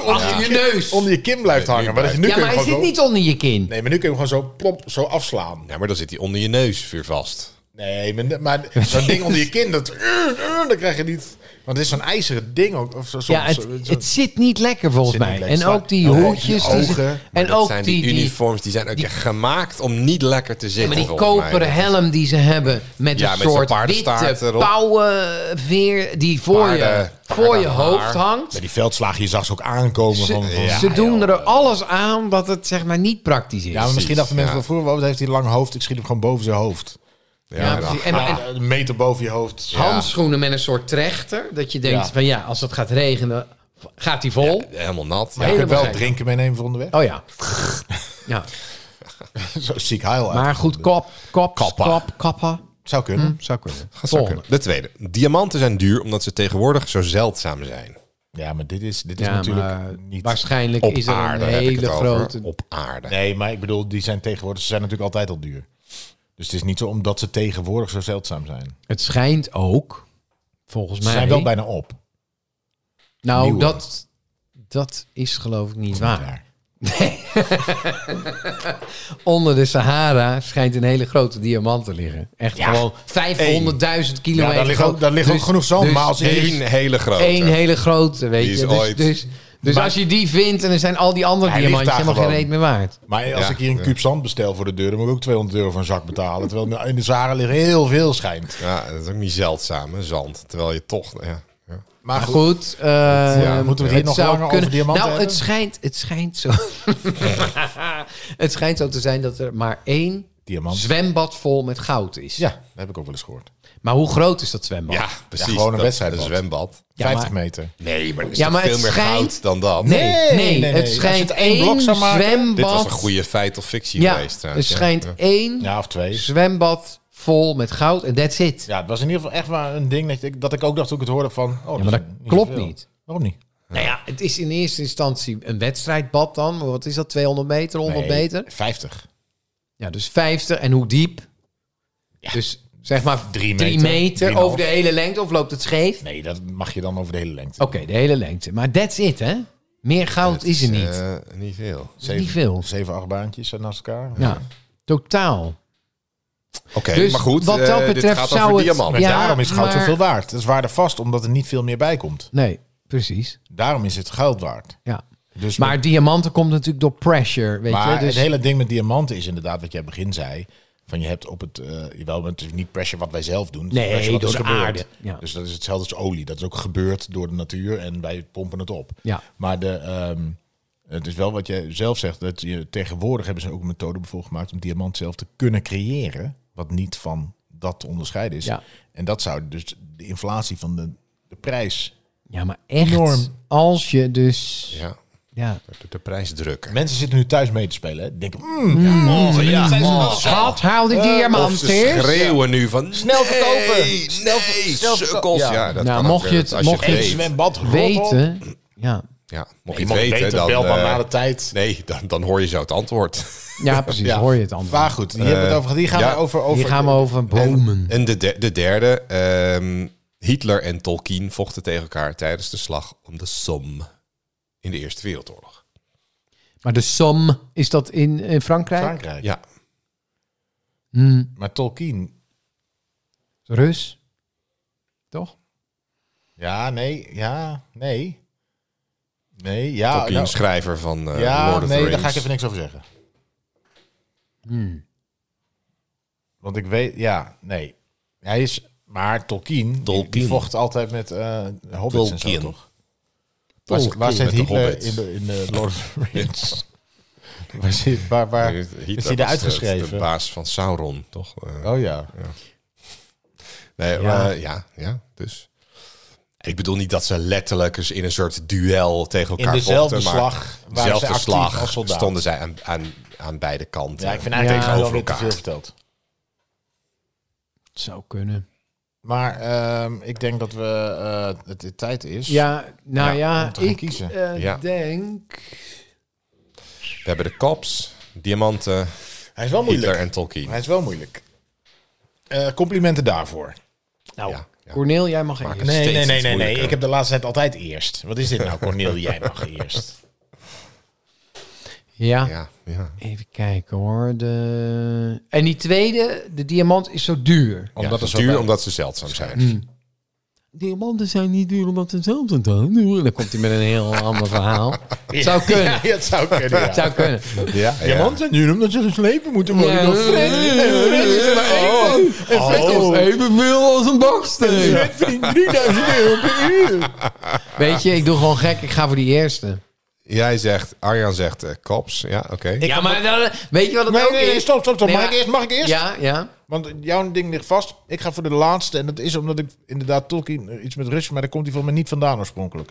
Speaker 3: Ja.
Speaker 4: achter je neus.
Speaker 3: onder je kin blijft
Speaker 2: Nee,
Speaker 3: hangen. Maar dat je nu
Speaker 4: Ja,
Speaker 3: kun je
Speaker 4: maar
Speaker 3: hem
Speaker 4: hij zit
Speaker 3: gewoon
Speaker 4: niet onder je kin.
Speaker 3: zo- Nee, maar nu kun je hem gewoon zo plop, zo afslaan.
Speaker 2: maar dan zit hij onder je neus weer vast.
Speaker 3: Nee, maar, maar zo'n ding onder je kin, dat, dat krijg je niet. Want het is zo'n ijzeren ding ook. Of zo, soms-
Speaker 4: Ja, het,
Speaker 3: zo-
Speaker 4: het zit niet lekker volgens
Speaker 3: Zit niet
Speaker 4: mij.
Speaker 3: lekker.
Speaker 4: En ook die
Speaker 3: Oh, die
Speaker 4: hoedjes. die ze-
Speaker 3: ogen.
Speaker 4: en
Speaker 2: dat
Speaker 4: ook
Speaker 2: zijn
Speaker 4: die,
Speaker 2: die,
Speaker 4: die,
Speaker 2: uniforms, die zijn ook echt gemaakt om niet lekker te
Speaker 4: ja, maar
Speaker 2: zitten.
Speaker 4: die
Speaker 2: volgens mij.
Speaker 4: koperen helm die ze hebben. Met
Speaker 2: Ja,
Speaker 4: een
Speaker 2: met zo'n
Speaker 4: soort
Speaker 2: paardenstaart
Speaker 4: witte
Speaker 2: erop.
Speaker 4: pauwenveer die voor je,
Speaker 2: Paarden-
Speaker 4: voor je
Speaker 2: paardenhaar.
Speaker 4: hoofd hangt.
Speaker 3: Bij die veldslagen, je zag ze ook aankomen. Van, van,
Speaker 4: ze doen er alles aan dat het zeg maar niet praktisch is.
Speaker 3: Ja, maar misschien dachten mensen
Speaker 2: ja.
Speaker 3: van vroeger, wat heeft hij een lang hoofd? Ik schiet hem gewoon boven zijn hoofd.
Speaker 4: Ja,
Speaker 2: ja,
Speaker 4: precies.
Speaker 2: ja.
Speaker 4: En, en
Speaker 3: Ah, een meter boven je hoofd.
Speaker 4: handschoenen met een soort trechter. Dat je denkt
Speaker 3: Ja.
Speaker 4: van ja, als het gaat regenen, gaat die vol.
Speaker 2: Helemaal nat.
Speaker 3: Ja, je kunt wel
Speaker 4: Helemaal gek.
Speaker 3: drinken meenemen voor onderweg.
Speaker 4: Oh ja. (laughs) ja.
Speaker 3: Zo ziek huil uit.
Speaker 4: Maar Hm, goed, kop, kop,
Speaker 3: Kappa.
Speaker 4: kop, kappa.
Speaker 3: Zou kunnen. Zou kunnen.
Speaker 2: Gaat zo
Speaker 4: Volgende.
Speaker 2: kunnen. De tweede. Diamanten zijn duur omdat ze tegenwoordig zo zeldzaam zijn.
Speaker 3: Ja, maar dit is, dit is
Speaker 4: Ja,
Speaker 3: natuurlijk
Speaker 4: maar
Speaker 3: niet...
Speaker 4: waarschijnlijk
Speaker 2: Op
Speaker 4: is er
Speaker 2: aarde
Speaker 4: een
Speaker 2: heb ik
Speaker 4: hele
Speaker 2: het over.
Speaker 4: grote...
Speaker 2: Op aarde.
Speaker 3: Nee, maar ik bedoel, die zijn tegenwoordig... Ze zijn natuurlijk altijd al duur. Dus het is niet zo omdat ze tegenwoordig zo zeldzaam zijn.
Speaker 4: Het schijnt ook, volgens
Speaker 3: Ze
Speaker 4: mij...
Speaker 3: zijn wel bijna op.
Speaker 4: nou,
Speaker 3: nieuwe.
Speaker 4: dat, dat is geloof ik niet waar.
Speaker 3: Daar.
Speaker 4: Onder de Sahara schijnt een hele grote diamant te liggen. Echt gewoon 500.000 kilometer
Speaker 3: Ja, daar ligt ook,
Speaker 4: groot.
Speaker 3: daar ligt ook
Speaker 4: Dus-
Speaker 3: genoeg zo'n
Speaker 4: dus-
Speaker 3: maar als
Speaker 4: dus-
Speaker 2: Eén hele grote.
Speaker 4: Eén hele grote, weet
Speaker 2: Die is
Speaker 4: je. Dus,
Speaker 2: ooit-
Speaker 4: dus, dus
Speaker 3: Maar-
Speaker 4: als je die vindt en er zijn al die andere
Speaker 3: Hij ligt
Speaker 4: diamantjes
Speaker 3: daar
Speaker 4: helemaal geen
Speaker 3: gewoon.
Speaker 4: reet meer waard.
Speaker 3: Maar als
Speaker 2: Ja,
Speaker 3: ik hier een
Speaker 2: ja.
Speaker 3: kuub zand bestel voor de deur, dan moet ik ook 200 euro voor een zak betalen. Terwijl in de Zara liggen heel veel schijnt.
Speaker 2: Ja, dat is ook niet zeldzaam, hè, zand. Terwijl je toch... Ja. Ja.
Speaker 3: Maar
Speaker 4: Maar
Speaker 3: goed,
Speaker 4: goed, eh,
Speaker 3: moeten we het hier nog
Speaker 4: zou
Speaker 3: langer over diamanten
Speaker 4: Nou, het
Speaker 3: hebben?
Speaker 4: schijnt, het schijnt zo. (laughs) het schijnt zo te zijn dat er maar één
Speaker 3: diamant.
Speaker 4: zwembad vol met goud is.
Speaker 3: Ja, dat heb ik ook wel eens gehoord.
Speaker 4: Maar hoe groot is dat zwembad?
Speaker 2: ja, precies.
Speaker 3: gewoon een
Speaker 2: Dat-
Speaker 3: wedstrijd-
Speaker 2: Een zwembad.
Speaker 4: Ja,
Speaker 3: 50
Speaker 4: maar-
Speaker 3: meter.
Speaker 2: Nee, maar er is
Speaker 4: Ja,
Speaker 2: toch
Speaker 4: maar
Speaker 2: veel
Speaker 4: het
Speaker 2: meer
Speaker 4: schijnt-
Speaker 2: goud dan dat?
Speaker 4: Nee, nee,
Speaker 3: nee, nee.
Speaker 4: het
Speaker 3: Als je
Speaker 4: schijnt
Speaker 3: het één
Speaker 4: één,
Speaker 3: blok zou maken-
Speaker 4: zwembad.
Speaker 2: Dit was een goede feit of fictie
Speaker 4: ja,
Speaker 2: geweest
Speaker 4: Het
Speaker 2: trouwens. ja.
Speaker 4: schijnt
Speaker 2: Ja.
Speaker 4: één
Speaker 3: Ja, of twee.
Speaker 4: zwembad vol met goud en that's it.
Speaker 3: Ja, het was in ieder geval echt maar een ding dat ik, dat ik ook dacht toen ik het hoorde van... Oh,
Speaker 4: maar
Speaker 3: is
Speaker 4: dat
Speaker 3: niet
Speaker 4: klopt
Speaker 3: zoveel.
Speaker 4: niet.
Speaker 3: Waarom niet?
Speaker 4: Nou ja, het is in eerste instantie een wedstrijdbad dan. Wat is dat, 200 meter, 100
Speaker 3: Nee,
Speaker 4: meter?
Speaker 3: 50.
Speaker 4: Ja, dus 50 en hoe diep? Dus zeg maar
Speaker 3: Drie
Speaker 4: 3
Speaker 3: meter,
Speaker 4: meter,
Speaker 3: drieënhalf.
Speaker 4: over de hele lengte of loopt het scheef?
Speaker 3: Nee, dat mag je dan over de hele lengte.
Speaker 4: Oké, de hele lengte. Maar that's it, hè? Meer goud is er niet.
Speaker 2: Eh, niet veel.
Speaker 4: niet veel.
Speaker 3: Zeven, acht baantjes eh, naast elkaar.
Speaker 4: ja, totaal.
Speaker 2: Oké,
Speaker 4: Dus
Speaker 2: maar goed.
Speaker 4: wat dat
Speaker 2: eh, dit
Speaker 4: betreft
Speaker 2: gaat
Speaker 4: zou
Speaker 2: over
Speaker 4: het-
Speaker 2: diamanten.
Speaker 3: Maar
Speaker 4: Ja,
Speaker 3: daarom is goud
Speaker 4: maar-
Speaker 3: zoveel waard. Het is waardevast omdat er niet veel meer bij komt.
Speaker 4: Nee, precies.
Speaker 3: Daarom is het goud waard.
Speaker 4: Ja.
Speaker 3: Dus
Speaker 4: Maar diamanten komt natuurlijk door pressure, weet
Speaker 3: Maar
Speaker 4: je? Dus,
Speaker 3: het hele ding met diamanten is inderdaad wat jij begin zei. Van je hebt op het, eh jawel, maar het is niet pressure wat wij zelf doen. het is
Speaker 4: Nee,
Speaker 3: pressure wat
Speaker 4: door
Speaker 3: is
Speaker 4: de
Speaker 3: gebeurd.
Speaker 4: aarde, ja.
Speaker 3: Dus dat is hetzelfde als olie. Dat is ook gebeurd door de natuur en wij pompen het op.
Speaker 4: Ja.
Speaker 3: Maar de, ehm, het is wel wat jij zelf zegt. Dat je, tegenwoordig hebben ze ook een methode bijvoorbeeld gemaakt om diamant zelf te kunnen creëren. Wat niet van dat te onderscheiden is.
Speaker 4: Ja.
Speaker 3: En dat zou dus de inflatie van de, de prijs.
Speaker 4: Ja, maar echt,
Speaker 3: Enorm.
Speaker 4: als je dus... Ja.
Speaker 2: Ja, de, de prijs drukken.
Speaker 3: Mensen zitten nu thuis mee te spelen. Hè. Denken, mm,
Speaker 2: Oh, ja. Oh,
Speaker 4: Schat, haal
Speaker 3: Eh,
Speaker 4: die
Speaker 2: Of
Speaker 4: diamanten.
Speaker 2: ze schreeuwen nu van... Snel
Speaker 3: verkopen.
Speaker 2: Nee, snel,
Speaker 3: snel verkopen.
Speaker 2: sukkels. Ja,
Speaker 3: Ja.
Speaker 2: dat
Speaker 4: Nou,
Speaker 2: kan ook,
Speaker 4: mocht je
Speaker 2: eh,
Speaker 4: het-
Speaker 2: als
Speaker 4: mocht je
Speaker 2: het
Speaker 3: één
Speaker 2: weet.
Speaker 3: zwembad rot op.
Speaker 4: Weten, ja.
Speaker 2: Ja, mocht je
Speaker 3: Je
Speaker 2: het
Speaker 3: mag
Speaker 2: weten, dan...
Speaker 3: bel maar
Speaker 2: eh,
Speaker 3: na de tijd.
Speaker 2: Nee, dan, dan hoor je zo het antwoord. Eh,
Speaker 4: Ja, precies,
Speaker 3: Ja.
Speaker 4: Dus hoor je het antwoord.
Speaker 3: Maar goed, die hebben we het over gehad. Die gaan
Speaker 2: ja.
Speaker 3: we over... over
Speaker 4: Hier gaan we over bomen.
Speaker 2: En de, de, de derde. ehm, Hitler en Tolkien vochten tegen elkaar tijdens de slag om de Somme in de Eerste Wereldoorlog.
Speaker 4: Maar de som, is dat in, in Frankrijk?
Speaker 3: Frankrijk.
Speaker 2: Ja,
Speaker 4: Hm,
Speaker 3: Maar Tolkien...
Speaker 4: Rus? Toch?
Speaker 3: Ja, nee, ja, nee. Nee, ja.
Speaker 2: Tolkien,
Speaker 3: nou,
Speaker 2: schrijver van eh,
Speaker 3: ja,
Speaker 2: Lord of the
Speaker 3: nee,
Speaker 2: Rings.
Speaker 3: daar ga ik even niks over zeggen. Hmm. Want ik weet... Ja, nee. Hij is... Maar Tolkien, die-
Speaker 2: Tolkien.
Speaker 3: die vocht altijd met eh hobbits en zo,
Speaker 2: Tolkien.
Speaker 3: toch? Waar, waar
Speaker 2: Met
Speaker 3: zit
Speaker 2: de
Speaker 3: Hitler
Speaker 2: hobbits.
Speaker 3: in de, in
Speaker 2: (laughs)
Speaker 3: de Lord of the Rings? waar zit, waar, waar
Speaker 2: Nee, Hitler
Speaker 3: is
Speaker 2: was
Speaker 3: hij
Speaker 2: de-
Speaker 3: daar uitgeschreven?
Speaker 2: De baas van Sauron, toch? Eh,
Speaker 3: oh ja.
Speaker 2: Nee,
Speaker 3: Ja.
Speaker 2: ja. ja, ja, dus. Ik bedoel niet dat ze letterlijk eens in een soort duel tegen
Speaker 3: In
Speaker 2: elkaar
Speaker 3: dezelfde
Speaker 2: vochten, maar
Speaker 3: slag waren ze
Speaker 2: dezelfde
Speaker 3: actief
Speaker 2: slag
Speaker 3: als soldaat.
Speaker 2: stonden zij aan, aan, aan beide kanten.
Speaker 3: Ja, ik vind eigenlijk
Speaker 4: Ja.
Speaker 3: wel
Speaker 2: tegenover
Speaker 3: weer te
Speaker 2: elkaar.
Speaker 3: veel verteld.
Speaker 4: Het zou kunnen.
Speaker 3: Maar ehm, ik denk dat we eh, het de tijd is.
Speaker 4: Ja, nou
Speaker 3: Ja,
Speaker 4: ja,
Speaker 3: om te gaan
Speaker 4: ik
Speaker 3: kiezen.
Speaker 4: eh,
Speaker 2: Ja.
Speaker 4: denk...
Speaker 2: We hebben de kops, diamanten,
Speaker 3: Hij is wel moeilijk.
Speaker 2: Hitler en Tolkien.
Speaker 3: Hij is wel moeilijk. Eh, complimenten daarvoor.
Speaker 4: Nou,
Speaker 2: Ja, ja.
Speaker 4: Corneel, jij mag
Speaker 2: Maak
Speaker 4: even.
Speaker 2: het steeds
Speaker 3: Nee, nee,
Speaker 2: iets
Speaker 3: nee, nee, nee.
Speaker 2: moeilijker.
Speaker 3: Ik heb de laatste tijd altijd eerst. Wat is dit nou, (laughs) Cornel? Jij mag eerst.
Speaker 4: Ja.
Speaker 2: Ja, ja.
Speaker 4: even kijken hoor. De... En die tweede, de diamant is zo duur.
Speaker 2: Omdat
Speaker 3: het
Speaker 2: het
Speaker 3: zo
Speaker 2: duur,
Speaker 3: bij- Mm.
Speaker 2: omdat ze zeldzaam zijn.
Speaker 4: Diamanten zijn niet duur omdat ze zelf zijn. Dan komt hij met een heel ander verhaal.
Speaker 2: (laughs)
Speaker 4: Het zou kunnen.
Speaker 3: (laughs) Ja, het (laughs) zou kunnen, ja.
Speaker 4: Het zou kunnen.
Speaker 2: Ja, ja.
Speaker 3: zijn duur omdat ze geslepen moeten
Speaker 4: Ja. Oh.
Speaker 3: één van. En Fred is-
Speaker 4: evenveel als een baksteen.
Speaker 3: Fred verdient 3000 euro per uur.
Speaker 4: Weet je, ik doe gewoon gek. Ik ga voor die eerste.
Speaker 2: Jij zegt, Arjan zegt eh, kops. Ja, oké.
Speaker 4: ja, maar dan, weet je wat het
Speaker 3: Nee,
Speaker 4: ook
Speaker 3: nee, nee,
Speaker 4: is?
Speaker 3: stop, stop, stop.
Speaker 4: Nee,
Speaker 3: Mag ik
Speaker 4: maar-
Speaker 3: eerst? Mag ik eerst?
Speaker 4: Ja, ja.
Speaker 3: Want jouw ding ligt vast. Ik ga voor de laatste. En dat is omdat ik inderdaad Tolkien eh, iets met Russisch, maar daar komt hij van mij niet vandaan oorspronkelijk.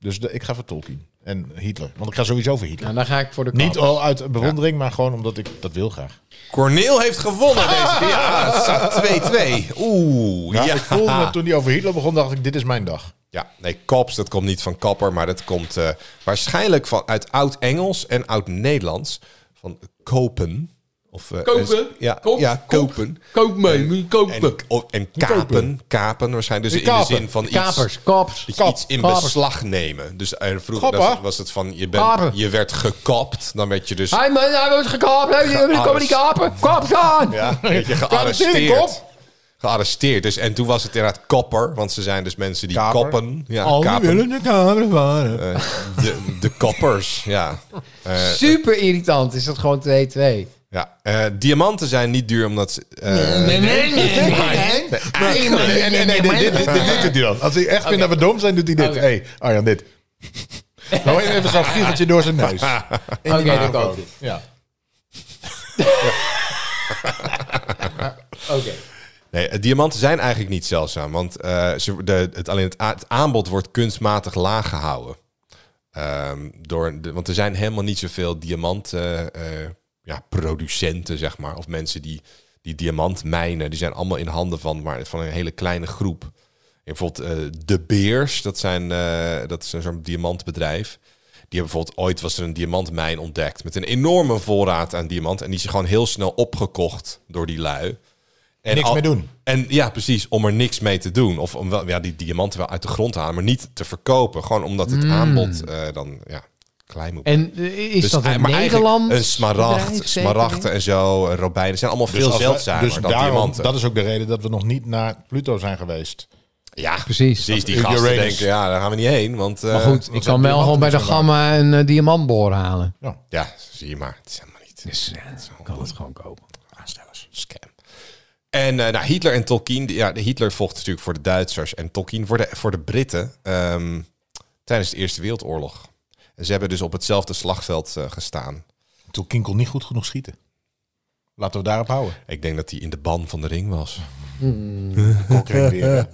Speaker 3: Dus de- ik ga voor Tolkien en Hitler. Want ik ga sowieso voor Hitler.
Speaker 4: Nou, dan ga ik voor de
Speaker 3: niet
Speaker 4: kap.
Speaker 3: al uit bewondering, maar gewoon omdat ik dat wil graag.
Speaker 2: Corneel heeft gewonnen deze (laughs) keer. Ja, het staat 2-2. Oeh,
Speaker 3: Ja,
Speaker 2: ja.
Speaker 3: Ik voelde me toen hij over Hitler begon, dacht ik, dit is mijn dag.
Speaker 2: Nou, Ja, nee, kops, dat komt niet van kapper, maar dat komt eh, waarschijnlijk van, uit oud-Engels en oud-Nederlands. Van kopen. Of, eh,
Speaker 4: Kopen?
Speaker 2: Ja,
Speaker 4: Koop?
Speaker 2: ja kopen. Eh,
Speaker 4: Koop mee, moet je
Speaker 2: En,
Speaker 4: kopen.
Speaker 2: o- en kapen, kapen waarschijnlijk. Dus in de
Speaker 3: Kapen.
Speaker 2: zin van iets,
Speaker 4: Kapers,
Speaker 2: dat
Speaker 4: kaps.
Speaker 2: je
Speaker 3: Kap.
Speaker 2: iets in
Speaker 4: Kapers.
Speaker 2: beslag nemen. Dus eh, vroeger
Speaker 3: Kappen.
Speaker 2: dat was het van, je, bent,
Speaker 4: Kapen.
Speaker 2: je werd gekapt. Dan werd je dus
Speaker 4: Hij man, hij wordt gekaapt. Hij
Speaker 2: Gearrest-
Speaker 4: komen die kapen. Kaps aan.
Speaker 3: (laughs)
Speaker 2: ja, weet je,
Speaker 3: Kapen, zin ik
Speaker 2: gearresteerd.
Speaker 3: op.
Speaker 2: Gearresteerd. Dus, en toen was het inderdaad kopper, want ze zijn dus mensen die
Speaker 3: Kaper.
Speaker 2: koppen. Ja,
Speaker 3: Al die
Speaker 2: kapen.
Speaker 3: willen de kamer waren.
Speaker 2: Eh, de, de koppers, ja. Eh,
Speaker 4: Super irritant is dat gewoon 2-2.
Speaker 2: ja. Eh, diamanten zijn niet duur omdat ze... eh,
Speaker 4: nee, nee.
Speaker 3: Nee, nee, nee, dit, dit, dit, dit doet hij dan. Als hij echt vindt dat we dom zijn, doet hij dit.
Speaker 4: Oké.
Speaker 3: hey, Arjan, dit. Nou, even zo'n giegeltje door zijn neus.
Speaker 4: Oké, dan koopt hij.
Speaker 3: Ja.
Speaker 4: (laughs) Oké.
Speaker 2: Nee, eh, diamanten zijn eigenlijk niet zeldzaam. Want eh, ze, de, het, alleen het, a- het aanbod wordt kunstmatig laag gehouden. Ehm, door de- want er zijn helemaal niet zoveel diamantproducenten, ja, producenten, zeg maar. Of mensen die, die diamantmijnen. Die zijn allemaal in handen van, maar van een hele kleine groep. En bijvoorbeeld eh, De Beers, dat, zijn, eh, dat is een zo'n diamantbedrijf. Die hebben bijvoorbeeld ooit was er een diamantmijn ontdekt. Met een enorme voorraad aan diamant. En die is gewoon heel snel opgekocht door die lui. En
Speaker 3: Niks mee doen.
Speaker 2: En ja, precies. Om er niks mee te doen. Of om wel, ja, die diamanten wel uit de grond te halen. Maar niet te verkopen. Gewoon omdat het aanbod eh, dan ja, klein moet
Speaker 4: Hmm. En eh, is
Speaker 2: Dus
Speaker 4: dat
Speaker 2: ei-
Speaker 4: een
Speaker 2: maar eigenlijk
Speaker 4: Nederland?
Speaker 2: Een smaragd,
Speaker 4: bedrijf,
Speaker 2: smaragden
Speaker 4: zeker?
Speaker 2: en zo, eh, robijnen. zijn allemaal veel
Speaker 3: als we-
Speaker 2: zeldzamer
Speaker 3: dus
Speaker 2: dan
Speaker 3: daarom,
Speaker 2: diamanten.
Speaker 3: Dat is ook de reden dat we nog niet naar Pluto zijn geweest.
Speaker 2: ja,
Speaker 4: Precies.
Speaker 2: precies. Die
Speaker 3: Uranus.
Speaker 2: gasten denken, ja, daar gaan we niet heen. Want, eh,
Speaker 4: Maar goed, ik
Speaker 3: zijn
Speaker 4: kan wel
Speaker 3: diamanten
Speaker 4: gewoon bij de
Speaker 3: zo waard?
Speaker 4: gamma een eh, diamantboor halen.
Speaker 2: Ja, zie je maar. Het is helemaal niet.
Speaker 4: Dus ja, ik kan het gewoon kopen.
Speaker 2: aanstellers. Scam. En eh, nou, Hitler en Tolkien, die- ja, de Hitler vocht natuurlijk voor de Duitsers en Tolkien voor de, voor de Britten ehm, tijdens de Eerste Wereldoorlog. En ze hebben dus op hetzelfde slagveld eh, gestaan.
Speaker 3: Toen Kinkel niet goed genoeg schieten. Laten we daarop houden.
Speaker 2: Ik denk dat hij in de ban van de ring was.
Speaker 3: Kok weer.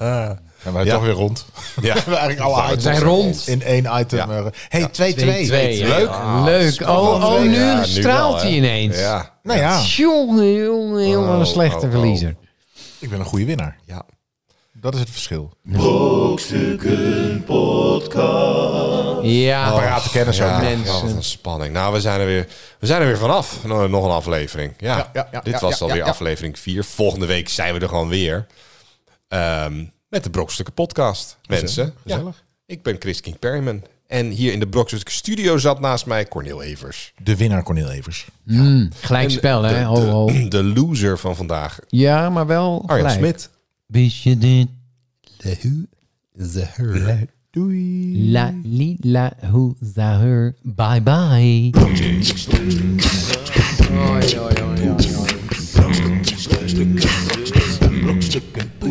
Speaker 3: En wij
Speaker 2: Ja.
Speaker 3: toch weer rond.
Speaker 2: Ja.
Speaker 4: (laughs)
Speaker 3: we hebben eigenlijk alle
Speaker 4: We
Speaker 3: items
Speaker 4: zijn rond.
Speaker 3: in één item.
Speaker 2: Ja.
Speaker 3: eh, Hey, 2-2.
Speaker 4: 2-2.
Speaker 2: Leuk.
Speaker 4: Ah, Leuk. Oh, oh nu
Speaker 2: Ja,
Speaker 4: straalt
Speaker 2: wel, hè.
Speaker 4: hij ineens.
Speaker 2: Ja.
Speaker 3: Nou ja,
Speaker 4: Jongen, jongen, jongen, wat een
Speaker 2: Oh,
Speaker 4: slechte
Speaker 2: oh, oh.
Speaker 4: verliezer.
Speaker 3: ik ben een goede winnaar.
Speaker 2: ja.
Speaker 3: Dat is het verschil.
Speaker 4: Ja.
Speaker 3: Parate kennis ook.
Speaker 2: Oh, Ja,
Speaker 4: mensen.
Speaker 2: ja, wat een spanning. Nou, we zijn er weer, we zijn er weer vanaf. Nog nog een aflevering. Ja,
Speaker 3: Ja, ja, ja,
Speaker 2: dit
Speaker 3: ja,
Speaker 2: was
Speaker 3: ja,
Speaker 2: alweer
Speaker 3: ja, ja.
Speaker 2: aflevering 4. Volgende week zijn we er gewoon weer. Ehm, met de Brokstukken podcast, mensen.
Speaker 3: Gezellig.
Speaker 2: Ik ben Chris King Perryman. En hier in de Brokstukken studio zat naast mij Cornel Evers.
Speaker 3: De winnaar Cornel Evers.
Speaker 4: Mm, gelijk spel, hè?
Speaker 2: De,
Speaker 4: Ho,
Speaker 2: (clears throat)
Speaker 4: ho.
Speaker 2: de loser van vandaag,
Speaker 4: Ja, maar wel
Speaker 2: Arjan
Speaker 4: gelijk.
Speaker 2: Smit.
Speaker 4: Wist je dit?
Speaker 2: The
Speaker 3: Doei.
Speaker 4: La li la hoe za her. Bye bye.
Speaker 6: Brokstukken, brokstukken, brokstukken,